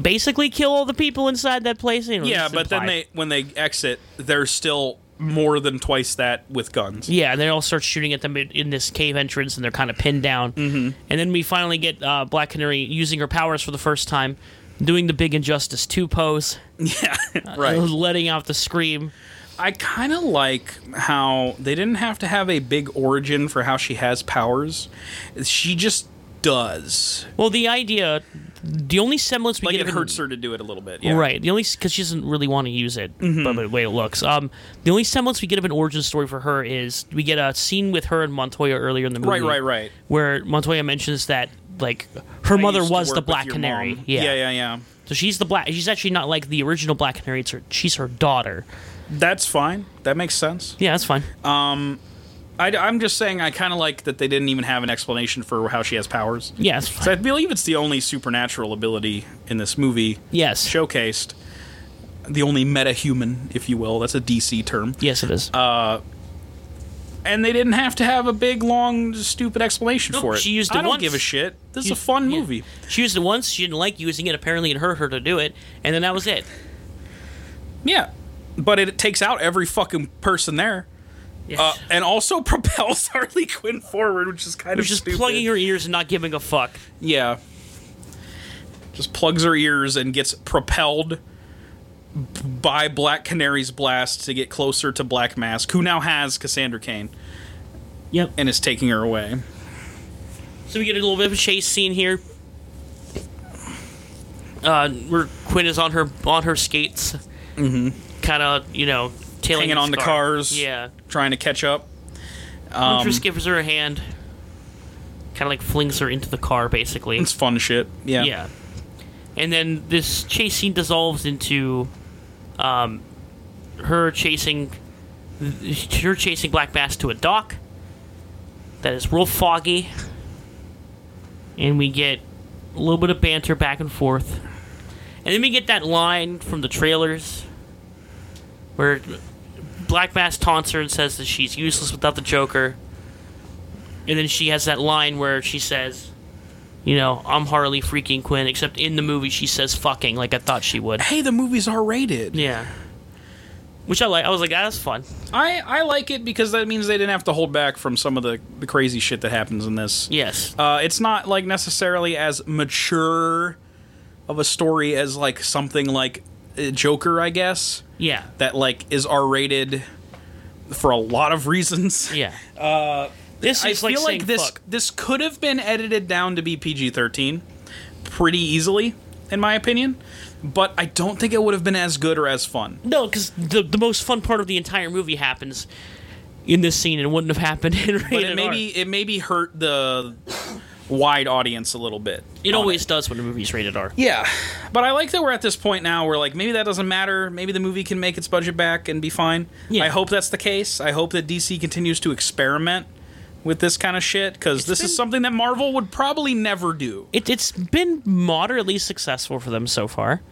basically kill all the people inside that place. You know, Yeah, it's but then implied. they when they exit, they're still more than twice that with guns. yeah and they all start shooting at them in- in this cave entrance and they're kind of pinned down. Mm-hmm. And then we finally get uh, Black Canary using her powers for the first time, doing the big injustice two pose, Yeah. letting out the scream. I kind of like how they didn't have to have a big origin for how she has powers. She just does. Well, the idea, the only semblance we Like get it of hurts her Mm-hmm. to do it a little bit. Yeah. Right. The only because she doesn't really want to use it, but the way it looks. Um, the only semblance we get of an origin story for her is we get a scene with her and Montoya earlier in the movie. Right, right, right. Where Montoya mentions that like her I mother used to was the work with Black your Canary. mom. yeah, yeah, yeah. So she's the black. She's actually not like the original Black Canary. It's her. She's her daughter. That's fine. That makes sense. Yeah, that's fine. Um, I, am just saying, I kind of like that they didn't even have an explanation for how she has powers. yeah, that's fine. So I believe it's the only supernatural ability in this movie yes. showcased. The only metahuman, if you will. That's a DC term. Yes, it is. Uh, And they didn't have to have a big, long, stupid explanation Nope, for it. she used I it don't once. give a shit. This is You- a fun yeah. movie. she used it once. She didn't like using it. Apparently, it hurt her to do it, and then that was it. Yeah. But it takes out every fucking person there. Yeah. Uh, and also propels Harley Quinn forward, which is kind was of just stupid. plugging her ears and not giving a fuck. Yeah. Just plugs her ears and gets propelled b- by Black Canary's blast to get closer to Black Mask, who now has Cassandra Kane Yep. and is taking her away. So we get a little bit of a chase scene here. Uh, where Quinn is on her on her skates, mm-hmm. kind of you know tailing Hanging his on the car. cars. Yeah, Trying to catch up. Huntress gives her a hand, kind of like flings her into the car, basically. It's fun shit. Yeah. Yeah. And then this chase scene dissolves into um, her chasing her chasing Black Bass to a dock that is real foggy. And we get a little bit of banter back and forth. And then we get that line from the trailers where Black Mass taunts her and says that she's useless without the Joker. And then she has that line where she says, you know, I'm Harley freaking Quinn, except in the movie she says fucking like I thought she would. Hey, the movie's R rated. Yeah. Which I like. I was like, ah, that's fun. I, I like it because that means they didn't have to hold back from some of the, the crazy shit that happens in this. Yes. Uh, it's not like necessarily as mature of a story as like something like uh, Joker, I guess, Yeah. that like is R rated for a lot of reasons. Yeah. Uh, this I is like, feel like saying this fuck. this could have been edited down to be PG thirteen pretty easily, in my opinion. But I don't think it would have been as good or as fun. No, because the the most fun part of the entire movie happens in this scene, and wouldn't have happened in But rated it R. maybe it maybe hurt the wide audience a little bit. It on always does when a movie's rated R. Yeah, but I like that we're at this point now where like maybe that doesn't matter. Maybe the movie can make its budget back and be fine. Yeah. I hope that's the case. I hope that DC continues to experiment with this kind of shit because this been- is something that Marvel would probably never do. It, it's been moderately successful for them so far.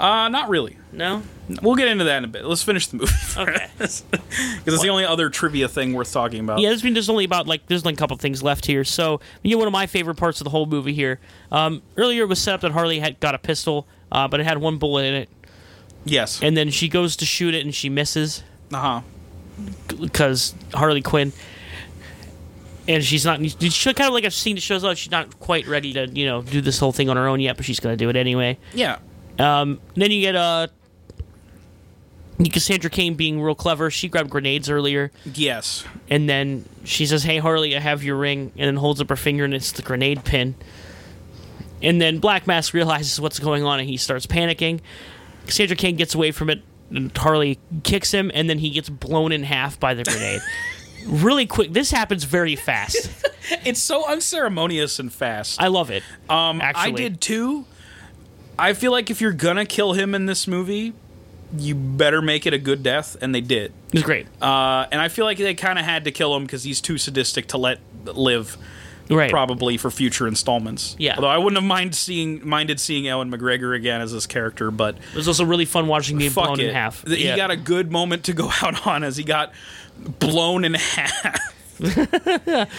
Uh, not really. No, We'll get into that in a bit. Let's finish the movie okay. because it's the only other trivia thing worth talking about. Yeah, there's been there's only about like there's only a couple things left here. So you know, one of my favorite parts of the whole movie here. Um, earlier it was set up that Harley had got a pistol, uh, but it had one bullet in it, Yes. and then she goes to shoot it and she misses Uh huh. because Harley Quinn. And she's not. She's kind of like a scene that shows up. She's not quite ready to, you know, do this whole thing on her own yet, but she's gonna do it anyway. Yeah. Um, then you get uh, Cassandra Kane being real clever. She grabbed grenades earlier, Yes. and then she says, "Hey Harley, I have your ring," and then holds up her finger, and it's the grenade pin. And then Black Mask realizes what's going on, and he starts panicking. Cassandra Kane gets away from it, and Harley kicks him, and then he gets blown in half by the grenade. really quick. This happens very fast. It's so unceremonious and fast. I love it. Um, I actually. did too. I feel like if you're gonna kill him in this movie, you better make it a good death, and they did. It was great. Uh, and I feel like they kind of had to kill him because he's too sadistic to let live, right. probably for future installments. Yeah. Although I wouldn't have mind seeing minded seeing Ellen McGregor again as this character, but It was also really fun watching being fuck blown it, in half. Th- he Yeah. got a good moment to go out on as he got blown in half.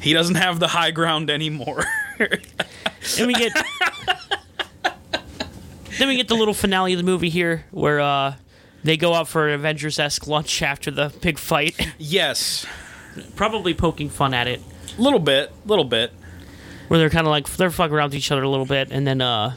he doesn't have the high ground anymore. then we get then we get the little finale of the movie here where uh they go out for an avengers-esque lunch after the big fight yes. probably poking fun at it little bit, little bit. where they're kind of like they're fucking around with each other a little bit and then uh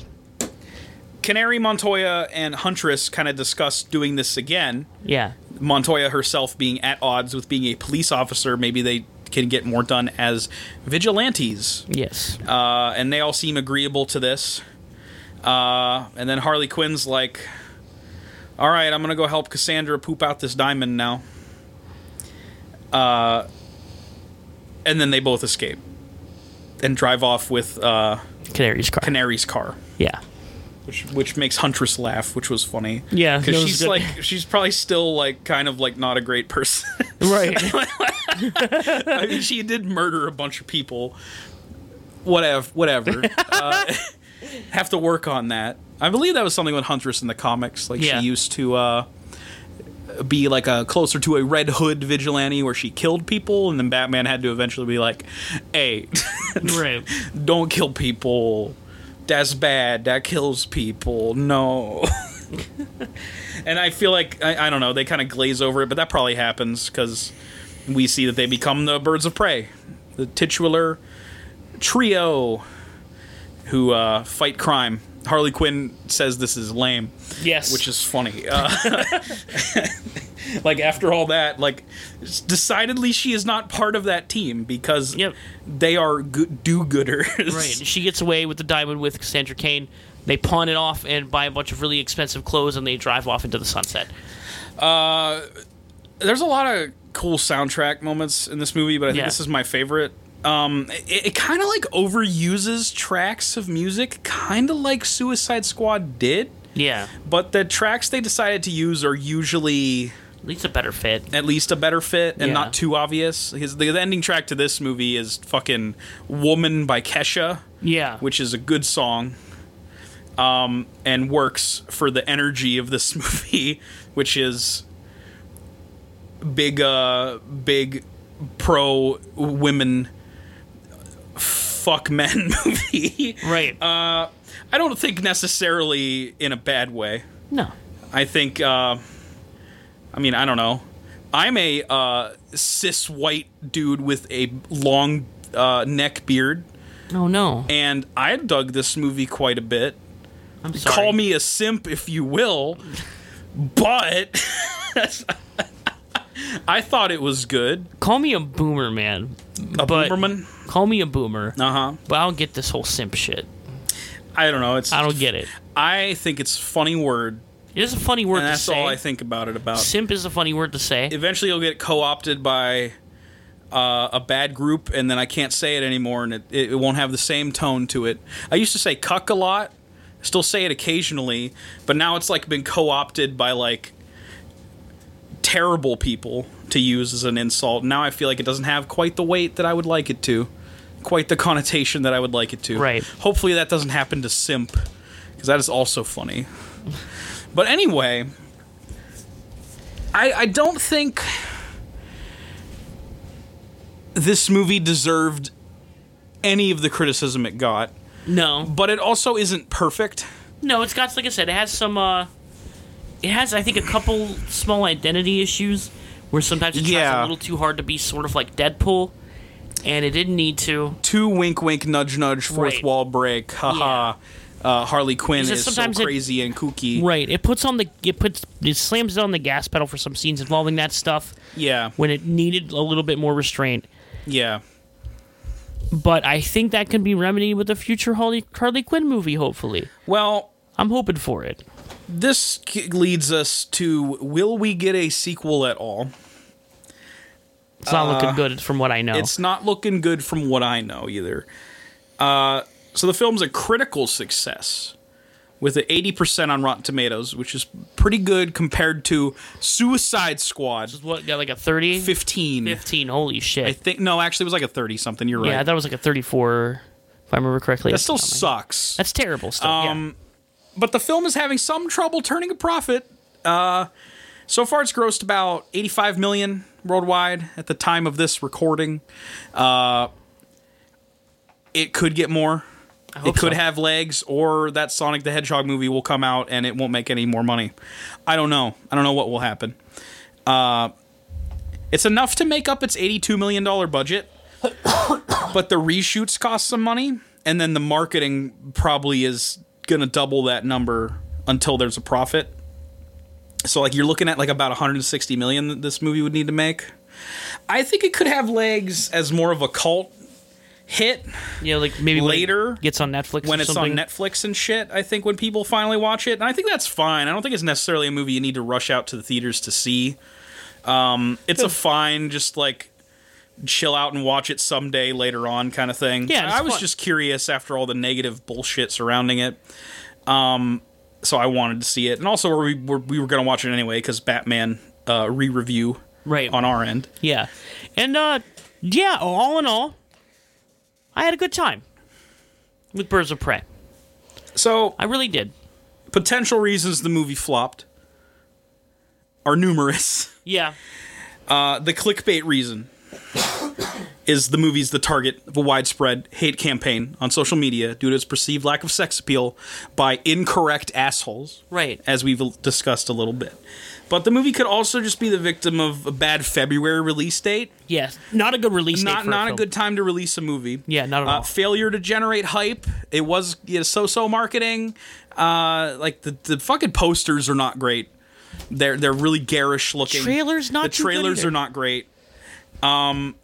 Canary Montoya and Huntress kind of discussed doing this again. yeah Montoya herself being at odds with being a police officer. Maybe they can get more done as vigilantes. yes Uh, and they all seem agreeable to this. Uh, and then Harley Quinn's like, "All right, I'm gonna go help Cassandra poop out this diamond now." Uh, and then they both escape and drive off with uh, canary's car Canary's car. yeah which which makes Huntress laugh, which was funny. Yeah, that because was she's good. like she's probably still like kind of like not a great person. right I mean, she did murder a bunch of people. Whatever, whatever. uh, have to work on that. I believe that was something with Huntress in the comics. Like Yeah. she used to uh, be like a closer to a Red Hood vigilante, where she killed people, and then Batman had to eventually be like, "Hey, right don't kill people. That's bad. That kills people. No. and I feel like I, I don't know. They kind of glaze over it, but that probably happens because we see that they become the birds of prey, the titular trio who uh, fight crime. Harley Quinn says this is lame yes which is funny. Uh, like after all that, like s- decidedly she is not part of that team because Yep. they are go- do-gooders. right she gets away with the diamond with cassandra kane they pawn it off and buy a bunch of really expensive clothes and they drive off into the sunset There's a lot of cool soundtrack moments in this movie, but I think Yeah. this is my favorite. Um, it it kind of like overuses tracks of music, kind of like Suicide Squad did. yeah But the tracks they decided to use are usually at least a better fit at least a better fit and Yeah. not too obvious. His the, the ending track to this movie is fucking "Woman" by Kesha, yeah which is a good song. um, and works for the energy of this movie, which is big, uh, big pro women fuck men movie. Right. Uh, I don't think necessarily in a bad way. no. I think. Uh, I mean, I don't know. I'm a uh, cis white dude with a long uh, neck beard, No, no. and I dug this movie quite a bit. I'm sorry. Call me a simp if you will, but I thought it was good. Call me a boomer, man. A But- Boomerman. Call me a boomer. Uh huh. But I don't get this whole simp shit. I don't know. It's I don't get it. I think it's a funny word, It is a funny word and to that's say. all I think about it. About Simp is a funny word to say. eventually you'll get co-opted by uh, a bad group and then i can't say it anymore and it, it, it won't have the same tone to it i used to say cuck a lot still say it occasionally but now it's like been co-opted by like terrible people to use as an insult now i feel like it doesn't have quite the weight that i would like it to quite the connotation that i would like it to Right. hopefully that doesn't happen to simp because that is also funny but anyway I, I don't think this movie deserved any of the criticism it got, no, but it also isn't perfect. no. It's got like I said. It has some. uh It has I think a couple small identity issues where sometimes it tries Yeah. a little too hard to be sort of like Deadpool, and it didn't need to. Two wink, wink, nudge, nudge, fourth Right. wall break, haha. Uh, Harley Quinn It's is, just so sometimes it- crazy and kooky. Right. It puts on the it puts it slams it on the gas pedal for some scenes involving that stuff Yeah, when it needed a little bit more restraint. yeah. But I think that can be remedied with a future Harley, Harley Quinn movie. Hopefully, Well, I'm hoping for it. this k- leads us to will we get a sequel at all? It's not looking good from what I know. Uh, It's not looking good from what I know either. Uh, so the film's a critical success with an 80% on Rotten Tomatoes, which is pretty good compared to Suicide Squad what got like a 30 15. 15 holy shit I think no, actually it was like a 30 something, you're right. yeah i thought it was like a 34 if i remember correctly that still something. sucks. that's terrible still yeah. Um, But the film is having some trouble turning a profit. Uh, so far, it's grossed about 85 million worldwide at the time of this recording. Uh, it could get more. It hope could so. have legs, or that Sonic the Hedgehog movie will come out and it won't make any more money. I don't know. I don't know what will happen. Uh, it's enough to make up its $82 million budget but the reshoots cost some money and then the marketing probably is going to double that number until there's a profit so like you're looking at like about 160 million that this movie would need to make i think it could have legs as more of a cult hit you know like maybe when it later, gets on netflix when or it's something. on netflix and shit i think when people finally watch it and i think that's fine i don't think it's necessarily a movie you need to rush out to the theaters to see um, it's a fine just like chill out and watch it someday later on kind of thing Yeah, and it's i was fun. just curious after all the negative bullshit surrounding it um, so i wanted to see it and also we were, we were going to watch it anyway because batman uh, re-review Right. on our end yeah and uh yeah all in all i had a good time with birds of prey so i really did potential reasons the movie flopped are numerous yeah the clickbait reason is the movie's the target of a widespread hate campaign on social media due to its perceived lack of sex appeal by incorrect assholes, right as we've discussed a little bit. But the movie could also just be the victim of a bad February release date. yes not a good release date Not for not a film. good time to release a movie. Yeah, not at Uh, all. failure to generate hype. It was you know, so-so marketing. Uh, like the, the fucking posters are not great. They're they're really garish looking. Trailer's not the too good trailers either. are not great. Um, and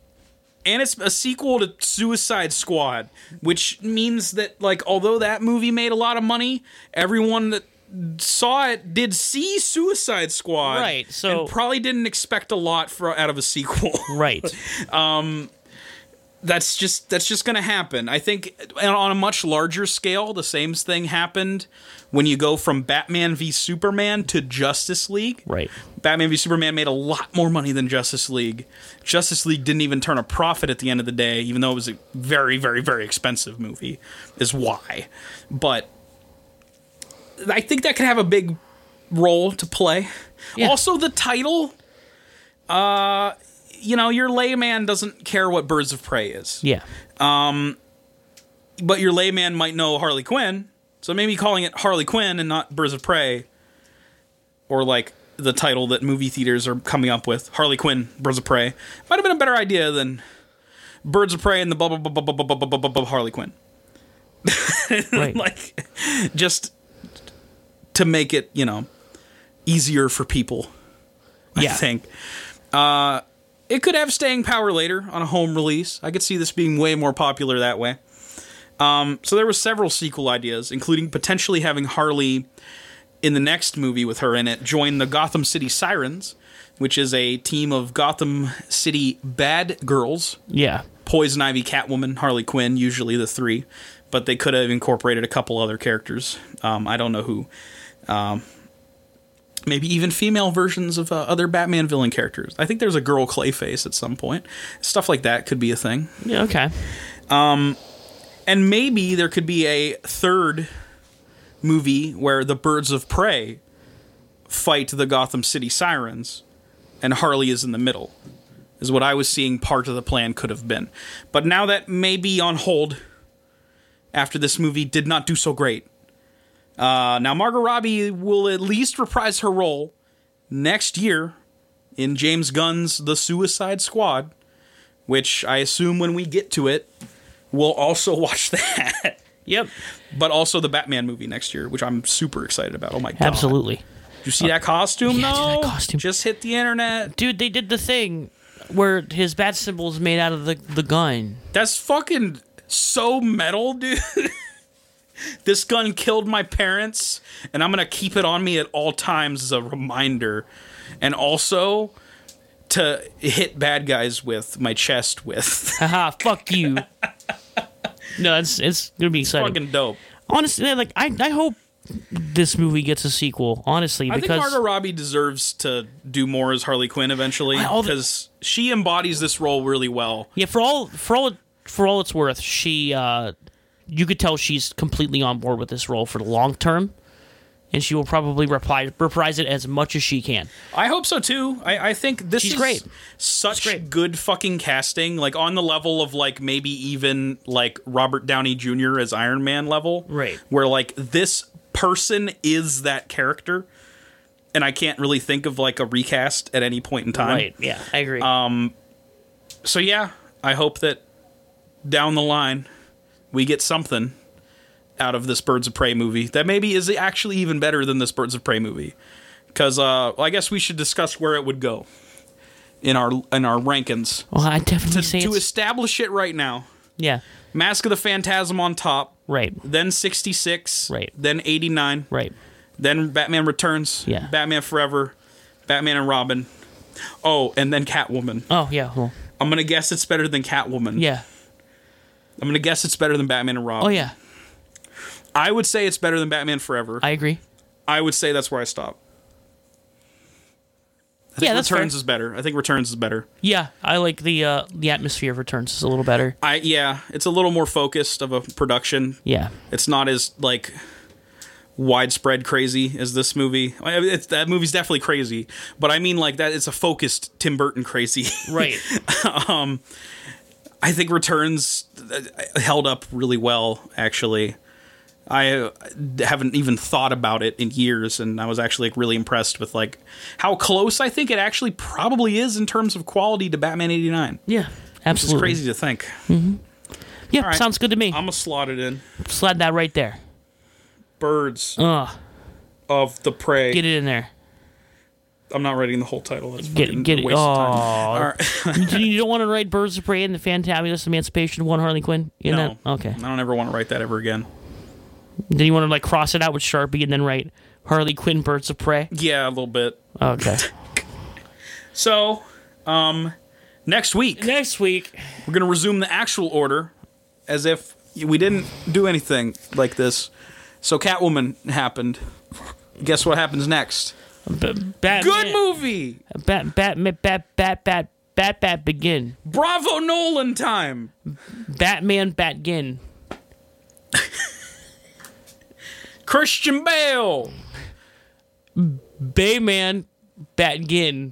it's a sequel to Suicide Squad, which means that like although that movie made a lot of money, everyone that saw it did see Suicide Squad, Right, so- and probably didn't expect a lot for out of a sequel, right that's just that's just going to happen. I think on a much larger scale, the same thing happened when you go from Batman v Superman to Justice League. right Batman v Superman made a lot more money than Justice League. Justice League didn't even turn a profit at the end of the day, even though it was a very, very, very expensive movie, is why. But I think that could have a big role to play. Yeah. Also, the title. Uh, you know, your layman doesn't care what Birds of Prey is, Yeah. but your layman might know Harley Quinn. So maybe calling it Harley Quinn and not Birds of Prey, or like the title that movie theaters are coming up with, Harley Quinn, Birds of Prey, might have been a better idea than Birds of Prey and the blah blah blah blah blah blah blah blah, blah, blah Harley Quinn. Right. like just to make it you know easier for people i Yeah. think uh it could have staying power later on a home release i could see this being way more popular that way um so there were several sequel ideas including potentially having harley in the next movie with her in it join the gotham city sirens which is a team of gotham city bad girls yeah. Poison Ivy, Catwoman, Harley Quinn, usually the three, but they could have incorporated a couple other characters. Um, I don't know who. Um, maybe even female versions of uh, other Batman villain characters. I think there's a girl Clayface at some point. Stuff like that could be a thing. Yeah. Okay. And maybe there could be a third movie where the Birds of Prey fight the Gotham City Sirens and Harley is in the middle, is what I was seeing part of the plan could have been. But now that may be on hold after this movie did not do so great. Uh, now, Margot Robbie will at least reprise her role next year in James Gunn's The Suicide Squad, which I assume when we get to it, we'll also watch that. Yep. but also the Batman movie next year, which I'm super excited about. Oh my god! Absolutely. Uh, Did you see that costume? Yeah, I though? did that costume. Just hit the internet. Dude, they did the thing where his bat symbol is made out of the, the gun. That's fucking so metal, dude. this gun killed my parents, and I'm gonna keep it on me at all times as a reminder, and also to hit bad guys with my chest with. Haha, fuck you. No, it's it's gonna be exciting. fucking dope. honestly, like I, I hope this movie gets a sequel. Honestly, I think because Margot Robbie deserves to do more as Harley Quinn eventually all the- because she embodies this role really well. yeah, for all for all for all it's worth, she uh, you could tell she's completely on board with this role for the long term, and she will probably reprise reprise it as much as she can. I hope so too. I, I think this She's is great. such great. good fucking casting, like on the level of like maybe even like Robert Downey Jr. as Iron Man level, Right. Where like this person is that character, and I can't really think of like a recast at any point in time. Right? Yeah, I agree. um, So yeah, I hope that down the line we get something out of this Birds of Prey movie that maybe is actually even better than this Birds of Prey movie. Because uh, I guess we should discuss where it would go in our in our rankings well, Oh, I definitely say to it's, establish it right now. yeah, Mask of the Phantasm on top, right, then 66, Right. then 89, right. then Batman Returns, Yeah. Batman Forever, Batman and Robin. Oh, and then Catwoman. Oh yeah, well, I'm gonna guess it's better than Catwoman. yeah, I'm gonna guess it's better than Batman and Robin. oh yeah, I would say it's better than Batman Forever. I agree. I would say that's where I stop. I think Yeah, that's Returns fair. is better. I think Returns is better. Yeah, I like the uh, the atmosphere of Returns is a little better. I yeah, it's a little more focused of a production. Yeah, It's not as like widespread crazy as this movie. I- It's, that movie's definitely crazy, but I mean like that. It's a focused Tim Burton crazy. right. I think Returns uh, held up really well, actually. I uh, haven't even thought about it in years, and I was actually like, really impressed with like how close I think it actually probably is in terms of quality to Batman '89. yeah, It's absolutely. crazy to think. Yeah, right. sounds good to me. I'm gonna slot it in. Slide that right there. Birds Ugh, of the prey. get it in there. I'm not writing the whole title. That's Get fucking it, get a it. waste of time. Oh, All right. you, you don't want to write Birds of Prey and the Fantabulous Emancipation of One Harley Quinn? You no. Know? Okay. I don't ever want to write that ever again. Then you want to like cross it out with Sharpie and then write Harley Quinn Birds of Prey? Yeah, a little bit. Okay. So, um, next week. Next week. We're going to resume the actual order as if we didn't do anything like this. So Catwoman happened. Guess what happens next? B- Batman, Good movie. Bat, Bat, Bat, Bat, Bat, Bat, Bat, Begin. Bravo Nolan time. Batman, Batgin. Christian Bale. Bayman Batgin.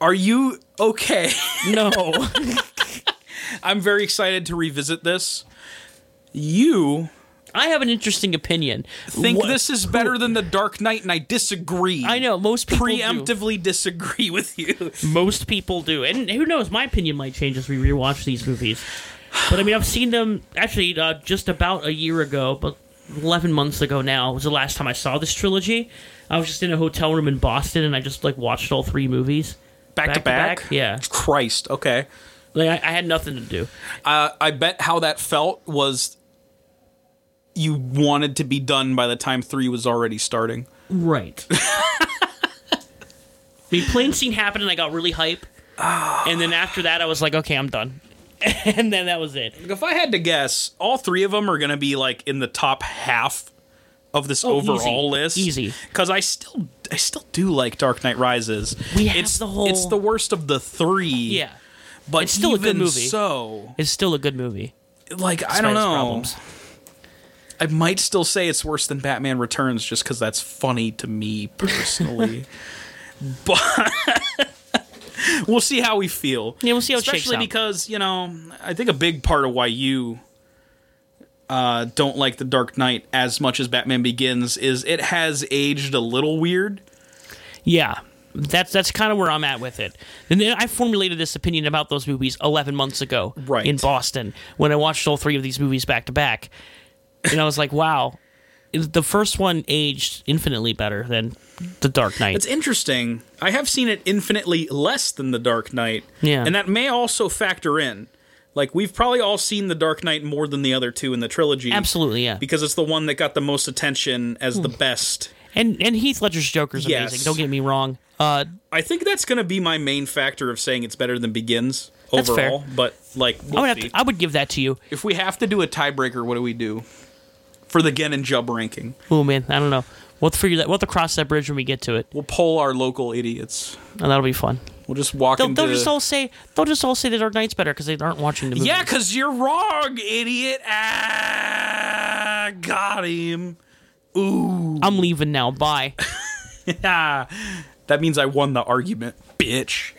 Are you okay? No. I'm very excited to revisit this. You I have an interesting opinion. think What- this is better than The Dark Knight, and I disagree. I know most people do. Preemptively disagree with you. Most people do, and who knows? My opinion might change as we rewatch these movies. But I mean, I've seen them actually uh, just about a year ago, but eleven months ago now was the last time I saw this trilogy. I was just in a hotel room in Boston, and I just like watched all three movies Back, to back? Yeah, Christ. Okay. like I, I had nothing to do. Uh, I bet how that felt was you wanted to be done by the time three was already starting. Right. the plane scene happened, and I got really hype. and then after that, I was like, okay, I'm done. and then that was it. If I had to guess, all three of them are going to be like in the top half of this Oh, easy. overall list. Easy. because I still I still do like Dark Knight Rises. We have it's the whole- It's the worst of the three. Yeah, but it's still a good even movie. So, it's still a good movie. like I despite don't its know. problems. I might still say it's worse than Batman Returns just because that's funny to me personally. but we'll see how we feel. Yeah, we'll see how it shakes Especially out. because you know, I think a big part of why you uh, don't like the Dark Knight as much as Batman Begins is it has aged a little weird. Yeah. That's that's kind of where I'm at with it. And then I formulated this opinion about those movies 11 months ago Right. in Boston when I watched all three of these movies back to back. And I was like, wow. The first one aged infinitely better than The Dark Knight. It's interesting. I have seen it infinitely less than The Dark Knight. Yeah. And that may also factor in. Like, we've probably all seen The Dark Knight more than the other two in the trilogy. Absolutely, yeah. Because it's the one that got the most attention as Hmm. the best. and and Heath Ledger's Joker's Yes. amazing. Don't get me wrong. Uh, I think that's going to be my main factor of saying it's better than Begins That's fair. overall. But, like, I we'll would have see. to, I would give that to you. if we have to do a tiebreaker, what do we do? For the Gen and Jub ranking, Oh man, I don't know. We'll have to figure that. We'll have to cross that bridge when we get to it, we'll poll our local idiots. and that'll be fun. We'll just walk They'll, into. they'll just all say they'll just all say The Dark Knight's better because they aren't watching the movie. Yeah, because you're wrong, idiot. Ah, got him. I'm leaving now. Bye. Ah, that means I won the argument, bitch.